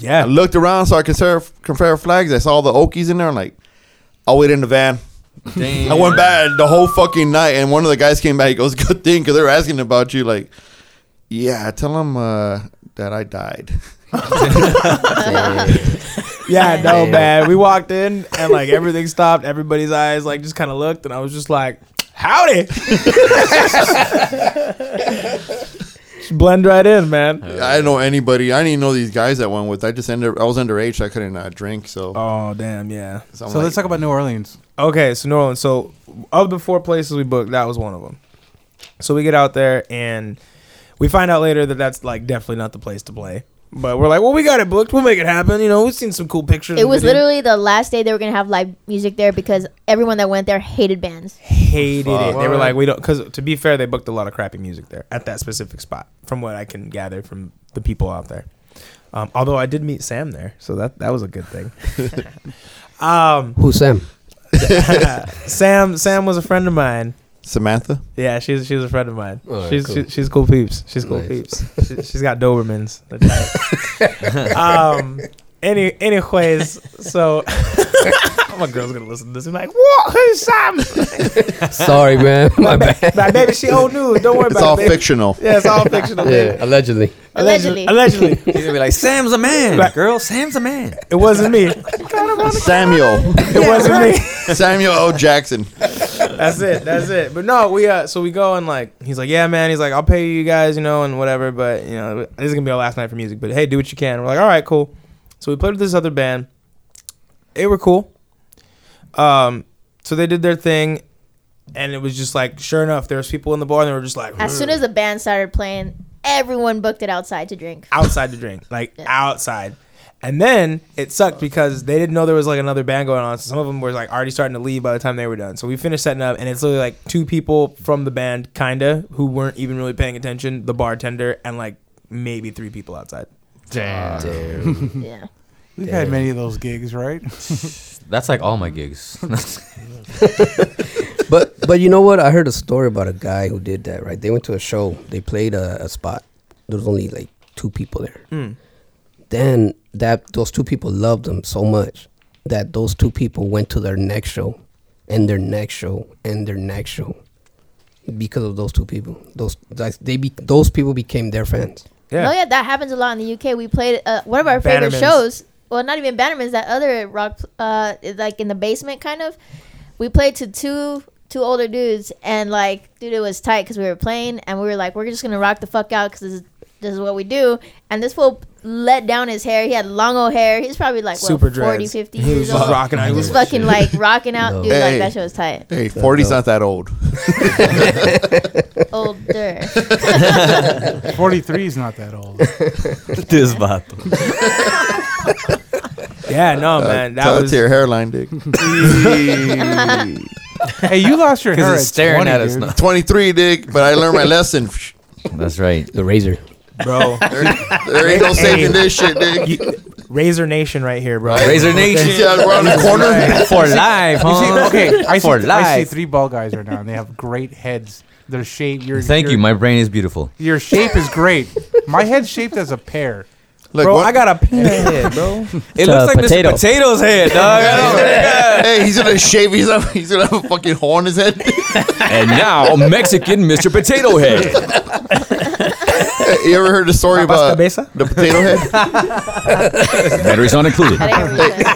S5: Yeah.
S3: looked around so I could serve Confederate flags. I saw all the Okies in there. I'm like, I'll wait in the van. I went back the whole fucking night, and one of the guys came back. He goes, "Good thing, because they were asking about you." Like, yeah, tell them uh, that I died.
S5: Yeah, no, man. We walked in and like everything stopped. Everybody's eyes like just kind of looked, and I was just like, "Howdy!" Just blend right in, man.
S3: I didn't know anybody. I didn't even know these guys that went with. I just ended. I was underage. So I couldn't uh, drink. So,
S5: Oh damn,
S3: I'm
S5: yeah.
S1: so let's
S3: like,
S1: talk about New Orleans.
S5: Okay, so New Orleans. So of the four places we booked, that was one of them. So we get out there and we find out later that that's like definitely not the place to play. But we're like, well, we got it booked. We'll make it happen. You know, we've seen some cool pictures.
S7: It
S5: and
S7: was
S5: video.
S7: literally the last day they were gonna have live music there because everyone that went there hated bands.
S5: hated it. They were
S3: Fuck.
S5: like, we don't. Because to be fair, they booked a lot of crappy music there at that specific spot, from what I can gather from the people out there. Um, although I did meet Sam there, so that that was a good thing. um,
S6: Who's Sam?
S5: Sam Sam was a friend of mine.
S3: Samantha.
S5: Yeah, she's she's a friend of mine.
S6: Alright,
S5: she's
S6: cool.
S5: she, she's cool peeps. She's cool
S6: Nice.
S5: peeps. She, she's got Dobermans. They're tight. um. Any anyways, so my girl's gonna listen to this and be like, what? Who's Sam?
S6: Sorry, man. My bad.
S5: My baby, she old news. Don't worry
S3: It's
S5: about
S3: all
S5: it. baby.
S3: fictional.
S5: Yeah, it's all fictional. baby.
S6: Yeah, allegedly.
S7: Allegedly.
S5: Allegedly.
S4: He's gonna be like, Sam's a man,
S5: Right.
S4: girl. Sam's a man.
S5: It wasn't me. It
S3: Samuel.
S5: wasn't me.
S3: Samuel O. Jackson.
S5: That's it. That's it. But no, we uh so we go and like he's like, Yeah, man, he's like, I'll pay you guys, you know, and whatever, but you know, this is gonna be our last night for music. But hey, do what you can. We're like, all right, cool. So we played with this other band. They were cool. Um, so they did their thing and it was just like sure enough, there was people in the bar and they were just like
S7: As soon as the band started playing, everyone booked it outside to drink.
S5: outside to drink, like outside. And then it sucked because they didn't know there was like another band going on. So some of them were like already starting to leave by the time they were done. So we finished setting up, and it's literally like two people from the band, kinda, who weren't even really paying attention, the bartender, and like maybe three people outside.
S4: Damn.
S3: Mm-hmm.
S7: Yeah.
S1: We've had many of those gigs, right?
S4: That's like all my gigs.
S6: But but you know what? I heard a story about a guy who did that. Right? They went to a show. They played a, a spot. There was only like two people there.
S8: Hmm.
S6: Then that those two people loved them so much that those two people went to their next show, and their next show, and their next show, because of those two people. Those guys- they be, those people became their fans.
S7: No, yeah, that happens a lot in the UK. We played uh, one of our
S5: Bannermans.
S7: favorite shows. Well, not even Bannerman's. That other rock, uh, like in the basement, kind of. We played to two two older dudes, and like, dude, it was tight because we were playing, and we were like, we're just gonna rock the fuck out because this is this is what we do. And this fool let down his hair. He had long old hair. He's probably like what,
S5: Super
S7: 40,
S5: dreads.
S7: 50
S5: He was
S7: years
S5: just
S7: old.
S5: rocking out.
S7: He
S5: He
S7: was
S5: was
S7: fucking like rocking out, dude.
S3: Hey.
S7: Like that show was tight.
S3: Hey, 40's not that old.
S7: Older.
S1: Forty three is not that old.
S4: this vato.
S5: yeah,
S8: Uh,
S5: no, man,
S3: Tell
S5: that
S3: it
S5: was
S3: to your hairline, dick.
S1: hey, you lost your hair.
S4: Because it's
S1: at
S4: staring
S1: 20,
S4: at us
S1: dude.
S4: now.
S3: 23, dick. But I learned my lesson.
S4: That's right.
S6: The razor.
S5: bro,
S3: There ain't no saving this shit, dick.
S5: Razor Nation right here, bro.
S4: Razor Nation.
S3: Yeah, we're on the corner.
S4: For life,
S1: You see,
S4: huh?
S1: okay, I see,
S4: For
S1: I see
S4: life.
S1: three bald guys right now, and they have great heads. Their shape, your
S4: Thank
S1: your,
S4: you. My brain is beautiful.
S1: your shape is great. My head's shaped as a pear.
S3: Look,
S5: Bro,
S3: one-
S5: I got a peanut head, bro.
S4: It
S9: a
S4: looks like
S9: potato.
S4: Mr. Potato's head, dog.
S3: Hey, he's gonna shave. He's gonna, he's gonna have a fucking horn in his head.
S4: and now a Mexican Mr. Potato Head.
S3: you ever heard the story
S5: Papas
S3: about
S5: cabeza?
S3: the potato head?
S4: Batteries not included.
S7: I didn't read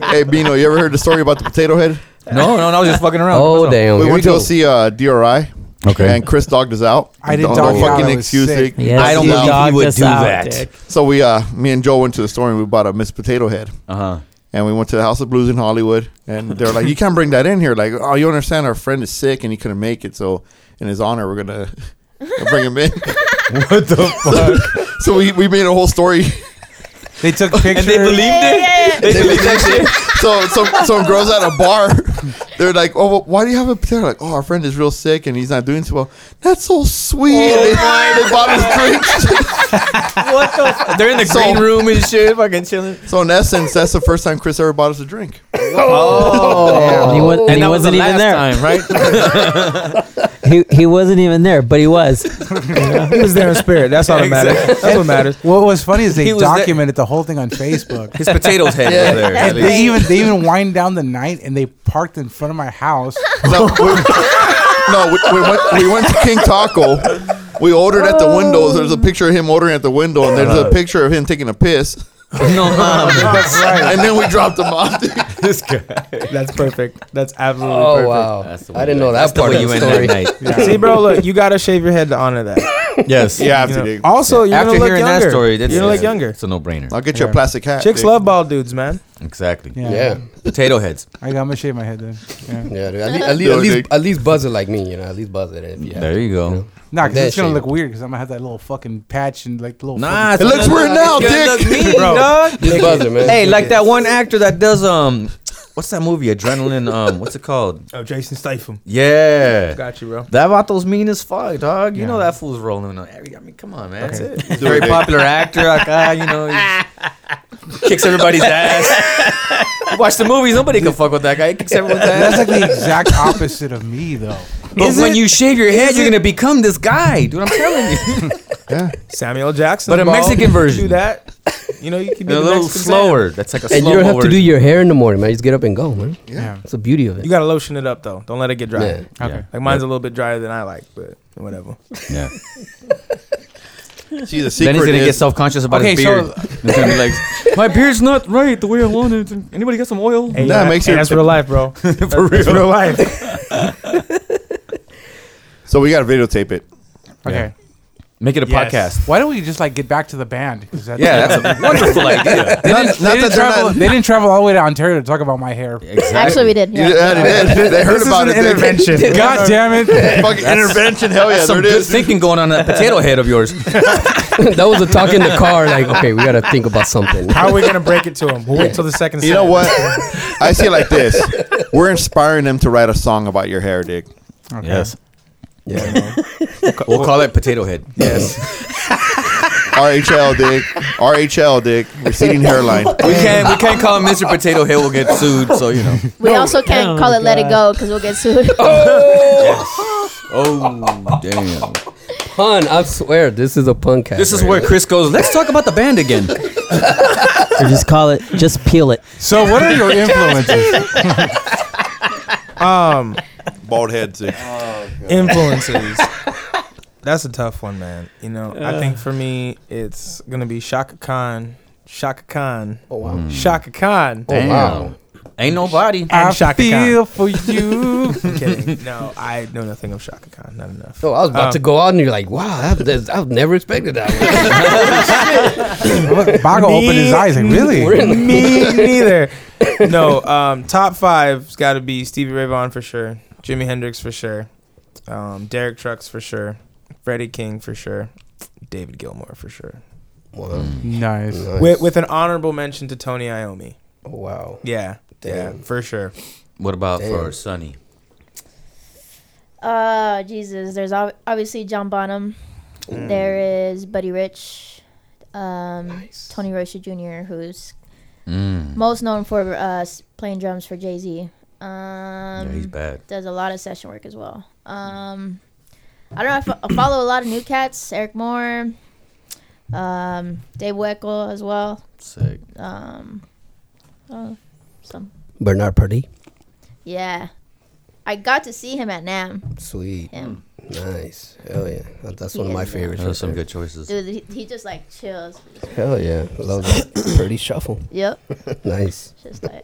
S7: that.
S3: hey, Bino, you ever heard the story about the potato head?
S4: No, no, no. I was just fucking around.
S6: Oh
S4: What's up?
S6: damn!
S3: we
S6: here
S3: went to
S6: go.
S3: go see uh, DRI.
S4: Okay.
S3: And Chris dogged us out.
S1: I didn't
S3: Don't-
S1: dog
S3: don't
S1: you out,
S3: fucking
S1: I was
S3: excuse
S1: sick.
S3: it. um,
S9: Yes,
S4: I don't
S9: you
S4: believe he
S9: dogged
S4: would
S9: us
S4: do
S9: out,
S4: that.
S9: Dick.
S3: So we, uh, me and Joe went to the store and we bought a Miss Potato Head.
S4: Uh-huh.
S3: and we went to the House of Blues in Hollywood, and they're like, "You can't bring that in here." Like, oh, you understand? Our friend is sick, and he couldn't make it, so in his honor, we're gonna bring him in. what the fuck? so we, we made a whole story.
S1: They took
S8: And
S1: pictures.
S8: they believed
S7: Yeah,
S8: it.
S7: yeah, yeah.
S8: They believed that shit.
S3: so some some girls at a bar, they're like, "Oh, well, why do you have a?" They're like, "Oh, our friend is real sick and he's not doing too well." That's so sweet.
S4: Oh
S3: they, they bought his drinks.
S8: What the? F- They're in the
S3: So-
S8: green room and shit, fucking chilling.
S3: so in essence, that's the first time Chris ever bought us a drink.
S9: and he,
S4: Oh.
S9: wa-
S8: Oh.
S9: and he wasn't even there.
S8: right?
S9: He, he wasn't even there, but he was.
S5: he was there in spirit. That's all that matters. That's what matters.
S1: What was funny is they
S8: was there-
S1: documented the whole thing on Facebook.
S8: His potatoes head was there. at
S1: And
S8: least.
S1: they even they even wind down the night and they parked in front of my house.
S3: No, we, no, we, we, went, we went to King Taco. We ordered at the window. There's a picture of him ordering at the window, and there's a picture of him taking a piss.
S8: No, um, mom.
S1: That's right.
S3: And then we dropped him off.
S5: This guy. That's perfect. That's absolutely
S6: Oh
S5: perfect.
S6: wow!
S4: That's the way-
S6: I didn't know that
S8: That's the
S6: part
S8: way
S6: of
S8: you
S6: the
S8: end
S6: story.
S8: that night.
S5: See, bro, look, you gotta shave your head to honor that.
S4: Yes.
S3: You have
S5: You
S3: to,
S5: know,
S3: dude.
S5: Also, you're
S4: After
S5: gonna look
S4: hearing
S5: younger.
S4: that story,
S5: you're
S4: that's,
S5: gonna look
S4: it's-
S5: younger.
S4: It's a no-brainer.
S3: I'll get you a plastic hat.
S5: Chicks
S3: dude.
S5: love bald dudes, man.
S4: Exactly.
S1: Yeah.
S6: Yeah,
S4: Potato heads.
S1: I got my shave my head then. Yeah.
S6: yeah. Dude. At, least, at, least,
S3: Yo,
S6: at, least,
S3: dude.
S6: at least buzz it like me, you know. At least buzz it. If you have
S4: There
S6: it.
S4: you go.
S1: Nah, because
S6: That
S1: it's gonna
S6: shit.
S1: look weird because I'm gonna have that little fucking patch and like little.
S4: Nah,
S1: fucking-
S3: It looks weird now, dick.
S5: Bro.
S6: Just buzz it, man.
S8: Hey, like that one actor that does um, what's that movie? Adrenaline. Um, what's it called?
S5: Oh, Jason Statham.
S8: Yeah.
S5: Got you, bro.
S8: That Vato's mean as fuck, dog. You know
S5: Yeah.
S8: that fool's rolling on every. I mean, come on, man. That's it.
S3: Do
S8: Very
S3: it, dude.
S8: popular actor. Like, ah, you know, he kicks everybody's ass. You Watch the movies. Nobody can fuck with that guy. He kicks everyone's
S1: That's
S8: ass.
S1: like the exact opposite of me though.
S8: but when you shave your head, you're gonna become this guy, dude. I'm telling you.
S5: Samuel Jackson.
S8: But a
S5: bald.
S8: Mexican version.
S5: Do that. You know, you can be
S8: And a
S5: the
S8: little
S5: Mexican
S8: slower. That's like a slow
S6: and you don't have to do your hair in the morning, man. Just get up and go, man.
S1: Yeah.
S6: That's the beauty of
S5: Santa.
S6: it.
S5: You gotta lotion it up though. Don't let it get dry.
S6: Yeah.
S1: Okay.
S5: Like mine's a little bit drier than I like, but whatever.
S4: Yeah.
S3: See, the secret
S8: Then he's gonna
S3: is,
S8: get self conscious about
S1: Okay,
S8: his
S1: so-
S8: beard. he's gonna be like, my beard's not right the way I want it. Anybody got some oil?
S5: Hey, uh,
S3: Nah, it makes
S5: hey,
S3: you-
S5: that's real life, bro. For that's, real. That's real life.
S3: So we got to videotape it.
S1: Okay.
S8: Make it a
S5: Yes.
S8: podcast.
S1: Why don't we just like get back to the band? 'Cause that's-
S8: Yeah, that's a wonderful idea.
S1: They didn't,
S3: Not- not
S1: they didn't
S3: that they're
S1: travel.
S3: not-
S1: They didn't travel all the way to Ontario to talk about my hair.
S7: Actually, we did.
S3: Yeah,
S7: Yeah.
S3: it is. They heard
S5: This is
S3: about
S5: an
S3: it. They-
S5: intervention.
S1: God damn it!
S3: Fucking intervention. Hell yeah,
S8: That's
S3: there
S8: some
S3: it
S8: good
S3: is.
S8: thinking going on that potato head of yours.
S6: that was a talk in the car. Like, okay, we gotta think about something.
S5: How are we gonna break it to him? We'll wait till the second.
S3: You know what? I see it like this. We're inspiring them to write a song about your hair, Dick.
S4: Yes.
S6: Yeah.
S8: We'll call it potato head.
S5: Yes.
S3: RHL, Dick. RHL, Dick. Receding hairline.
S8: We can't we can't call him Mr. Potato Head. We'll get sued. So you know.
S7: We also can't
S9: Oh
S7: call
S9: my
S7: it "Let It Go" because we'll get sued.
S8: Oh damn.
S6: pun. I swear, this is a pun cast.
S8: This is
S6: right
S8: where
S6: now.
S8: Chris goes. Let's talk about the band again.
S9: Or just call it, just peel it.
S1: So, what are your influences?
S5: Um,
S3: Bald head, Dick.
S5: influences. That's a tough one, man. You know, I think for me, it's gonna be Shaka Khan. Shaka Khan.
S6: Oh wow.
S5: Shaka Khan.
S6: Oh wow.
S8: Ain't nobody.
S5: And
S1: I
S5: Shaka
S1: feel for you.
S5: I'm kidding. No, I know nothing of Shaka Khan. Not enough.
S6: So I was
S8: Oh.
S6: about
S5: Um,
S6: to go out, and you're like, wow, that, that's, I've never expected that. One.
S1: Look, Bago opened his eyes. Like,
S6: We're
S1: really?
S6: in-
S5: Me neither. No, um, top five's got to be Stevie Ray Vaughan for sure, Jimi Hendrix for sure, um, Derek Trucks for sure, Freddie King for sure, David Gilmour for sure.
S6: wow.
S1: Nice.
S6: Nice.
S5: With, with an honorable mention to Tony Iommi.
S6: oh, wow.
S5: Yeah,
S6: Damn.
S5: yeah, for sure.
S8: What about
S6: Damn.
S8: for Sonny?
S7: Uh, Jesus. There's ob- obviously John Bonham.
S8: Mm.
S7: There is Buddy Rich. Um, Tony Rocha Jr., who's
S8: Mm.
S7: most known for uh, s- playing drums for Jay Z. Um,
S8: Yeah, he's bad.
S7: does a lot of session work as well. Um, I don't know. I, fo- I follow a lot of new cats. Eric Moore, um, Dave Weckl as well.
S8: Sick.
S7: Um, oh, some
S6: Bernard Purdie.
S7: yeah. I got to see him at Nam.
S6: Sweet.
S7: Him,
S6: Nice. Hell yeah. That- that's one of my
S7: Yeah.
S6: favorites.
S8: Those are
S6: right
S8: some
S6: there.
S8: good choices.
S7: dude. He, he just like chills.
S6: Hell yeah. Love that. Purdie shuffle.
S7: Yep.
S6: Nice.
S7: Just like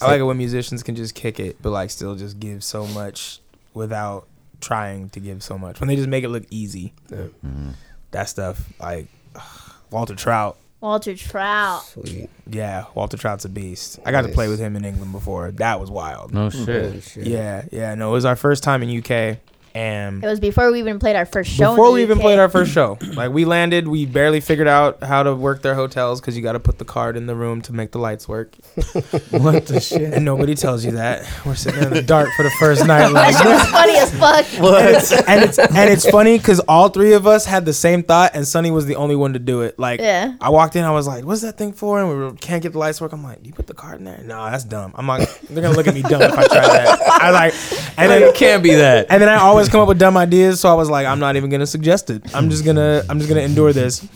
S5: I like it when musicians can just kick it, but like still just give so much without trying to give so much. When they just make it look easy. That stuff, like Walter Trout.
S7: Walter Trout.
S6: Sweet.
S5: Yeah, Walter Trout's a beast. I got to
S6: Nice.
S5: play with him in England before. That was wild.
S8: No shit.
S6: Holy shit.
S5: Yeah, yeah. No, it was our first time in UK, and
S7: It was before we even played our first show. in
S5: before
S7: the
S5: we even
S7: UK.
S5: played our first show like we landed we barely figured out how to work their hotels because you got to put the card in the room to make the lights work
S8: What the shit?
S5: and nobody tells you that we're sitting there in the dark for the first night
S7: That
S5: like,
S7: shit was funny as fuck.
S5: and it's and it's, and it's funny because all three of us had the same thought, and Sunny was the only one to do it. Like,
S7: Yeah.
S5: I walked in, I was like, "What's that thing for?" And we were, can't get the lights to work. I'm like, "You put the card in there? No, that's dumb. I'm like, they're gonna look at me dumb if I try that." I like, and then
S8: it can't be that.
S5: and then I always come up with dumb ideas, so I was like, I'm not even gonna suggest it. I'm just gonna I'm just gonna endure this.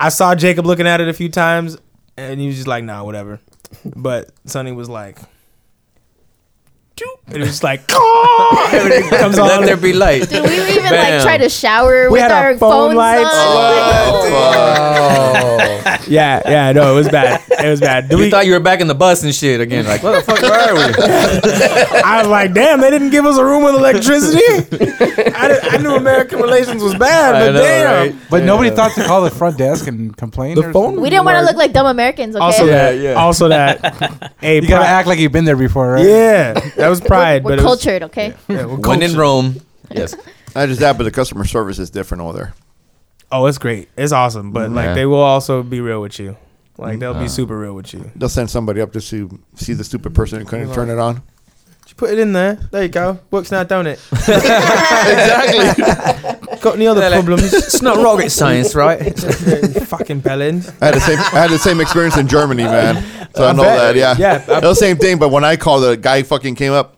S5: I saw Jacob looking at it a few times, and he was just like, Nah, whatever. But Sonny was like, "Toot," and it was just like, everything comes
S8: Let
S5: on.
S8: there be light.
S7: Dude, we even
S8: Bam.
S7: like tried to shower
S5: We
S7: with
S5: had
S7: our,
S5: our phone
S7: phones
S5: lights.
S7: on.
S5: Yeah, yeah, no, it was bad. It was bad.
S8: We
S5: We-
S8: thought Oh, you were back in the bus and shit again. Like, what the fuck? Where are we?
S5: I was like, damn, they didn't give us a room with electricity. I, did- I knew American relations was bad,
S8: I
S5: but
S8: know,
S5: damn.
S8: right?
S1: But nobody thought to call the front desk and complain.
S5: The
S1: or
S5: phone-
S1: something?
S7: We didn't want to look like dumb Americans. Okay.
S5: Also
S8: Yeah,
S5: that.
S8: yeah.
S5: Also that. Hey,
S1: You gotta
S5: pri-
S1: act like you've been there before, right?
S5: Yeah, that was pride.
S7: we're
S5: but it was-
S7: cultured. Okay.
S5: yeah, we're
S8: When in
S5: cultured.
S8: Rome. Yes.
S3: Not just that, but the customer service is different over there.
S5: Oh, it's great. It's awesome. But like
S8: Yeah.
S5: they will also be real with you. Like they'll be super real with you. Did
S3: They'll send somebody up to see, see the stupid person who couldn't turn it on.
S5: you put it in there? There you go. Works not done it. exactly. Got any other
S8: They're like,
S5: problems?
S8: It's not rocket science, right?
S5: fucking bellend.
S3: I had the same. I had the same experience in Germany, man. So I,
S5: I
S3: know
S5: bet.
S3: that. Yeah,
S5: Yeah, I-
S3: It was the same thing. But when I called, the guy fucking came up,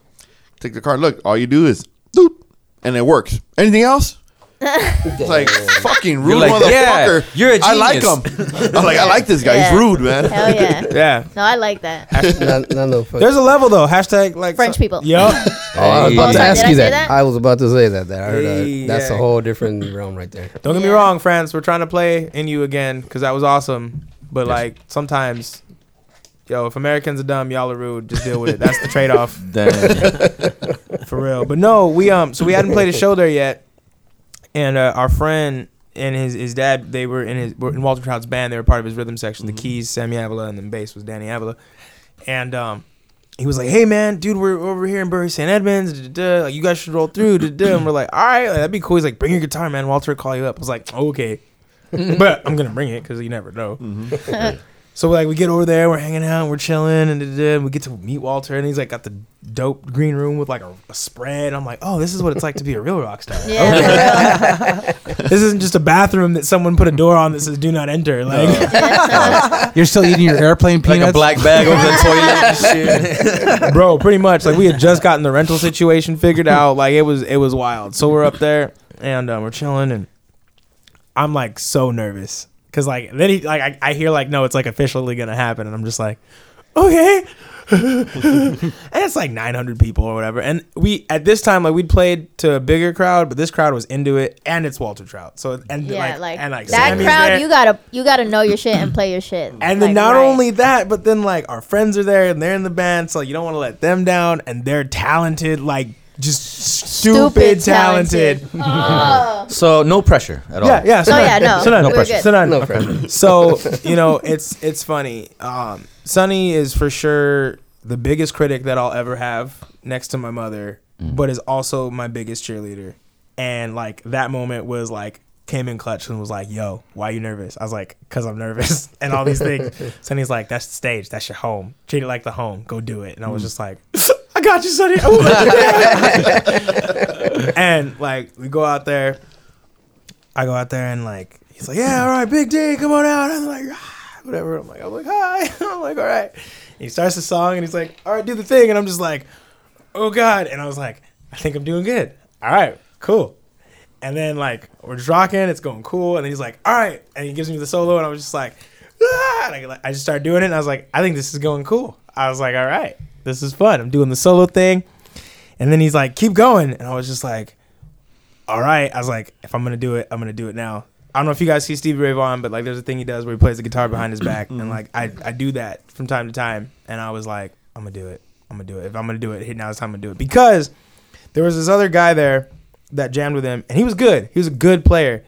S3: took the card. Look, all you do is doop, and it works. Anything else? It's like fucking rude
S8: like, yeah,
S3: motherfucker.
S8: you're a
S3: I like
S8: genius.
S3: him. I'm like, I like this guy.
S7: Yeah.
S3: He's rude, man.
S7: Hell yeah.
S5: Yeah.
S7: No, I like that.
S6: not, not no fuck. Oh,
S5: There's a level though. Hashtag like
S7: French people.
S5: Yup.
S8: Oh,
S6: I was about
S7: Did
S6: to
S7: I
S6: ask
S7: say
S6: you that.
S7: that?
S6: I was about to say that. That I heard uh,
S5: Hey,
S6: that's
S5: yeah.
S6: a whole different realm right there.
S5: Don't get me
S7: Yeah.
S5: wrong, friends. We're trying to play in you again because that was awesome. But like sometimes, yo, if Americans are dumb, y'all are rude. Just deal with it. That's the trade off.
S8: Damn.
S5: for real. But no, we um, so we hadn't played a show there yet, and uh, our friend and his his dad, they were in his were in Walter Trout's band. They were part of his rhythm section. The keys, Sammy Avila, and then bass was Danny Avila, and um. He was like, "Hey man, dude, we're over here in Bury St. Edmunds. Da, da, da. Like, you guys should roll through." Da, da. And we're like, "All right, like, that'd be cool." He's like, "Bring your guitar, man. Walter will call you up." I was like, "Okay," but I'm gonna bring it because you never know. So like we get over there, we're hanging out, we're chilling, and, da- da- da, and we get to meet Walter, and he's like got the dope green room with like a, a spread. I'm like, oh, this is what it's like to be a real rock star.
S7: Yeah. for real.
S5: This isn't just a bathroom that someone put a door on that says "Do not enter." Like,
S1: You're still eating your airplane
S8: like
S1: peanuts.
S8: a black bag over the toilet and shit.
S5: bro, pretty much like we had just gotten the rental situation figured out. Like it was it was wild. So we're up there and um, we're chilling, and I'm like so nervous because like then he like I, I hear like no, it's like officially gonna happen, and I'm just like okay. and it's like 900 people or whatever. And we at this time like we'd played to a bigger crowd, but this crowd was into it, and it's Walter Trout. So and
S7: Yeah,
S5: like,
S7: like,
S5: and like
S7: that
S5: Sammy's
S7: crowd,
S5: there.
S7: you gotta you gotta know your shit and play your shit.
S5: And
S7: Like,
S5: then not
S7: right.
S5: only that, but then like our friends are there and they're in the band, so you don't want to let them down. And they're talented, like just stupid, talented.
S7: Oh.
S8: So no pressure at all.
S5: Yeah, yeah. So
S7: No,
S5: none.
S7: Oh, yeah, no.
S5: So none.
S7: No We were pressure. good.
S5: So none.
S6: No pressure.
S5: So you know, it's it's funny. Um, Sonny is for sure the biggest critic that I'll ever have next to my mother, but is also my biggest cheerleader. And like that moment was like came in clutch and was like, "Yo, why you nervous?" I was like, "Cause I'm nervous," and all these things. Sonny's like, "That's the stage. That's your home. Treat it like the home. Go do it." And I was just like. I got you, Sonny. I will let you down." and like we go out there, I go out there and like he's like, yeah, all right, Big D, come on out. I'm like, ah, whatever. I'm like, I'm like, hi. I'm like, all right. And he starts the song and he's like, all right, do the thing. And I'm just like, oh god. And I was like, I think I'm doing good. All right, cool. And then like we're just rocking, it's going cool. And then he's like, all right. And he gives me the solo, and I was just like, ah. And I, like, I just started doing it, and I was like, I think this is going cool. I was like, all right, this is fun. I'm doing the solo thing. And then he's like, keep going. And I was just like, all right. I was like, if I'm gonna do it, I'm gonna do it now. I don't know if you guys see Stevie Ray Vaughan, but like, there's a thing he does where he plays the guitar behind his back, and like, I I do that from time to time. And I was like, I'm gonna do it. I'm gonna do it. If I'm gonna do it, now's the time to do it because there was this other guy there that jammed with him, and he was good. He was a good player,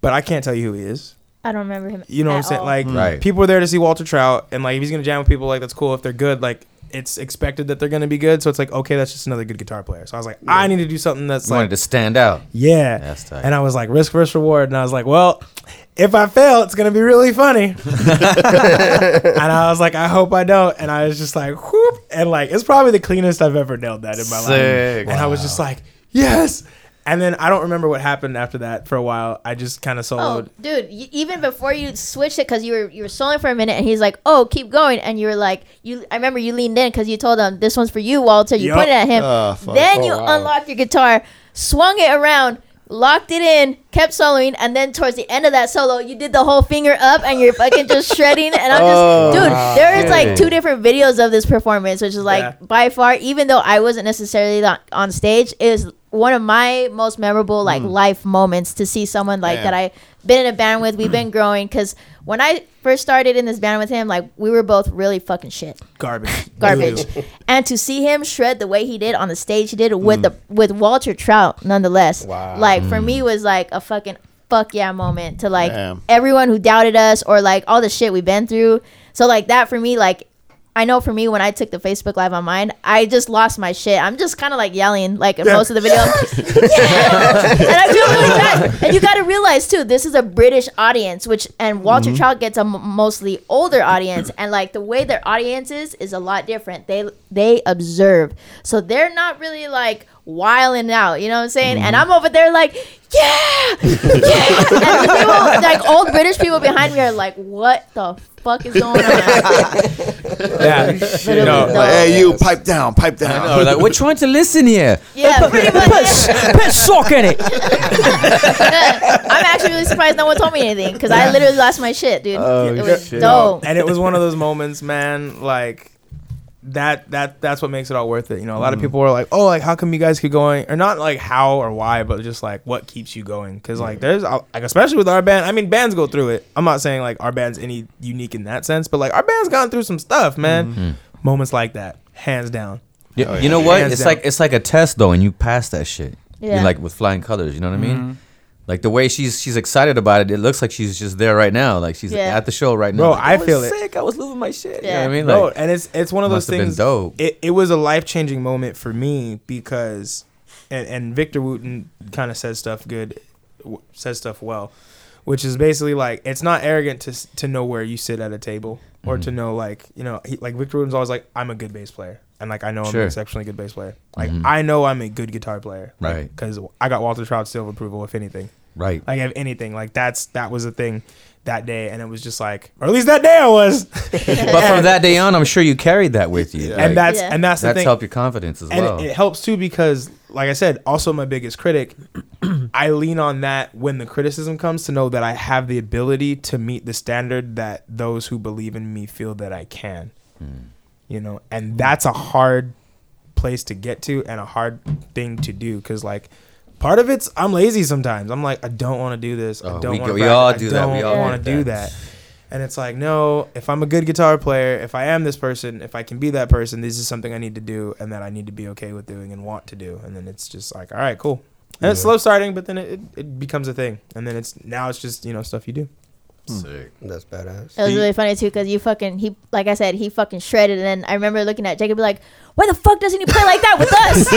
S5: but I can't tell you who he is.
S7: I don't remember him.
S5: You know what I'm
S7: at
S5: saying?
S7: all.
S5: Like
S8: Right.
S5: people are there to see Walter Trout, and like if he's gonna jam with people, like that's cool. If they're good, like it's expected that they're going to be good. So it's like, okay, that's just another good guitar player. So I was like, I need to do something that's
S10: wanted
S5: like,
S10: to stand out.
S5: yeah.
S10: That's tight.
S5: And I was like, risk versus reward. And I was like, well, if I fail, it's going to be really funny. and I was like, I hope I don't. And I was just like, whoop. And like, it's probably the cleanest I've ever nailed that in my life.
S10: Sick.
S5: And I was just like, yes. And then I don't remember what happened after that for a while. I just kind of
S7: Oh,
S5: soloed.
S7: dude! y- Even before you switched it, because you were you were soloing for a minute, and he's like, "Oh, keep going," and you were like, "You." I remember you leaned in because you told him, "This one's for you, Walter." You
S5: Yup.
S7: pointed at him.
S3: Ah, fuck.
S7: then
S3: Oh,
S7: you
S3: wow.
S7: unlocked your guitar, swung it around, locked it in, kept soloing, and then towards the end of that solo, you did the whole finger up, and you're fucking just shredding. And I'm
S10: Oh,
S7: just, dude, there is like
S10: shit.
S7: two different videos of this performance, which is like
S5: Yeah.
S7: by far, even though I wasn't necessarily on, on stage, is one of my most memorable like life moments to see someone like
S3: Mm. Yeah.
S7: that I been in a band with. We've been growing because when I first started in this band with him, like we were both really fucking shit,
S5: Garbage.
S7: garbage. and to see him shred the way he did on the stage, he did it with the with Walter Trout, nonetheless.
S3: Mm. Wow.
S7: Like for me was like a fucking fuck yeah moment to like
S3: Damn.
S7: everyone who doubted us or like all the shit we've been through. So like that for me, like. I know for me, when I took the Facebook Live on mine, I just lost my shit. I'm just kind of like yelling, like in most of the video. and I feel really bad. And you got to realize too, this is a British audience, which and Walter Trout gets a m- mostly older audience, and like the way their audience is is a lot different. They they observe, so they're not really like wiling out. You know what I'm saying? And I'm over there like. Yeah, yeah. And the people, like old British people behind me, are like, "What the fuck is going on?"
S5: Yeah.
S7: Literally,
S5: No,
S7: the-
S3: Like, hey, you, pipe down, pipe down.
S10: No, like we're trying to listen here.
S7: yeah, pretty much.
S9: Put, s- put sock in it.
S7: I'm actually really surprised no one told me anything because I literally lost my shit, dude.
S5: Oh,
S7: it was
S10: shit.
S7: dope.
S5: and it was one of those moments, man. Like that that that's what makes it all worth it. You know, a lot of people were like, "Oh, like how come you guys keep going?" Or not like how or why, but just like what keeps you going. Because like there's like especially with our band. I mean, bands go through it. I'm not saying like our band's any unique in that sense, but like our band's gone through some stuff, man. Moments like that, hands down.
S10: You,
S3: Oh,
S10: you
S3: yeah.
S10: know what?
S5: Hands
S10: it's
S5: down.
S10: like it's like a test though, and you pass that shit.
S7: Yeah.
S10: You're like with flying colors. You know what I mean?
S5: Mm-hmm.
S10: Like the way she's she's excited about it. It looks like she's just there right now. Like she's
S7: Yeah.
S10: at the show right now.
S5: Bro,
S10: Like,
S5: I
S10: was
S5: feel it.
S10: Sick. I was losing my shit.
S7: Yeah.
S10: You know what I mean?
S5: No,
S10: Like,
S5: and it's it's one of
S10: must
S5: those
S10: have been
S5: things.
S10: dope.
S5: It it was a life changing moment for me because, and, and Victor Wooten kind of says stuff good, w- says stuff well, which is basically like it's not arrogant to s- to know where you sit at a table or
S10: Mm-hmm.
S5: to know like you know he, like Victor Wooten's always like I'm a good bass player and like I know I'm
S10: Sure. Mm-hmm.
S5: an exceptionally good bass player. Like I know I'm a good guitar player.
S10: Right.
S5: Because I got Walter Trout's seal of approval if anything.
S10: right.
S5: Like if anything, like that's that was the thing that day, and it was just like, or at least that day I was.
S10: but from that day on, I'm sure you carried that with you. Like,
S5: and that's
S7: Yeah.
S5: and that's the
S10: that's
S5: thing.
S10: helped your confidence as
S5: and
S10: well.
S5: it, it helps too because, like I said, also my biggest critic, I lean on that when the criticism comes to know that I have the ability to meet the standard that those who believe in me feel that I can. You know, and that's a hard place to get to and a hard thing to do because, like, part of it's I'm lazy sometimes. I'm like, I don't want to do this.
S10: Oh,
S5: I don't
S10: we
S5: want
S10: go-
S5: to.
S10: we all do
S5: I
S10: that.
S5: don't
S10: We all
S5: want to
S10: do
S5: do
S10: that.
S5: that. And it's like, no, if I'm a good guitar player, if I am this person, if I can be that person, this is something I need to do and that I need to be okay with doing and want to do. And then it's just like, all right, cool. And it's slow starting, but then it, it, it becomes a thing. And then it's now it's just, you know, stuff you do.
S10: Sick.
S6: That's badass.
S7: It was
S3: Do you-
S7: really funny too because you fucking he like I said he fucking shredded and then I remember looking at Jacob be like why the fuck doesn't he play like that with us?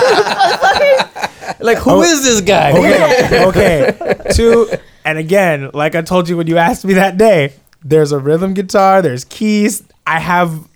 S7: Motherfucker.
S9: Like, who is this guy?
S5: Okay. okay. Two, and again, like I told you when you asked me that day, there's a rhythm guitar, there's keys. I have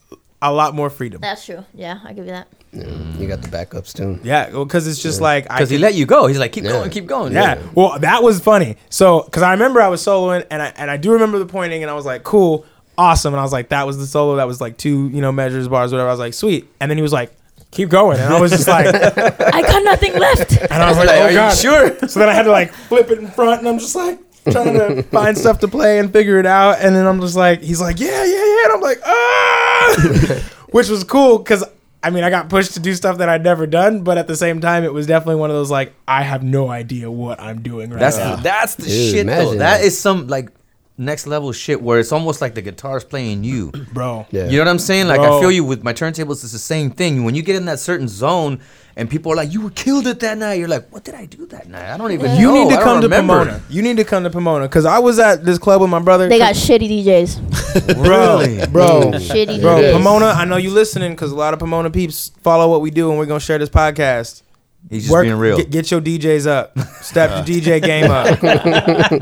S5: a lot more freedom.
S7: That's true. Yeah, I'll give you that.
S6: You got the backups too.
S5: Yeah, because it's just like I
S8: Because he
S5: can-
S8: let you go. He's like, keep
S6: Yeah.
S8: going, keep going.
S5: Yeah. Well, that was funny. So, because I remember I was soloing, and I and I do remember the pointing, and I was like, "Cool, awesome," and I was like, "That was the solo. That was like two, you know, measures, bars, whatever." I was like, "Sweet," and then he was like, "Keep going," and I was just like, and
S7: I got nothing left.
S5: I was like, "Oh
S8: Are
S5: god!"
S8: you sure?
S5: So then I had to like flip it in front, and I'm just like trying to find stuff to play and figure it out, and then I'm just like, he's like, "Yeah, yeah, yeah," and I'm like, "Ah," which was cool because. I mean, I got pushed to do stuff that I'd never done, but at the same time, it was definitely one of those like, I have no idea what I'm doing right
S10: That's
S5: now.
S10: that's the
S6: Dude,
S10: shit though.
S6: imagine
S10: That
S6: that.
S10: is some like next level shit where it's almost like the guitar's playing you.
S5: bro.
S6: Yeah.
S10: You know what I'm saying? Like
S5: Bro.
S10: I feel you with my turntables. It's the same thing. When you get in that certain zone and people are like, "You were killed it that night," you're like, "What did I do that night? I don't even know.
S5: You
S4: Oh,
S5: need
S10: I
S5: to
S10: don't
S5: come to
S10: remember."
S5: Pomona. You need to come to Pomona because I was at this club with my brother.
S7: They got shitty DJs.
S5: Bro,
S1: bro.
S7: Shitty.
S5: bro,
S7: dudes.
S5: Pomona, I know you listening because a lot of Pomona peeps follow what we do, and we're gonna share this podcast.
S10: He's just being real.
S5: Get, get your DJs up. Step your DJ game up.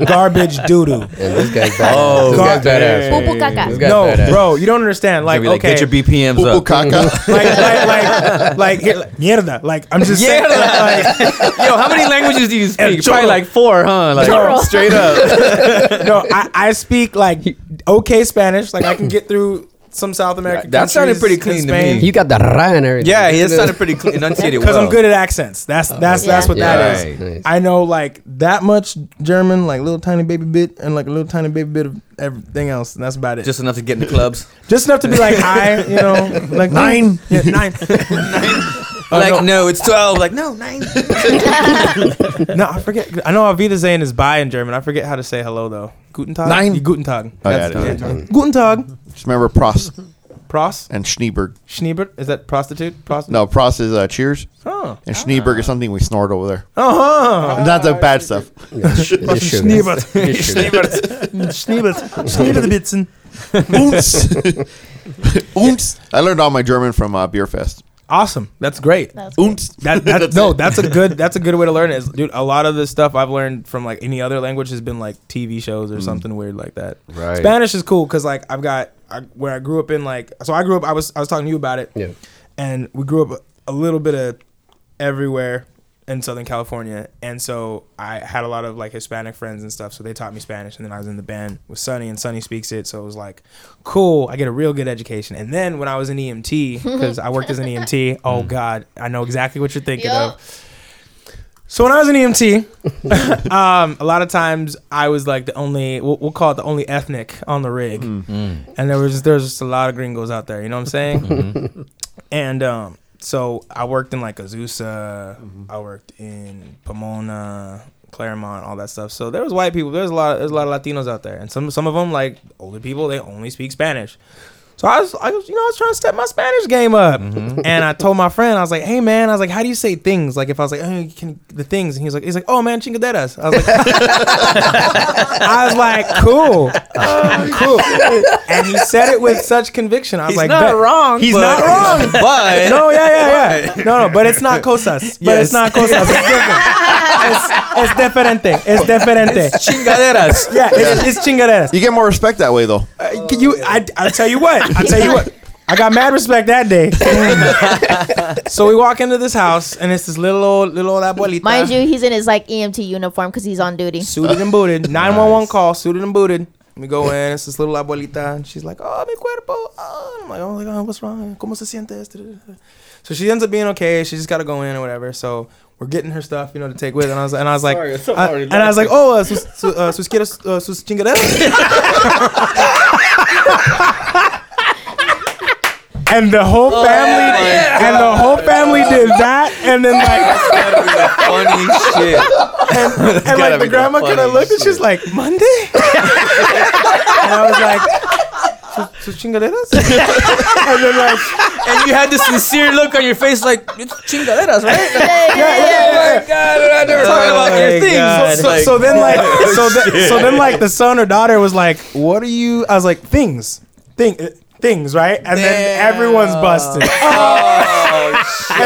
S5: Garbage doo doo.
S6: And this guy's badass. Oh, this
S5: God
S6: guy's badass.
S7: Poo poo caca.
S6: This guy's
S5: No,
S6: badass.
S5: bro, you don't understand. Like,
S10: Maybe like,
S5: okay,
S10: get your BPMs
S3: Pupu
S10: up.
S3: caca.
S5: like, like, like, like, here, like, mierda. Like, I'm just saying, like,
S8: Yo, how many languages do you speak?
S5: choro.
S8: Probably like four, huh? Like
S5: Choro.
S8: straight up.
S5: no, I, I speak like okay Spanish. Like, I can get through some South American.
S10: that sounded
S5: countries
S10: pretty
S5: in
S10: clean to
S5: Spain.
S10: me.
S6: You got the ra and everything.
S10: Yeah, he sounded pretty cl- enunciated
S5: because
S10: well.
S5: I'm good at accents. That's that's
S7: Yeah.
S5: that's what
S6: Yeah,
S5: that is.
S10: right.
S6: Nice.
S5: I know like that much German, like little tiny baby bit, and like a little tiny baby bit of everything else, and that's about it.
S10: Just
S5: Just,
S10: enough to get in the clubs.
S5: just enough to be like I, you know, like nine, yeah, nine. Oh,
S10: like,
S5: no.
S10: no. it's 12. Like, no, nine.
S5: no, I forget. I know Avita saying is bye in German. I forget how to say hello though. Guten Tag.
S3: Nein.
S5: Guten Tag.
S3: Oh, yeah,
S5: That's-
S3: I
S5: yeah,
S3: did.
S5: Guten Tag.
S3: Just remember Pross
S5: Pross.
S3: and Schneeberg.
S5: Schniebert. Is that prostitute? Prostitute.
S3: No, Pross is uh, Cheers,
S5: Oh.
S3: and Schneeberg is something we snort over there.
S5: Uh huh. Uh-huh.
S3: Not the bad stuff.
S6: It's sugar.
S5: Schniebert.
S6: It's sugar.
S5: Schniebert. Schniebertbitzen.
S3: Oons. Oons. I learned all my German from uh, Beer Fest.
S5: Awesome. That's great.
S7: That's good.
S3: Oons.
S5: That, that no, that's a good that's a good way to learn it. Is, dude, a lot of the stuff I've learned from like any other language has been like TV shows or something weird like that.
S10: Right.
S5: Spanish is cool because like I've got I, where I grew up in like so I grew up I was I was talking to you about it.
S6: Yeah.
S5: And we grew up a little bit of everywhere in Southern California, and so I had a lot of like Hispanic friends and stuff. So they taught me Spanish, and then I was in the band with Sonny, and Sonny speaks it. So it was like, cool. I get a real good education. And then when I was E an EMT, because I worked as an EMT. Oh God, I know exactly what you're thinking
S7: Yup.
S5: of. So when I was an EMT, um, a lot of times I was like the only we'll, we'll call it the only ethnic on the rig, and there was just, there was just a lot of gringos out there. You know what I'm saying? And um, so I worked in like Azusa, I worked in Pomona, Claremont, all that stuff. So there was white people. There's a lot. Of, there's a lot of Latinos out there, and some some of them like older people. They only speak Spanish. So I was, I was, you know, I was trying to step my Spanish game up, and I told my friend, I was like, "Hey, man, I was like, how do you say things? Like, if I was like, hey, can, the things?" And he was like, "He's like, oh man, chingaderas." I was like, I was like, "Cool, uh, cool," and he said it with such conviction. I was like, "Bet."
S8: wrong.
S5: He's
S8: but-
S5: not wrong.
S8: But
S5: No, yeah, yeah, yeah. No, no, but it's not cosas. But
S8: Yes.
S5: it's not cosas. It's different. It's, it's diferente. It's diferente.
S8: chingaderas.
S5: Yeah, it's, it's chingaderas.
S3: You get more respect that way, though.
S5: Uh, can you, I, I'll tell you what. I'll tell you what. I got mad respect that day. so we walk into this house, and it's this little old, little old abuelita.
S7: Mind you, he's in his like EMT uniform because he's on duty.
S5: Suited and booted. 911 call, suited and booted. We go in, it's this little abuelita, and she's like, oh, mi cuerpo. Oh. I'm like, oh my God, what's wrong? ¿Cómo se siente? So she ends up being okay. She just got to go in or whatever. So we're getting her stuff, you know, to take with. And I was, and I was like,
S8: Sorry, I'm
S5: I-
S8: already
S5: and I was like, oh, uh, sus, su, uh, sus, quieres, uh, sus chingaderas. And the whole family, and the whole family did that, and then like
S10: Funny shit.
S5: and
S10: gotta
S5: like the
S10: be the
S5: grandma kind of
S10: funniest
S5: looked and she's like, Monday? and I was like, so, so chingaderas? and then like,
S8: And you had this sincere look on your face, like it's chingaderas, right?
S7: Yeah, yeah, yeah.
S8: my god, I never talking
S4: Oh
S8: about
S5: Oh my
S8: your
S5: God.
S8: things.
S5: So,
S8: So-
S5: so then like, so, then, so then like the son or daughter was like, what are you? I was like, things, thing, uh, things, right? And then everyone's busted. and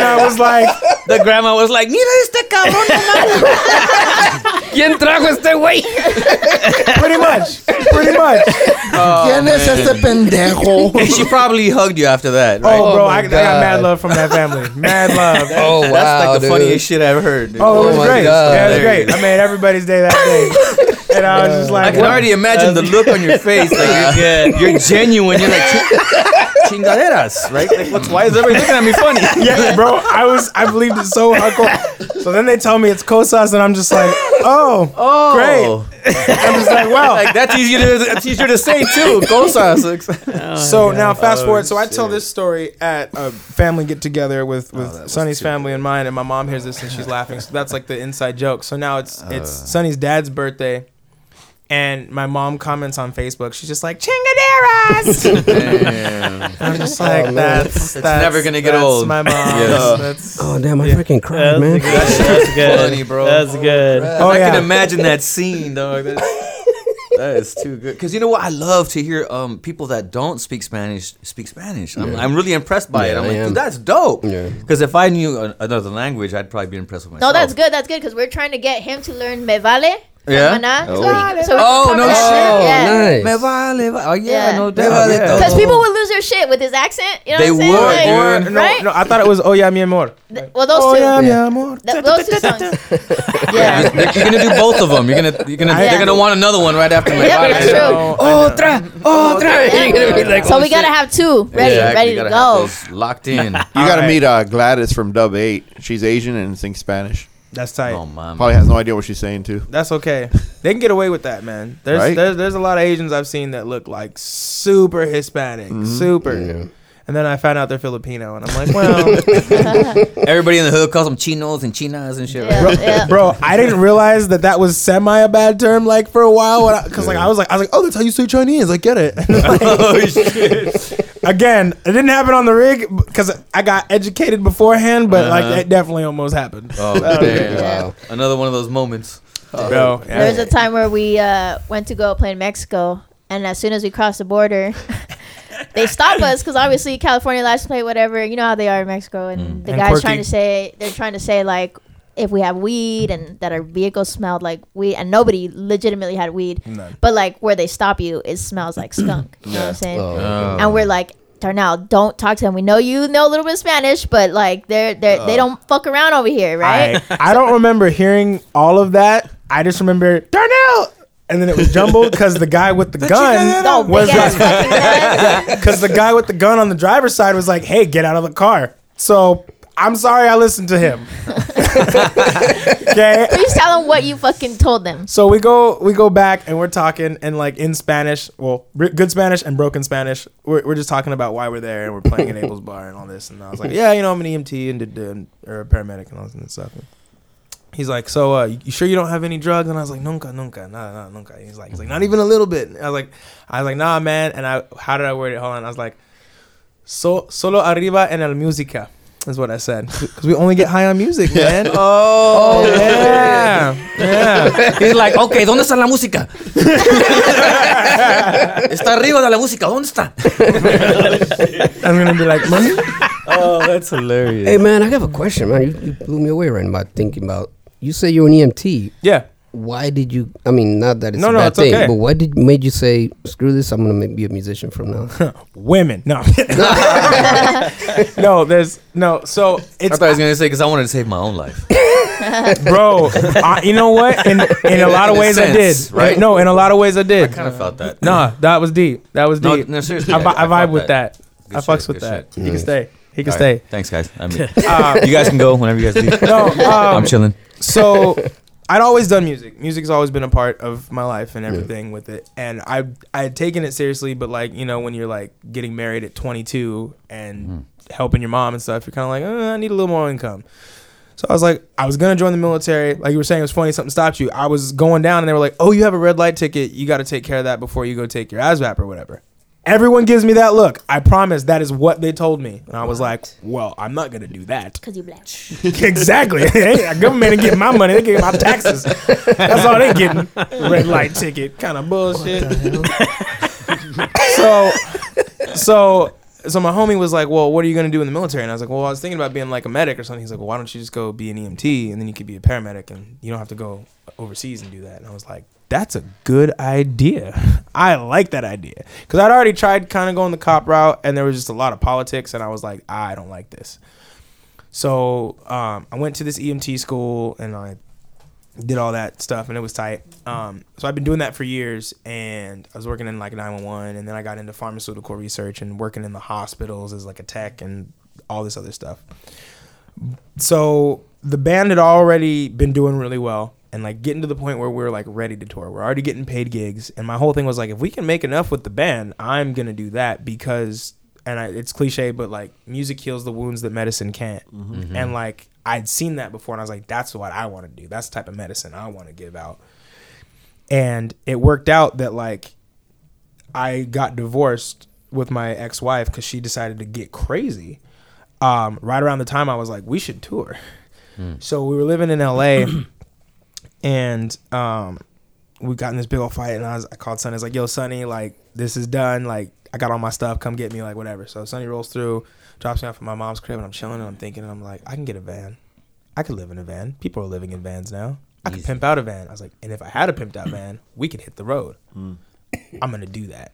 S5: I was like,
S8: so the grandma was like, "Mira este cabrón, no mames." ¿Quién trajo este güey?
S5: pretty much, pretty much.
S4: Oh,
S3: ¿Quién es este pendejo?
S10: Oh, she probably hugged you after that, right?
S5: Oh, bro, I, I
S6: my
S5: got mad
S6: God.
S5: love from that family. Mad love.
S6: Oh, wow.
S10: That's like the
S6: dude.
S10: funniest shit I've heard. dude.
S5: Oh, it was
S6: my
S5: great.
S6: God.
S5: Yeah, it was
S10: There you
S5: great. I made everybody's day that day. And I was just like,
S10: I can
S5: what?
S10: already imagine the look on your face. Like you're, you're genuine. You're like Mm. "Ching- chingaderas, right? Like what's why is everybody looking at me funny?
S5: yeah, bro, I was, I believed it so hardcore. So then they tell me it's Kosas, and I'm just like, oh,
S10: Oh,
S5: Great. I'm just like, wow.
S10: Like that's easier to that's easier to say too. Cosas.
S5: so now fast forward. So I tell this story at a family get together with with Sonny's family and mine, and my mom hears this and she's laughing. So that's like the inside joke. So now it's it's Sonny's dad's birthday. And my mom comments on Facebook. She's just like chingaderas. And I'm just like,
S6: man.
S5: that's, that's
S10: never gonna get
S5: that's
S10: old.
S5: My mom.
S10: Yes.
S5: That's,
S6: Oh, damn, I freaking cried,
S8: That's
S6: man.
S8: good. That's good.
S10: funny, bro.
S8: That's good.
S5: oh
S10: I
S5: yeah.
S10: can imagine that scene, dog. That's, That is too good. Because you know what? I love to hear um, people that don't speak Spanish speak Spanish. I'm, I'm really impressed by it.
S6: Yeah,
S10: I'm
S6: I
S10: like,
S6: am.
S10: dude, that's dope.
S6: Yeah.
S10: Because if I knew an- another language, I'd probably be impressed with myself.
S7: No, that's good. That's good because we're trying to get him to learn me vale.
S10: Yeah?
S7: Maná,
S10: Oh.
S7: So he, so
S10: Oh, no shit.
S6: nice.
S10: Me vale, va- Oh, yeah,
S7: Yeah.
S10: no
S6: Me
S10: doubt.
S6: vale
S10: yeah.
S6: todo.
S7: Because people would lose their shit with his accent. You know
S10: Oh, They
S7: what I'm saying?
S10: would,
S7: Like,
S5: Or, no,
S7: right?
S5: no, I thought it was Oh Yeah Mi Amor.
S7: Th- well, those
S5: Oh
S7: two.
S5: Yeah Mi
S6: Yeah.
S5: Amor.
S7: Th- those two songs.
S10: You're
S7: yeah.
S10: you're gonna do both of them. You're gonna, you're gonna,
S7: Yeah.
S10: they're gonna want another one right after my
S7: Yeah,
S10: body. Oh,
S7: that's true.
S5: know,
S6: Otra, otra. You're gonna be like,
S7: so
S6: oh,
S7: we gotta
S6: shit.
S7: have two ready,
S10: Exactly.
S7: ready to
S10: Gotta have
S7: go.
S10: those Locked in.
S3: You
S5: All
S3: got to
S5: right.
S3: meet uh, Gladys from Dub 8. She's Asian and sings Spanish.
S5: That's tight.
S10: Oh man.
S3: Probably has no idea what she's saying, too.
S5: That's okay. They can get away with that, man. There's
S3: Right?
S5: there's, there's a lot of Asians I've seen that look like super Hispanic, super. And then I found out they're Filipino, and I'm like, well,
S10: Everybody in the hood calls them chinos and chinas and shit.
S7: Yeah,
S10: right?
S7: yeah.
S5: bro, I didn't realize that that was semi a bad term. Like for a while, because like I was like, I was like, oh, that's how you say Chinese. I get it.
S10: Oh, shit.
S5: Again, it didn't happen on the rig because I got educated beforehand, but like
S10: Uh-huh.
S5: that definitely almost happened.
S10: Oh, damn.
S6: Wow.
S10: Another one of those moments.
S5: Bro,
S7: There was a time where we uh, went to go play in Mexico, and as soon as we crossed the border, they stop us because obviously California license plate, whatever. You know how they are in Mexico, and the
S5: And
S7: guys
S5: quirky.
S7: trying to say they're trying to say like if we have weed and that our vehicle smelled like weed, and nobody legitimately had weed, but like where they stop you, it smells like skunk. You know what I'm saying?
S6: Oh.
S7: and we're like Darnell, don't talk to them. We know you know a little bit of Spanish, but like they're they are they don't fuck around over here, right?
S5: I, I don't remember hearing all of that. I just remember Darnell, and then it was jumbled because the guy with the
S7: no,
S5: gun
S7: big
S5: was
S7: ass fucking ass.
S5: because the guy with the gun on the driver's side was like, "Hey, get out of the car." So I'm sorry I listened to him. okay,
S7: Please tell them what you fucking told them.
S5: so we go we go back and we're talking and like in Spanish, well, r- good Spanish and broken Spanish. We're, we're just talking about why we're there and we're playing at Abel's Bar and all this. And I was like, yeah, you know, I'm an EMT and did, did- or a paramedic and all this stuff. And he's like, so uh, you sure you don't have any drugs? And I was like, nunca, nunca, nada, nada, nunca. And he's like, he's like, not even a little bit. And I was like, I was like, nah, man. And I, how did I word it? Hold on. I was like, so solo arriba en el música is what I said because we only get high on music, man. oh, yeah, yeah.
S10: He's like, okay, ¿dónde está la música? está arriba de la música. ¿Dónde está?
S5: I'm gonna be like, money.
S10: Oh, that's hilarious.
S6: Hey man, I have a question, man. You, you blew me away right now about thinking about. You say you're an EMT.
S5: Yeah.
S6: Why did you? I mean, not that it's
S5: No,
S6: a
S5: no,
S6: bad
S5: it's
S6: thing,
S5: okay.
S6: but why did made you say screw this? I'm gonna ma- be a musician from now.
S5: Women. No. no, there's no. So
S10: I
S5: it's
S10: thought I was gonna say because I wanted to save my own life.
S5: bro. I, you know what? In in a lot of
S10: In a
S5: ways,
S10: sense,
S5: I did.
S10: right?
S5: No, in a lot of ways, I did.
S10: kind of felt that.
S5: Nah, that was deep. That was
S10: No,
S5: deep.
S10: no, seriously,
S5: I,
S10: I-
S5: vi- I
S10: I
S5: vibe
S10: felt
S5: with
S10: that.
S5: that.
S10: Good
S5: I fucks
S10: shit,
S5: with
S10: good
S5: that.
S10: shit.
S5: He can stay. He can
S10: All
S5: stay.
S10: right, Thanks, guys. I mean, you guys can go whenever you guys leave.
S5: No, um,
S10: I'm chilling.
S5: so I'd always done music. Music's always been a part of my life and everything with it. And I I had taken it seriously, but like you know when you're like getting married at 22 and helping your mom and stuff, you're kind of like "Uh, I need a little more income. So I was like, I was gonna join the military. Like you were saying, it was funny. Something stopped you. I was going down, and they were like, "Oh, you have a red light ticket. You got to take care of that before you go take your ASVAB or whatever." Everyone gives me that look. I promise that is what they told me, and I was like, "Well, I'm not gonna do that."
S7: Cause you black.
S5: exactly. Hey, the government ain't getting my money. They getting my taxes. That's all they getting. Red light ticket, kind of bullshit. so, so, so my homie was like, "Well, what are you gonna do in the military?" And I was like, "Well, I was thinking about being like a medic or something." He's like, "Well, why don't you just go be an EMT and then you could be a paramedic and you don't have to go overseas and do that?" And I was like, "That's a good idea. I like that idea because I'd already tried kind of going the cop route and there was just a lot of politics and I was like, I don't like this." So um, I went to this EMT school and I did all that stuff and it was tight. Um, so I've been doing that for years and I was working in like 911 and then I got into pharmaceutical research and working in the hospitals as like a tech and all this other stuff. So the band had already been doing really well and like getting to the point where we are like ready to tour. We're already getting paid gigs and my whole thing was like if we can make enough with the band, I'm going to do that because and I, it's cliche but like music heals the wounds that medicine can't. And like I'd seen that before and I was like that's what I want to do. That's the type of medicine I want to give out. And it worked out that like I got divorced with my ex-wife because she decided to get crazy. Um, right around the time I was like, we should tour. So we were living in LA, and um, we got in this big old fight, and I was I called Sonny. I was like, "Yo, Sonny, like this is done. Like I got all my stuff. Come get me. Like whatever." So Sonny rolls through, drops me off at my mom's crib, and I'm chilling and I'm thinking, and I'm like, "I can get a van. I could live in a van. People are living in vans now. I could pimp out a van." I was like, "And if I had a pimped out van, we could hit the road. I'm gonna do that."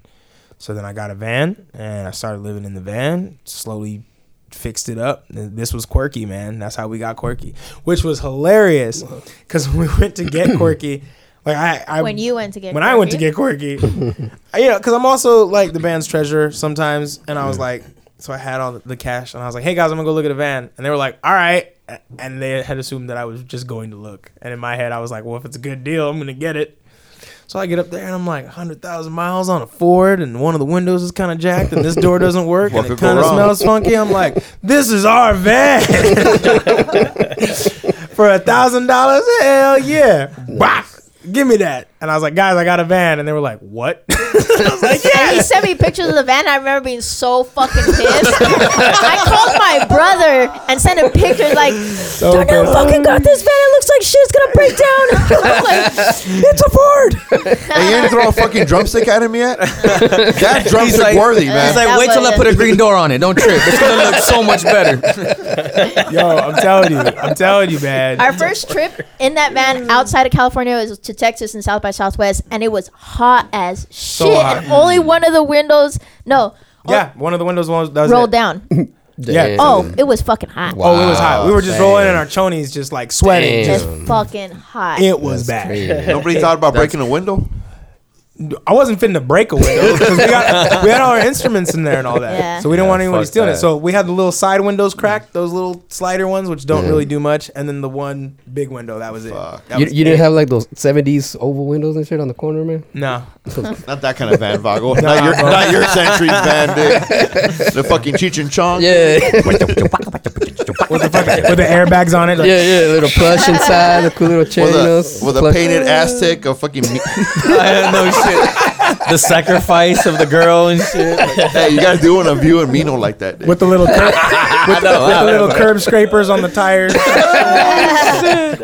S5: So then I got a van and I started living in the van. Slowly fixed it up. This was quirky, man. That's how we got quirky, which was hilarious because we went to get quirky. Like I, I
S7: when you went to get
S5: Um, when I went to
S7: quirky.
S5: get quirky, I- you know, because I'm also like the band's treasurer sometimes, and I was like, so I had all the- the cash, and I was like, hey guys, I'm gonna go look at a van, and they were like, all right, A- and they had assumed that I was just going to look, and in my head, I was like, well, if it's a good deal, I'm gonna get it. So I get up there and I'm like 100,000 miles on a Ford, and one of the windows is kind of jacked, and this door doesn't work,
S3: What
S5: and it
S3: could go
S5: kind of
S3: wrong?
S5: smells funky. I'm like, this is our van for a thousand dollars. Hell yeah, Bah! give me that. And I was like, guys, I got a van, and they were like, what? I was like,
S7: And he sent me pictures of the van. I remember being so fucking pissed. I called my brother and sent him pictures like, I never fucking got this van. It looks like shit's gonna break down. I'm like, it's a Ford.
S3: Hey, you didn't throw a fucking drumstick at him yet? That drumstick
S10: like-
S3: worthy,
S10: He's
S3: man.
S10: like,
S7: That
S10: wait till I
S7: wasn't-
S10: put a green door on it. Don't trip. It's gonna look so much better.
S5: Yo, I'm telling you, I'm telling you, man.
S7: Our first trip in that van outside of California was to Texas and South by Southwest, and it was hot as shit.
S5: hot.
S7: And only one of the windows, no, oh,
S5: yeah, one of the windows was that was
S7: rolled
S5: it.
S7: down.
S5: Yeah.
S7: Oh, it was fucking hot.
S5: Oh, it was hot. We were just rolling
S3: Ah.
S5: in our chonies, just like sweating.
S7: It
S5: Just,
S7: was fucking hot.
S5: it was bad.
S3: Nobody thought about breaking a window?
S5: I wasn't finna break a window 'cause we, got, we had all our instruments in there and all that.
S7: Yeah.
S5: So we didn't want anybody
S10: fuck
S5: stealing it.
S10: that. Mm.
S5: So we had the little side windows cracked, those little slider ones, which don't really do much, and then the one big window. That was it. That
S6: You,
S5: was
S6: you
S5: it.
S6: didn't have like those 70s oval windows and shit on the corner, man?
S5: No.
S3: Not that kind of van, Vago. not, your, not your century's van, dude. The fucking Cheech and Chong.
S6: Yeah.
S5: With the, fucking, with the airbags on it. Like,
S6: yeah, yeah. Little plush inside, the cool little chair.
S3: With
S6: you know,
S3: a,
S6: s-
S3: with a
S6: plush-
S3: painted Aztec, a fucking. me-
S8: no shit. The sacrifice of the girl and shit.
S3: hey, you guys doing a view and Mino like that, dude.
S5: With the little curb, with, the, with the little curb scrapers on the tires.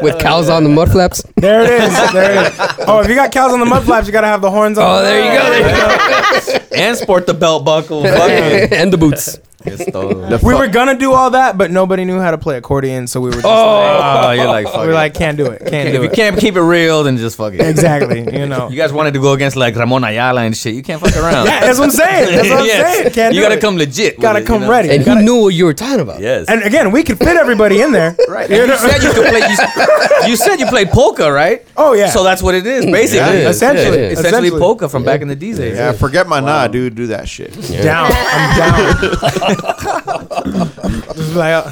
S6: with cows on the mud flaps.
S5: There it is. There it is. Oh, if you got cows on the mud flaps, you gotta have the horns on.
S8: Oh, there you go. and sport the belt buckle. Fuck
S6: and the boots.
S10: The
S5: We were gonna do all that, but nobody knew how to play accordion, so we were just
S10: Oh, you're like, fuck
S5: like, we
S10: it.
S5: were like, can't do it, can't
S10: if
S5: do
S10: you
S5: it.
S10: can't keep it real, then just fuck it.
S5: Exactly, you know.
S10: You guys wanted to go against like Ramon Ayala and shit. You can't fuck around.
S5: Yeah, that's what I'm saying. That's what I'm
S10: Oh. Yes.
S5: saying. Can't
S10: you
S5: do
S10: gotta
S5: it.
S10: come legit. with
S5: Gotta
S10: it, you
S5: come
S10: know?
S5: ready.
S6: And you knew what you were talking about.
S10: Yes.
S5: And again, we could fit everybody in there. right.
S10: And you said you could play. You, s- you said you played polka, right?
S5: Oh, yeah.
S10: So that's what it is, basically.
S3: Yeah,
S10: It's
S5: essentially,
S10: just essentially,
S5: essentially.
S10: polka from back in the days.
S3: yeah, forget my nah, dude. Do that shit.
S5: Down. I'm down. Just like, uh,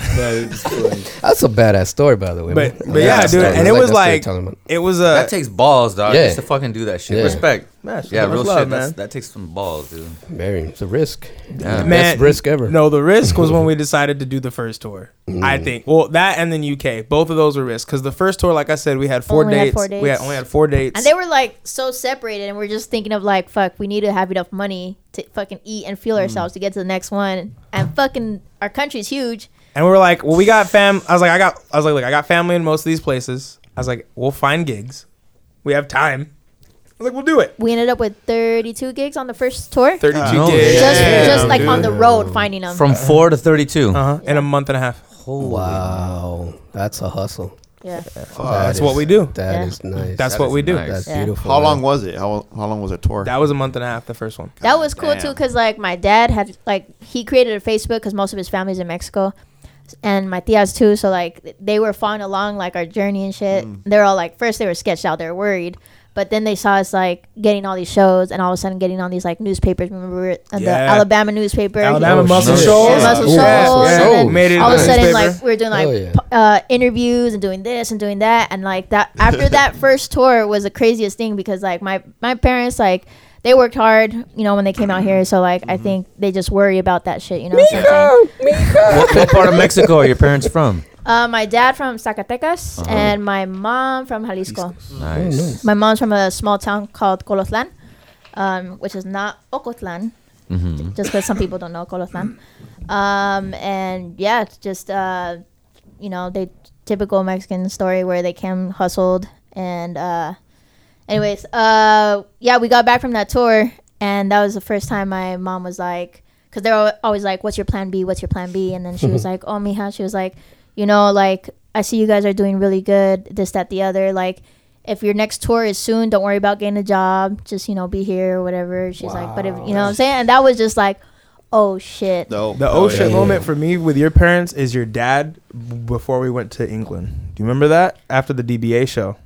S6: That's a badass story, by the way.
S5: but
S6: man.
S5: but yeah,
S6: Badass
S5: dude,
S6: story.
S5: and it
S6: Like
S5: was
S6: that story
S5: like
S6: telling, man.
S5: it was
S10: That
S5: a
S10: takes balls, dog.
S6: Yeah.
S10: Just to fucking do that shit.
S6: Yeah.
S10: Respect.
S5: Man, it's
S10: yeah,
S5: so much
S10: real
S5: love,
S10: shit. That's,
S5: man.
S10: that takes some balls, dude.
S6: Very. It's a risk.
S10: Yeah.
S5: man,
S6: Best risk ever.
S5: No, the risk was when we decided to do the first tour. I think. Well, that and then UK, both of those were risks because the first tour, like I said, we had four,
S7: Only
S5: dates.
S7: had four
S5: We had
S7: dates.
S5: only had four dates.
S7: And they were like so separated, and we're just thinking of like, fuck, we need to have enough money to fucking eat and fuel ourselves to get to the next one. And fucking, our country's huge.
S5: And we were like, well, we got fam. I was like, I got. I was like, look, I got family in most of these places. I was like, we'll find gigs. We have time. I was like, we'll do it.
S7: We ended up with 32 gigs on the first tour.
S5: Thirty-two
S10: no.
S5: gigs.
S7: just,
S3: Damn,
S7: just like on the road finding them.
S10: From four to thirty-two.
S5: uh-huh. in a month and a half.
S6: Wow. That's a hustle.
S7: yeah.
S5: That's what we do.
S6: That
S7: Yeah.
S6: is nice.
S5: That's
S10: That
S5: what
S10: is
S5: we do.
S10: nice.
S6: That's
S7: Yeah.
S6: beautiful.
S3: How
S6: man.
S3: long was it? How, how long was the tour?
S5: That was a month and a half. The first one.
S7: That was cool
S3: damn.
S7: too, cause like my dad had like he created a Facebook because most of his family's in Mexico, and my tias too. So like th- they were following along like our journey and shit.
S5: Mm.
S7: They're all like first they were sketched out, they were worried, but then they saw us like getting all these shows and all of a sudden getting on these like newspapers. Remember we were in the
S5: Yeah.
S7: Alabama newspaper,
S5: Alabama
S6: Oh,
S5: Muscle
S6: shit.
S5: Shoals.
S7: Yeah, Muscle
S5: Yeah.
S7: Shoals, and
S5: Yeah.
S7: then
S5: Made it
S7: all of a
S5: into
S7: sudden
S5: newspaper.
S7: like we were doing like
S6: Hell yeah.
S7: p- uh, interviews and doing this and doing that and like that after that first tour was the craziest thing because like my my parents like they worked hard you know when they came out here so like I think they just worry about that shit you know what I'm saying?
S10: what, what part of Mexico are your parents from?
S7: uh, my dad from Zacatecas and my mom from Jalisco
S10: Nice.
S7: my mom's from a small town called Colotlan um, which is not Ocotlan
S10: Mm-hmm.
S7: just because some people don't know Colotlan. Um, and yeah, it's just uh, you know, they typical Mexican story where they came hustled and uh, Anyways, uh, yeah, we got back from that tour, and that was the first time my mom was like, because they're al- always like, "What's your plan B? What's your plan B?" And then she was like, "Oh, Mija," she was like, "You know, like I see you guys are doing really good. This, that, the other. Like, if your next tour is soon, don't worry about getting a job. Just you know, be here or whatever." She's like, "But if you know what I'm saying," and that was just like, "Oh shit."
S3: No.
S5: The oh, shit moment for me with your parents is your dad b- before we went to England. Do you remember that? After the DBA show.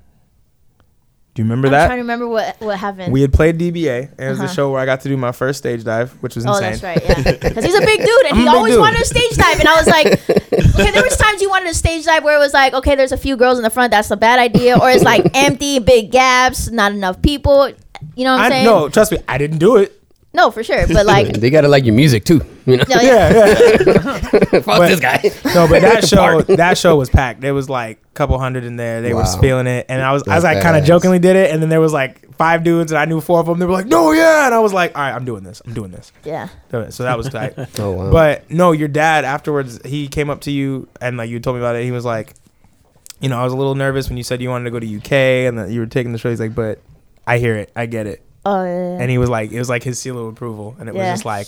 S5: Do you remember
S7: I'm
S5: that?
S7: trying to remember what what happened.
S5: We had played DBA, and it was the
S7: Uh-huh.
S5: show where I got to do my first stage dive, which was
S7: Oh,
S5: insane.
S7: that's right. Yeah, because he's a big dude, and
S5: I'm a
S7: he
S5: big
S7: always
S5: dude.
S7: wanted a stage dive. And I was like, okay, there was times you wanted a stage dive where it was like, okay, there's a few girls in the front, that's a bad idea, or it's like empty, big gaps, not enough people. You know what I'm
S5: I
S7: saying?
S5: no, trust me, I didn't do it.
S7: no, for sure. But like,
S6: they gotta like your music too. You know,
S7: no, yeah.
S5: Yeah, yeah.
S6: fuck
S5: but-
S6: this guy.
S5: No, but that show that show was packed. There was like a couple hundred in there. They were
S6: Wow.
S5: spilling it, and I was I was like
S6: That's
S5: kind of
S6: badass.
S5: jokingly did it, and then there was like five dudes, and I knew four of them. They were like, "No, yeah," and I was like, "All right, I'm doing this. I'm doing this."
S7: yeah.
S5: Doing it. So that was tight.
S6: Oh wow.
S5: But no, your dad afterwards he came up to you and like you told me about it. He was like, you know, I was a little nervous when you said you wanted to go to UK and that you were taking the show. He's like, but I hear it, I get it.
S7: Oh, yeah.
S5: And he was like, it was like his seal of approval, and it
S7: Yeah.
S5: was just like,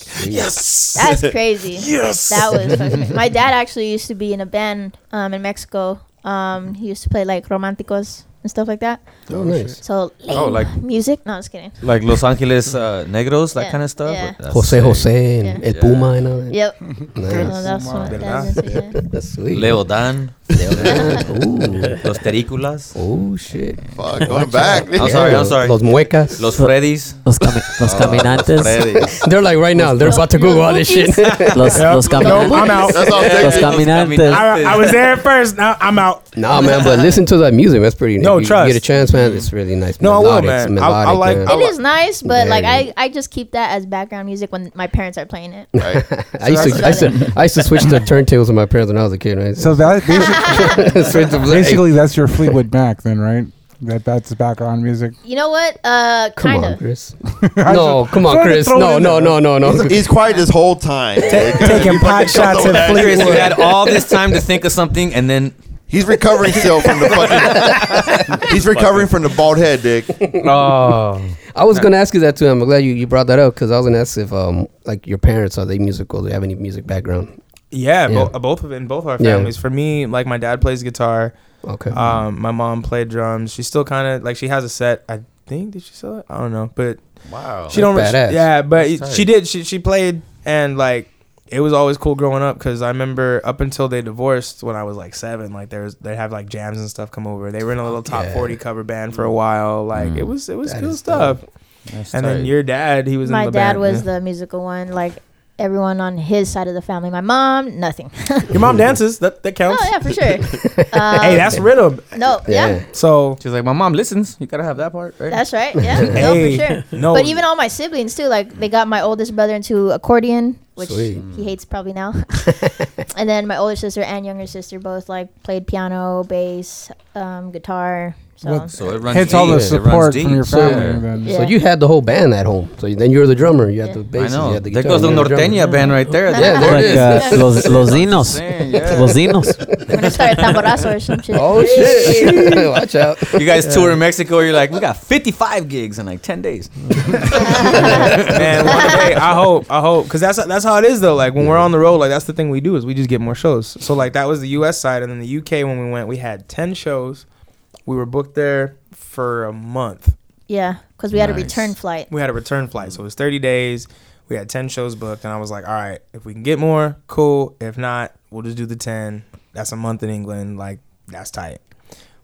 S7: That's crazy. yes. That was fucking crazy. my dad actually used to be in a band um, in Mexico. Um, he used to play like romanticos and stuff like that.
S6: oh nice.
S7: So
S10: Oh, like-
S7: lame music. No, I'm just kidding.
S10: Like Los Angeles uh, Negros, that
S7: Yeah,
S10: kind of stuff.
S7: yeah.
S10: That's
S6: Jose
S10: sick.
S6: Jose and
S7: Yeah.
S6: El Puma and all that.
S7: Yep.
S6: Nice.
S7: So that's what my
S5: Wow.
S7: dad's into, yeah.
S6: That's sweet.
S10: Leo Dan,
S6: Leodan.
S10: Los Tericulas,
S6: Ooh. Oh shit.
S3: Fuck, going back.
S10: I'm sorry, I'm sorry.
S6: Los muecas.
S10: Los Freddy's. Oh,
S9: Los, cami- los
S6: Oh,
S9: caminantes.
S3: Freddy's.
S6: they're like right now. They're about to Google all this shit.
S9: Los, los
S5: no,
S9: caminantes.
S5: I'm out.
S3: That's all
S9: Los
S3: taking.
S9: caminantes.
S5: I, I was there at first. Now I'm out.
S6: nah, man. But listen to that music. That's pretty.
S5: No,
S6: if you
S5: trust.
S6: Get a chance, man. It's really nice.
S5: No, I will,
S6: melodic,
S5: man.
S6: it's
S5: I- I
S6: melodic,
S5: like-
S6: man.
S5: I
S7: It is nice, but like
S6: Yeah.
S7: I, I just keep that as background music when my parents are playing it.
S3: Right.
S6: I used to, I used to, I used to switch the turntables with my parents when I was a kid, right?
S1: So that basi-
S6: Switch to black.
S1: basically, that's your Fleetwood Mac, then, right? That that's background music.
S7: You know what? Uh,
S6: come
S7: kind
S6: on,
S7: of.
S6: Chris. No, come on,
S1: trying to
S6: Chris.
S1: throw it
S6: No,
S1: in
S6: no,
S1: there.
S6: no, no, no.
S3: He's, he's quiet this whole time.
S5: Taking pot shots at
S10: Chris, you
S5: Fleetwood.
S10: had all this time to think of something, and then
S3: He's recovering still from the fucking. he's recovering from the bald head, Dick.
S10: oh,
S6: I was gonna ask you that too. I'm glad you, you brought that up because I was gonna ask if um like your parents are they musical? Do they have any music background?
S5: Yeah,
S6: Yeah.
S5: Bo- both of in both our
S6: Yeah.
S5: families. For me, like my dad plays guitar.
S6: Okay.
S5: Um, my mom played drums. She still kind of like she has a set. I think did she sell it? I don't know, but
S10: wow.
S5: she don't.
S6: That's
S5: she-
S6: badass.
S5: yeah, but it-
S10: tight.
S5: she did. She she played and like it was always cool growing up because I remember up until they divorced when I was like seven. Like there was they have like jams and stuff come over. They were in a little top
S6: Yeah. Mm.
S5: forty cover band for a while. Like it was it was
S6: That
S5: cool
S6: is
S5: stuff. and then your dad, he was
S7: My
S5: in the
S7: dad
S5: band.
S7: was
S5: yeah.
S7: the musical one. Like everyone on his side of the family. My mom, nothing.
S5: your mom dances. That that counts.
S7: oh yeah, for sure. Um,
S5: Hey, that's rhythm.
S7: no, yeah.
S5: So
S10: She's like, my mom listens. You gotta have that part, right?
S7: That's right. Yeah,
S5: Hey,
S7: no, for sure.
S5: no.
S7: But even all my siblings too. Like they got my oldest brother into accordion, which
S6: Sweet.
S7: he hates probably now. and then my older sister and younger sister both like played piano, bass, um, guitar. So
S1: Well,
S10: So it runs.
S1: Hence all the
S10: deep. It runs
S1: support
S10: deep.
S1: from your
S6: So-
S1: family. Then.
S6: So
S7: Yeah.
S6: you had the whole band at home. So then you were the drummer. You had
S7: Yeah.
S6: the
S10: I
S6: bass. You
S10: know.
S6: had the
S10: There
S6: guitar.
S10: goes the
S6: you were drummer.
S10: Norteña band right there.
S6: Yeah, there it
S9: Like
S6: is.
S9: uh, los, los dinos.
S10: Saying, yeah.
S9: Los dinos.
S7: when I started tamborazo or some shit.
S6: Oh shit! Watch out.
S10: You guys tour in Mexico. You're like, we got 55 gigs in like 10 days.
S5: man, one day I hope, I hope, because that's that's how it is though. Like when we're on the road, like that's the thing we do is we just get more shows. So like that was the U.S. side, and then the U.K. when we went, we had ten shows. We were booked there for a month.
S7: Yeah, because we had a
S10: Nice.
S7: return flight.
S5: We had a return flight, so it was thirty days. We had ten shows booked, and I was like, all right, if we can get more, cool. If not, we'll just do the ten. That's a month in England. Like that's tight.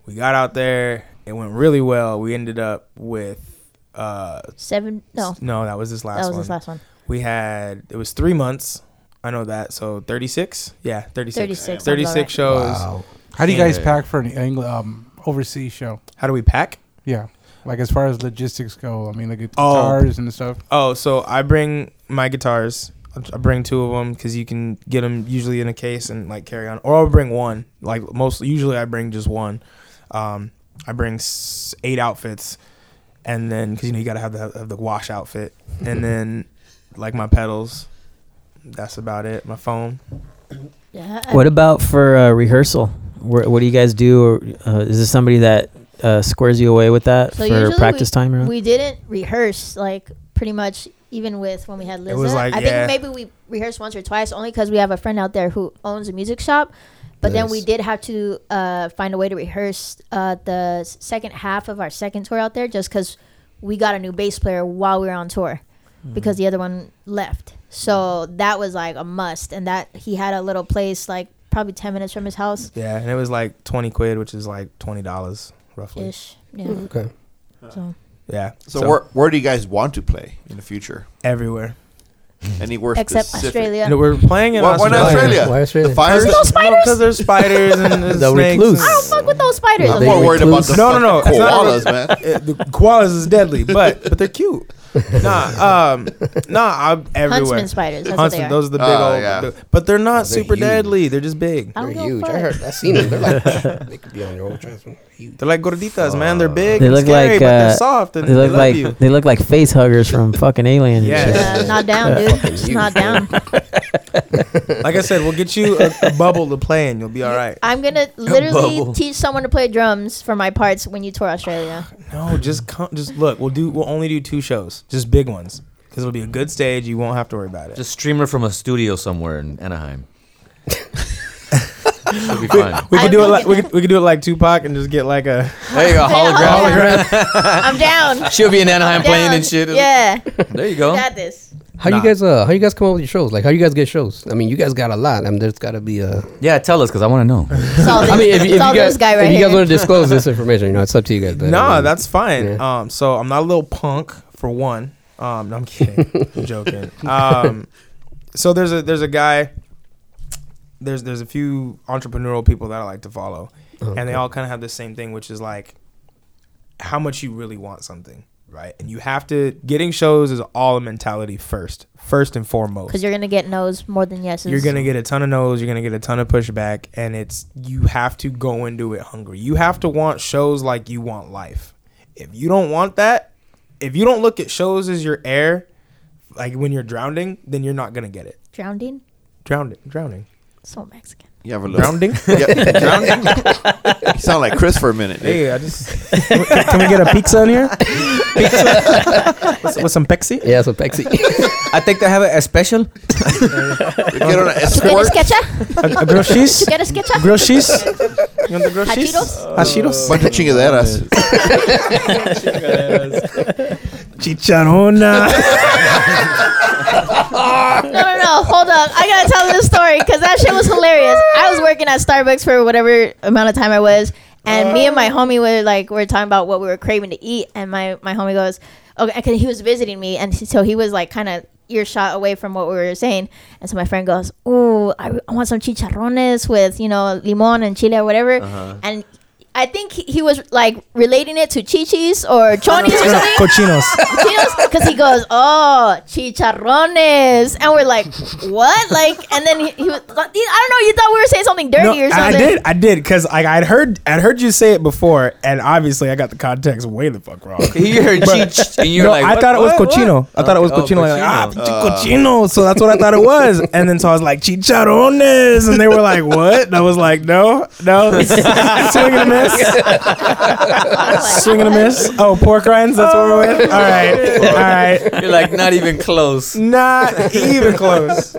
S5: We got out there. It went really well. We ended up with. Uh,
S7: Seven? No,
S5: no, that was this last
S7: that was
S5: one.
S7: his last one.
S5: We had it was three months. I know that. So thirty six. Yeah, thirty six.
S7: 36, sounds
S5: shows.
S1: How do you guys
S10: Yeah.
S1: pack for an Engl- um, overseas show?
S5: How do we pack?
S1: Yeah, like as far as logistics go, I mean, like
S5: Oh.
S1: guitars and stuff.
S5: Oh, so I bring my guitars. I bring two of them because you can get them usually in a case and like carry on, or I'll bring one. Like most, usually I bring just one. Um, I bring s- eight outfits, and then because you know you gotta have the have the wash outfit, and then like my pedals. That's about it. My phone.
S7: Yeah.
S9: What about for uh, rehearsal? Where, what do you guys do? Or, uh, is this somebody that uh, squares you away with that
S7: So
S9: for
S7: usually
S9: practice
S7: we,
S9: time? Or?
S7: we didn't rehearse like pretty much even with when we had Liz.
S5: was like,
S7: I
S5: yeah.
S7: think maybe we rehearsed once or twice only because we have a friend out there who owns a music shop. But then we
S6: Nice.
S7: did have to uh, find a way to rehearse uh, the s- second half of our second tour out there just because we got a new bass player while we were on tour
S5: Mm-hmm.
S7: because the other one left. So that was like a must. And that he had a little place like probably 10 minutes from his house
S5: Yeah, and it was like twenty quid, which is like twenty dollars roughly.
S7: ish. Yeah.
S6: Okay.
S7: So.
S5: Yeah.
S3: So, where where do you guys want to play in the future?
S5: everywhere.
S3: Anywhere
S7: Except
S3: specific?
S7: Australia.
S5: And we're playing in
S3: Why, why not
S5: Mm-hmm. Australia.
S3: Australia?
S6: Why Australia?
S3: The fires.
S7: There's no spiders.
S5: Because there's spiders and there's
S6: The
S5: snakes.
S6: recluse.
S5: and-
S7: I don't fuck with those spiders.
S3: I'm
S6: They
S3: more worried about
S6: recluse.
S3: the
S5: No, no, no,
S3: fucking
S5: it's not-
S3: koalas, man.
S5: Uh, the koalas is deadly, but but they're cute. Nah, um, nah, I'm everywhere.
S7: Huntsman spiders. That's
S5: Huntsman,
S7: what they are.
S5: those are the big
S3: Oh,
S5: old,
S3: yeah.
S5: the- but they're not
S6: They're
S5: super
S6: huge.
S5: deadly. They're just big.
S7: I don't
S6: They're
S7: give a
S6: huge. I
S7: fuck.
S6: heard. I seen them. They're like they could be on your old transfer. Huge.
S5: They're like gorditas, man. They're big.
S9: They
S5: and
S9: look
S5: scary,
S9: like,
S5: but
S9: uh,
S5: they're soft and
S9: they look
S5: love
S9: like
S5: you.
S9: they look like face huggers from fucking Alien.
S5: Yeah.
S7: Yeah, Uh, not down, dude. Just not down.
S5: Like I said, we'll get you a, a bubble to play in. You'll be all right.
S7: I'm gonna literally
S10: Bubble.
S7: teach someone to play drums for my parts when you tour Australia.
S5: No, just come, just look. We'll do. We'll only do two shows, just big ones, because it'll be a good stage. You won't have to worry about it.
S10: Just stream her from a studio somewhere in Anaheim. Should be fun.
S5: we could
S7: I'm
S5: do it like
S7: thinking-
S5: we could, we could do it like Tupac and just get like a
S10: There you go, hologram.
S7: I'm down.
S10: She'll be in Anaheim
S7: I'm
S10: playing
S7: down.
S10: and shit.
S7: Yeah,
S10: There you go.
S7: got this.
S6: How you guys? Uh, how you guys come up with your shows? Like how you guys get shows? I mean, you guys got a lot. I mean, there's got to be a.
S10: Yeah, tell us because I want to know.
S7: Saw this,
S6: I mean, if, if you
S7: saw
S6: guys,
S7: this guy right
S6: if you
S7: here.
S6: guys want to disclose this information, you know, it's up to you guys. but, I
S5: Nah,
S6: mean,
S5: that's fine.
S6: um, yeah.
S5: Um, so I'm not a little punk for one. Um, no, I'm kidding. I'm joking. Um, so there's a there's a guy. There's there's a few entrepreneurial people that I like to follow, and they all kind of have the same thing, which is like, how much you really want something, right? And you have to getting shows is all a mentality first, first and foremost.
S7: Because you're gonna get no's more than yeses.
S5: You're gonna get a ton of no's. You're gonna get a ton of pushback, and it's you have to go into it hungry. You have to want shows like you want life. If you don't want that, if you don't look at shows as your air, like when you're drowning, then you're not gonna get it.
S7: drowning.
S5: Drowning, drowning,
S7: So Mexican.
S3: You have a little.
S5: drowning.
S3: Yeah, you sound like Chris for a minute. dude.
S5: hey, I just can, can we get a pizza in here? Pizza with, with some Pepsi.
S6: yeah, so Pexi.
S10: I think they have a, a special.
S3: Get on an
S7: Get a
S3: escort.
S7: sketcher.
S5: A, a grilled cheese.
S7: Get a sketcher.
S5: Grilled cheese. You want the grilled cheese?
S7: Hachiros?
S5: Hachiros.
S3: Bunch of chingaderas.
S5: Chicharona.
S7: No, no, no. Hold up. I gotta tell this story because that shit was hilarious. I was working at Starbucks for whatever amount of time I was, and me and my homie were like, we were talking about what we were craving to eat, and my my homie goes, okay, because he was visiting me, and he- so he was like kind of earshot away from what we were saying, and so my friend goes, ooh, I, I want some chicharrones with you know limon and chile or whatever, and. I think he, he was like relating it to chichis or chonis or something
S5: Cochinos.
S7: because he goes, oh, chicharrones, and we're like, what? Like, and then he, he was, I don't know. You thought we were saying something dirty or
S5: I
S7: something?
S5: did, I did, because like I'd heard, I'd heard you say it before, and obviously I got the context way the fuck wrong.
S10: He heard Cheech, and you're
S5: No,
S10: like,
S5: I
S10: what-
S5: thought it was
S10: what-
S5: cochino.
S10: what?
S5: I thought it was
S10: Okay, oh,
S5: cochino. Like, ah,
S10: cochino. Uh,
S5: pinche cochino. So that's what I thought it was. And then so I was like, chicharrones, and they were like, what? And I was like, no, no, swing and a miss,
S7: I was like,
S5: swing and a miss. Oh, pork rinds. That's what we're with. All right, all right.
S10: You're like not even close.
S5: Not even close.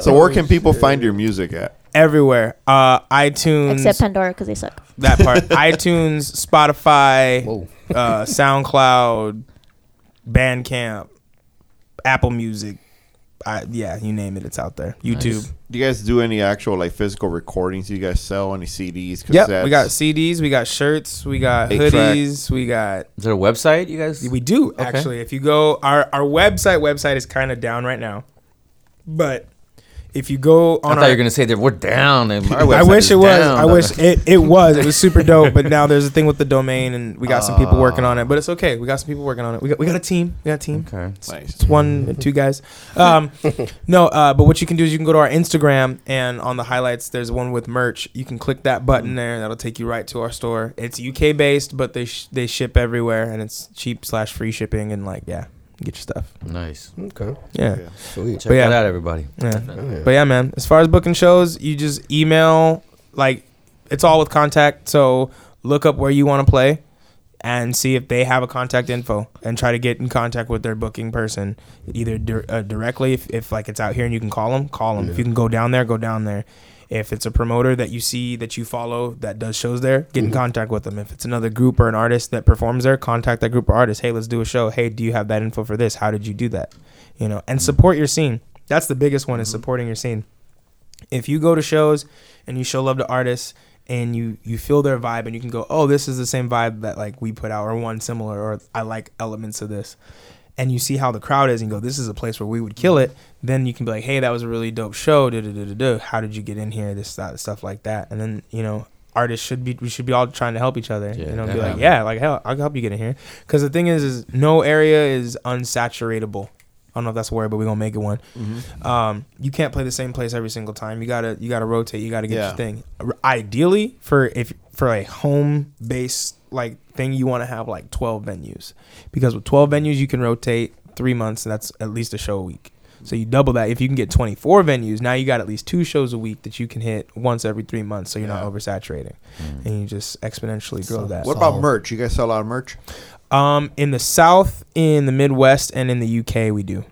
S3: So where can people find your music at?
S5: Everywhere. Uh, iTunes.
S7: Except Pandora because they suck.
S5: that part. iTunes, Spotify,
S6: Whoa.
S5: uh, SoundCloud, Bandcamp, Apple Music. I, yeah, you name it, it's out there. YouTube.
S3: Do you guys do any actual like physical recordings? Do you guys sell any CDs?
S5: Yep, we got CDs, we got shirts, we got
S3: Eight-track.
S5: hoodies, we got.
S10: Is there a website you guys?
S5: We do actually. If you go, our our website website is kind of down right now, but if you go
S10: I
S5: on
S10: thought
S5: our
S10: you were gonna say that we're down. And our
S5: I
S10: website
S5: wish
S10: is
S5: it was.
S10: down.
S5: I wish it, it was. It was super dope. But now there's a thing with the domain, and we got some people
S10: Ah.
S5: working on it. But it's okay. We got some people working on it. We got we got a team. We got a team.
S10: Okay.
S5: It's,
S3: Nice.
S5: it's one two guys. Um, no, uh, but what you can do is you can go to our Instagram, and on the highlights there's one with merch. You can click that button there, and that'll take you right to our store. It's UK based, but they sh- they ship everywhere, and it's cheap slash free shipping, and like yeah, get your stuff.
S10: Nice.
S6: okay. Oh,
S5: Yeah.
S6: Sweet.
S10: Check
S5: yeah.
S10: that out, everybody.
S5: Yeah. But yeah, man. As far as booking shows, you just email like it's all with contact. So look up where you want to play and see if they have a contact info and try to get in contact with their booking person either dir- uh, directly if, if like it's out here and you can call them call them if you can go down there go down there if it's a promoter that you see that you follow that does shows there get in contact with them if it's another group or an artist that performs there contact that group or artist hey let's do a show hey do you have that info for this how did you do that you know and support your scene that's the biggest one is supporting your scene if you go to shows and you show love to artists and you you feel their vibe and you can go oh this is the same vibe that like we put out or one similar or i like elements of this and you see how the crowd is and you go this is a place where we would kill it then you can be like hey that was a really dope show da, da, da, da, da. how did you get in here this that, stuff like that and then you know artists should be we should be all trying to help each other you know be like yeah like hell i'll help you get in here because the thing is is no area is unsaturatable I don't know if that's a word, but we're gonna make it one.
S3: Mm-hmm.
S5: Um, you can't play the same place every single time. You gotta you gotta rotate. You gotta get
S3: Yeah.
S5: your thing. R- Ideally, for if for a home base like thing, you want to have like twelve venues, because with twelve venues you can rotate three months. And that's at least a show a week. So you double that. If you can get twenty four venues, now you got at least two shows a week that you can hit once every three months. So you're not oversaturating, and you just exponentially grow that.
S3: Mm. What about merch? You guys sell a lot of merch.
S5: Um, in the South, in the Midwest, and in the UK, we do.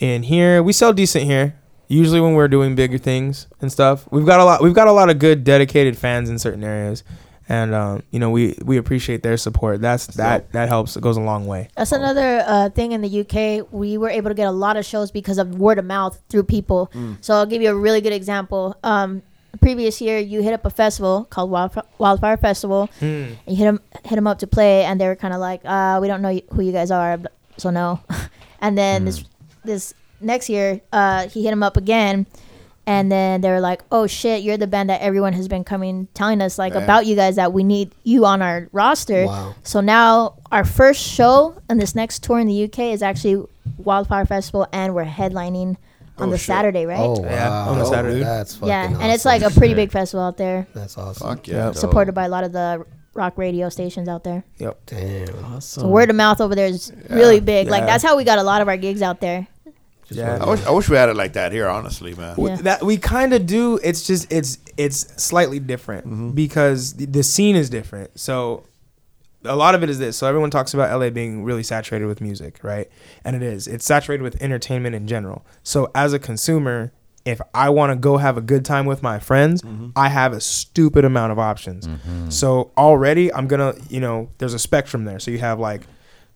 S5: In here, we sell decent here. Usually, when we're doing bigger things and stuff, we've got a lot. We've got a lot of good, dedicated fans in certain areas, and um, you know, we we appreciate their support. That's that that helps. It goes a long way.
S7: That's another uh, thing in the UK. We were able to get a lot of shows because of word of mouth through people. So I'll give you a really good example. Um, previous year, you hit up a festival called Wildf- Wildfire Festival, and you hit them hit 'em up to play, and they were kind of like, uh, "We don't know y- who you guys are, but- so no." and then this this next year, uh, he hit him up again. And then they were like, "Oh shit, you're the band that everyone has been coming telling us like about you guys that we need you on our roster."
S6: Wow.
S7: So now our first show and this next tour in the UK is actually Wildfire Festival, and we're headlining on the Saturday, right?
S6: Oh, wow.
S5: Yeah, on a Saturday.
S6: That's fucking
S7: yeah, and it's like
S6: awesome. Oh.
S7: a pretty big festival out there,
S6: That's awesome.
S3: Fuck yeah.
S7: supported by a lot of the rock radio stations out there.
S6: Damn.
S7: So word of mouth over there is really big. Like
S5: Yeah.
S7: that's how we got a lot of our gigs out there.
S5: Yeah,
S3: I wish, I wish we had it like that here, honestly, man.
S7: Yeah.
S5: that we kind of do it's just it's it's slightly different because the, the scene is different so a lot of it is this so everyone talks about la being really saturated with music right and it is it's saturated with entertainment in general so as a consumer if i want to go have a good time with my friends i have a stupid amount of options so already i'm gonna you know there's a spectrum there so you have like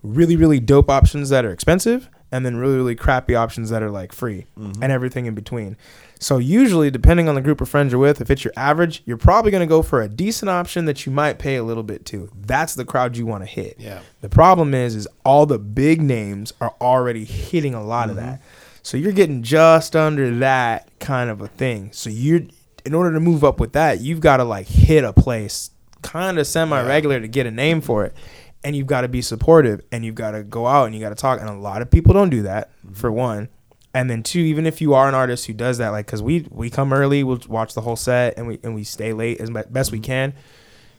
S5: really really dope options that are expensive and then really really crappy options that are like free and everything in between so usually depending on the group of friends you're with if it's your average you're probably going to go for a decent option that you might pay a little bit to that's the crowd you want to hit
S3: Yeah.
S5: the problem is is all the big names are already hitting a lot of that so you're getting just under that kind of a thing so you're in order to move up with that you've got to like hit a place kind of semi-regular to get a name for it and you've got to be supportive and you've got to go out and you got to talk and a lot of people don't do that for one and then two even if you are an artist who does that like because we we come early we'll watch the whole set and we and we stay late as be- best we can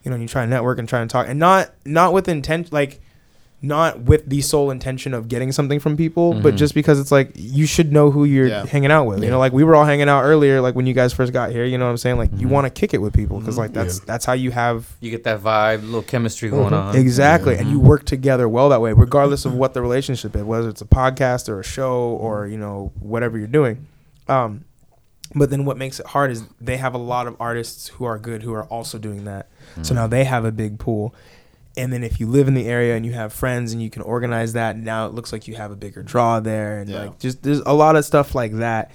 S5: you know you try and network and try and talk and not not with intent like not with the sole intention of getting something from people but just because it's like you should know who you're
S3: Mm-hmm. Yeah.
S5: hanging out with you know like we were all hanging out earlier like when you guys first got here you know what i'm saying like
S3: Mm-hmm.
S5: you want to kick it with people because like that's that's how you have
S10: You get that vibe, little chemistry going on.
S5: Mm-hmm. Exactly. And you work together well that way, regardless of what the relationship is, whether it's a podcast or a show or, you know, whatever you're doing. Um, but then what makes it hard is they have a lot of artists who are good who are also doing that. So now they have a big pool. And then if you live in the area and you have friends and you can organize that, now it looks like you have a bigger draw there and
S3: Yeah.
S5: like just there's a lot of stuff like that.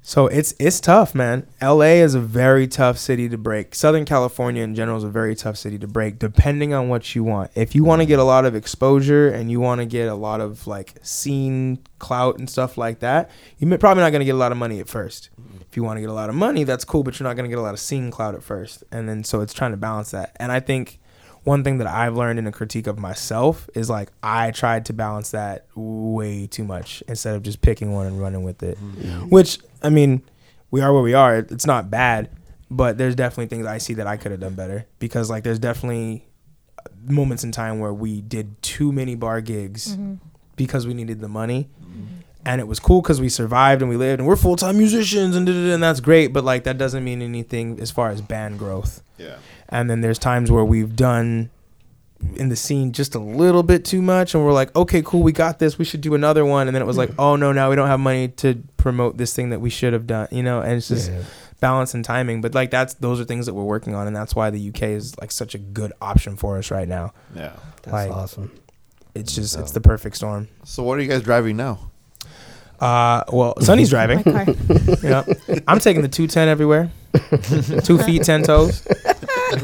S5: So it's it's tough, man. LA is a very tough city to break. Southern California in general is a very tough city to break, depending on what you want. If you want to get a lot of exposure and you want to get a lot of like scene clout and stuff like that, you're probably not gonna get a lot of money at first. If you want to get a lot of money, that's cool, but you're not gonna get a lot of scene clout at first. And then so it's trying to balance that. And I think one thing that I've learned in a critique of myself is like I tried to balance that way too much instead of just picking one and running with it. Which I mean, we are where we are. It's not bad, but there's definitely things I see that I could have done better because like there's definitely moments in time where we did too many bar gigs because we needed the money and it was cool because we survived and we lived and we're full time musicians and, da, da, da, and that's great. But like that doesn't mean anything as far as band growth.
S3: Yeah.
S5: And then there's times where we've done in the scene just a little bit too much and we're like, okay, cool, we got this. We should do another one. And then it was
S6: Mm-hmm.
S5: like, oh no, now we don't have money to promote this thing that we should have done. You know, and it's just balance and timing. But like that's those are things that we're working on, and that's why the UK is like such a good option for us right now.
S3: Yeah.
S6: That's
S5: Like-
S6: awesome.
S5: It's just it's the perfect storm.
S3: So what are you guys driving now?
S5: Uh, well, Sonny's driving.
S7: My car.
S5: yep. I'm taking the 210 everywhere. Two feet, 10 toes. yep.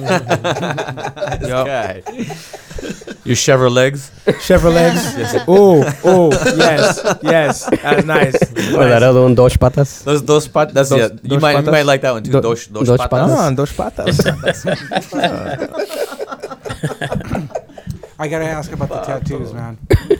S8: Your Chevrolet's.
S5: Chevrolets. Oh, oh, yes, yes. That's nice.
S6: Or that other one, Dos Patas.
S8: Those those spot. That's
S5: Dos-
S8: yeah. You
S5: dos
S8: might you
S5: patas?
S8: might like that one too.
S6: Do-
S8: Dos dos,
S6: dos
S8: patas.
S6: patas.
S5: Ah, dos patas.
S1: I gotta ask about the tattoos, man.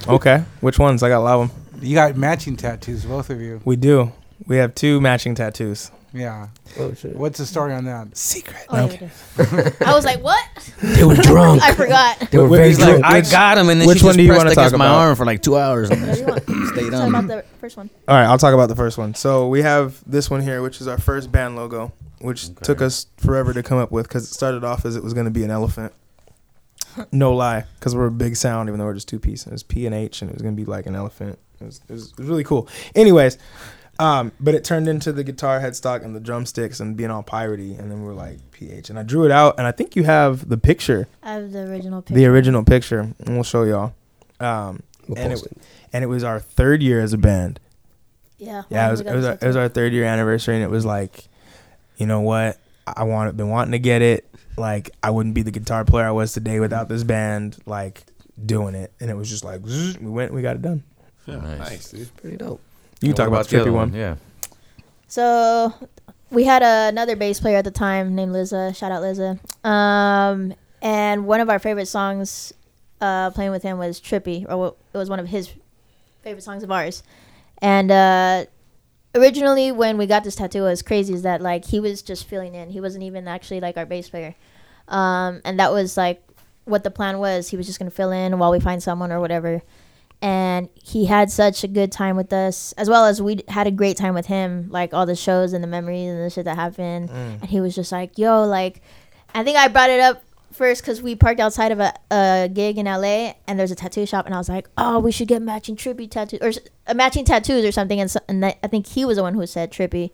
S5: okay. Which ones? I got a lot of them.
S1: You got matching tattoos, both of you.
S5: We do. We have two matching tattoos.
S1: Yeah.
S6: Oh, shit.
S1: What's the story on that?
S5: Secret.
S7: Oh, yeah, we do. I was like, what?
S6: They were drunk.
S7: I forgot.
S6: They were very
S5: He's like,
S6: drunk.
S5: I
S10: got him, and
S5: which one do you wanna talk about?
S10: for like two hours. And
S7: Whatever you want.
S10: stayed
S7: Talk about the first one.
S5: All right, I'll talk about the first one. So we have this one here, which is our first band logo, which took us forever to come up with because it started off as it was going to be an elephant. No lie, because we're a big sound, even though we're just two piece. And it was P and H, and it was going to be like an elephant. It was, it was, it was really cool. Anyways, um, but it turned into the guitar headstock and the drumsticks and being all piratey, and then we were like PH. And I drew it out, and I think you have the picture,
S7: I have the original picture.
S5: the original picture, and we'll show y'all. Um,
S6: We'll
S5: and, it,
S6: post it.
S5: and it was our third year as a band.
S7: Yeah.
S5: Yeah,
S7: Juan,
S5: it was,
S7: we got
S5: it, was
S7: the
S5: our, it was our third year anniversary, and it was like, you know what? I I want been wanting to get it. Like, I wouldn't be the guitar player I was today without this band. Like, doing it, and it was just like zzz, we went, and we got it done.
S3: Yeah,
S8: Nice.
S3: dude.
S6: Pretty dope.
S5: You can talk about the trippy one.
S8: Yeah.
S7: So we had another bass player at the time named Liza. Shout out Liza. Um, and one of our favorite songs uh, playing with him was Trippy, or what- it was one of his favorite songs of ours. And uh, originally, when we got this tattoo, what was crazy is that like he was just filling in. He wasn't even actually like our bass player, um, and that was like what the plan was. He was just gonna fill in while we find someone or whatever and he had such a good time with us as well as we had a great time with him like all the shows and the memories and the shit that happened and he was just like yo like i think i brought it up first because we parked outside of a, a gig in la and there's a tattoo shop and i was like oh we should get matching trippy tattoos or s- uh, matching tattoos or something and, so, and that, i think he was the one who said trippy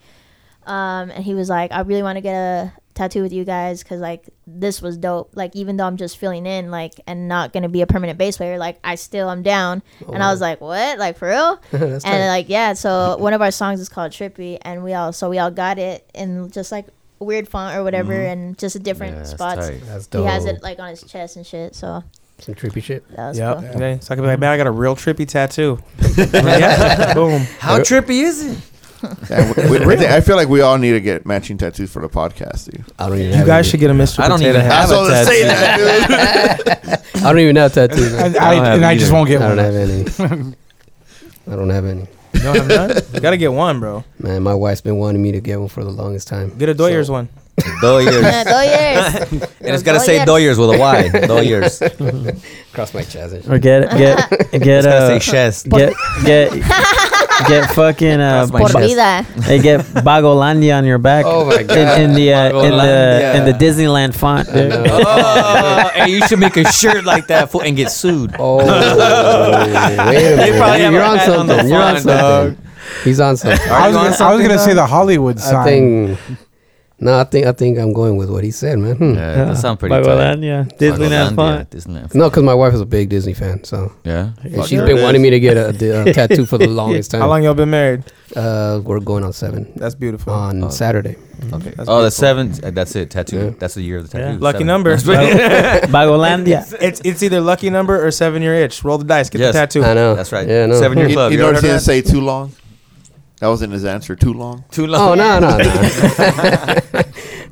S7: um, and he was like i really want to get a tattoo with you guys because like this was dope like even though i'm just filling in like and not gonna be a permanent bass player like i still am down
S8: Oh,
S7: and i was like what like for real and
S6: That's tight.
S7: like yeah so one of our songs is called trippy and we all so we all got it in just like weird font or whatever and just different
S8: Mm-hmm. Yeah, that's
S7: spots
S8: tight.
S6: That's dope.
S7: he has it like on his chest and shit so
S6: Some trippy shit.
S7: that was
S5: Yep.
S7: cool
S5: Okay. So I could be like, man, I got a real trippy tattoo. yeah. Boom.
S10: How trippy is it?
S3: Yeah, we- we- we- I feel like we all need to get matching tattoos for the podcast, dude.
S6: I don't even.
S5: You
S6: have
S5: guys
S6: any-
S5: should get a Mr.
S8: I don't
S5: Potato
S8: even
S5: hat.
S8: have
S3: That's
S8: a
S3: all to say that, dude.
S6: I don't even have tattoos.
S1: I,
S6: man.
S1: I-
S8: don't have
S1: and I
S8: either.
S1: just won't
S6: I
S1: get
S6: don't
S1: one.
S6: have any. I don't have any.
S5: You don't have none? You gotta get one, bro.
S6: Man, my wife's been wanting me to get one for the longest time.
S5: Get a Doyers one.
S8: Doyers.
S7: Yeah, Doyers.
S8: and it's gotta
S7: Doyers.
S8: say Doyers with a Y. Doyers. It's
S6: Cross my chest. and shit.
S9: Or get get get
S8: gotta say
S9: uh,
S8: chest.
S9: get get get fucking uh,
S8: That's my
S7: Por
S8: chest.
S7: vida.
S9: they get Bagolandia on your back.
S6: Oh my God.
S9: In, in the uh, in the
S10: Bagolandia.
S9: in the Disneyland font, dude.
S8: Oh, hey, you should make a shirt like that fool and get sued.
S6: Oh, wait a minute.
S8: probably have
S6: You're
S8: an
S6: on
S8: ad on the
S6: something. You're on
S8: front,
S6: something. He's on something.
S1: I was,
S8: you
S1: gonna,
S8: on
S1: I was gonna say the Hollywood
S6: I
S1: sign.
S6: think. No, I think I think I'm going with what he said, man. Hmm.
S8: Yeah, that sounds pretty tight.
S9: Bagolandia, Disneyland font.
S8: Disneyland.
S6: No, because my wife is a big Disney fan, so
S8: Yeah.
S6: and she's been wanting me to get a, a tattoo for the longest time.
S5: How long y'all been married?
S6: Uh, we're going on seven
S5: That's beautiful.
S6: on
S8: Oh.
S6: Saturday.
S8: Okay.
S5: That's
S8: Oh,
S5: beautiful.
S8: the seventh. uh, That's it. Tattoo.
S6: Yeah.
S8: That's the year of the
S9: Yeah.
S8: tattoo.
S5: Lucky
S8: Seven.
S5: number.
S8: That's right.
S9: Bagolandia.
S5: It's it's either lucky number or seven year itch. Roll the dice, get
S8: Yes.
S5: the tattoo.
S6: I know. Oh,
S8: That's right.
S6: Yeah, no.
S8: Seven year
S3: You,
S8: club.
S3: you
S8: You
S3: notice
S8: heard
S3: he didn't
S8: of that?
S3: say too long. That wasn't his answer. Too long.
S8: Too long.
S6: Oh no, no, no.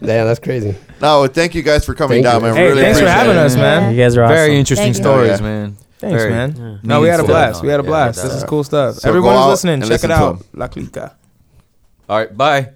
S6: Damn, that's crazy.
S3: No, thank you guys for coming down,
S6: Thank you.
S3: man. We
S5: Hey,
S3: really
S5: thanks for
S3: appreciate
S5: having
S3: it.
S5: us, man.
S9: You guys are awesome.
S8: Very interesting
S7: Thank you.
S8: stories,
S3: Yeah.
S8: man.
S5: Thanks,
S8: Very
S5: man. No, we had a
S8: meaningful.
S5: blast. We had a
S8: Yeah,
S5: blast.
S8: that's
S5: This is
S8: right.
S5: cool stuff.
S3: So go
S5: Everyone
S3: out
S5: who's listening,
S3: and
S5: check
S3: listen
S5: it
S3: to
S5: out.
S3: 'em.
S5: La Clica.
S8: All right. Bye.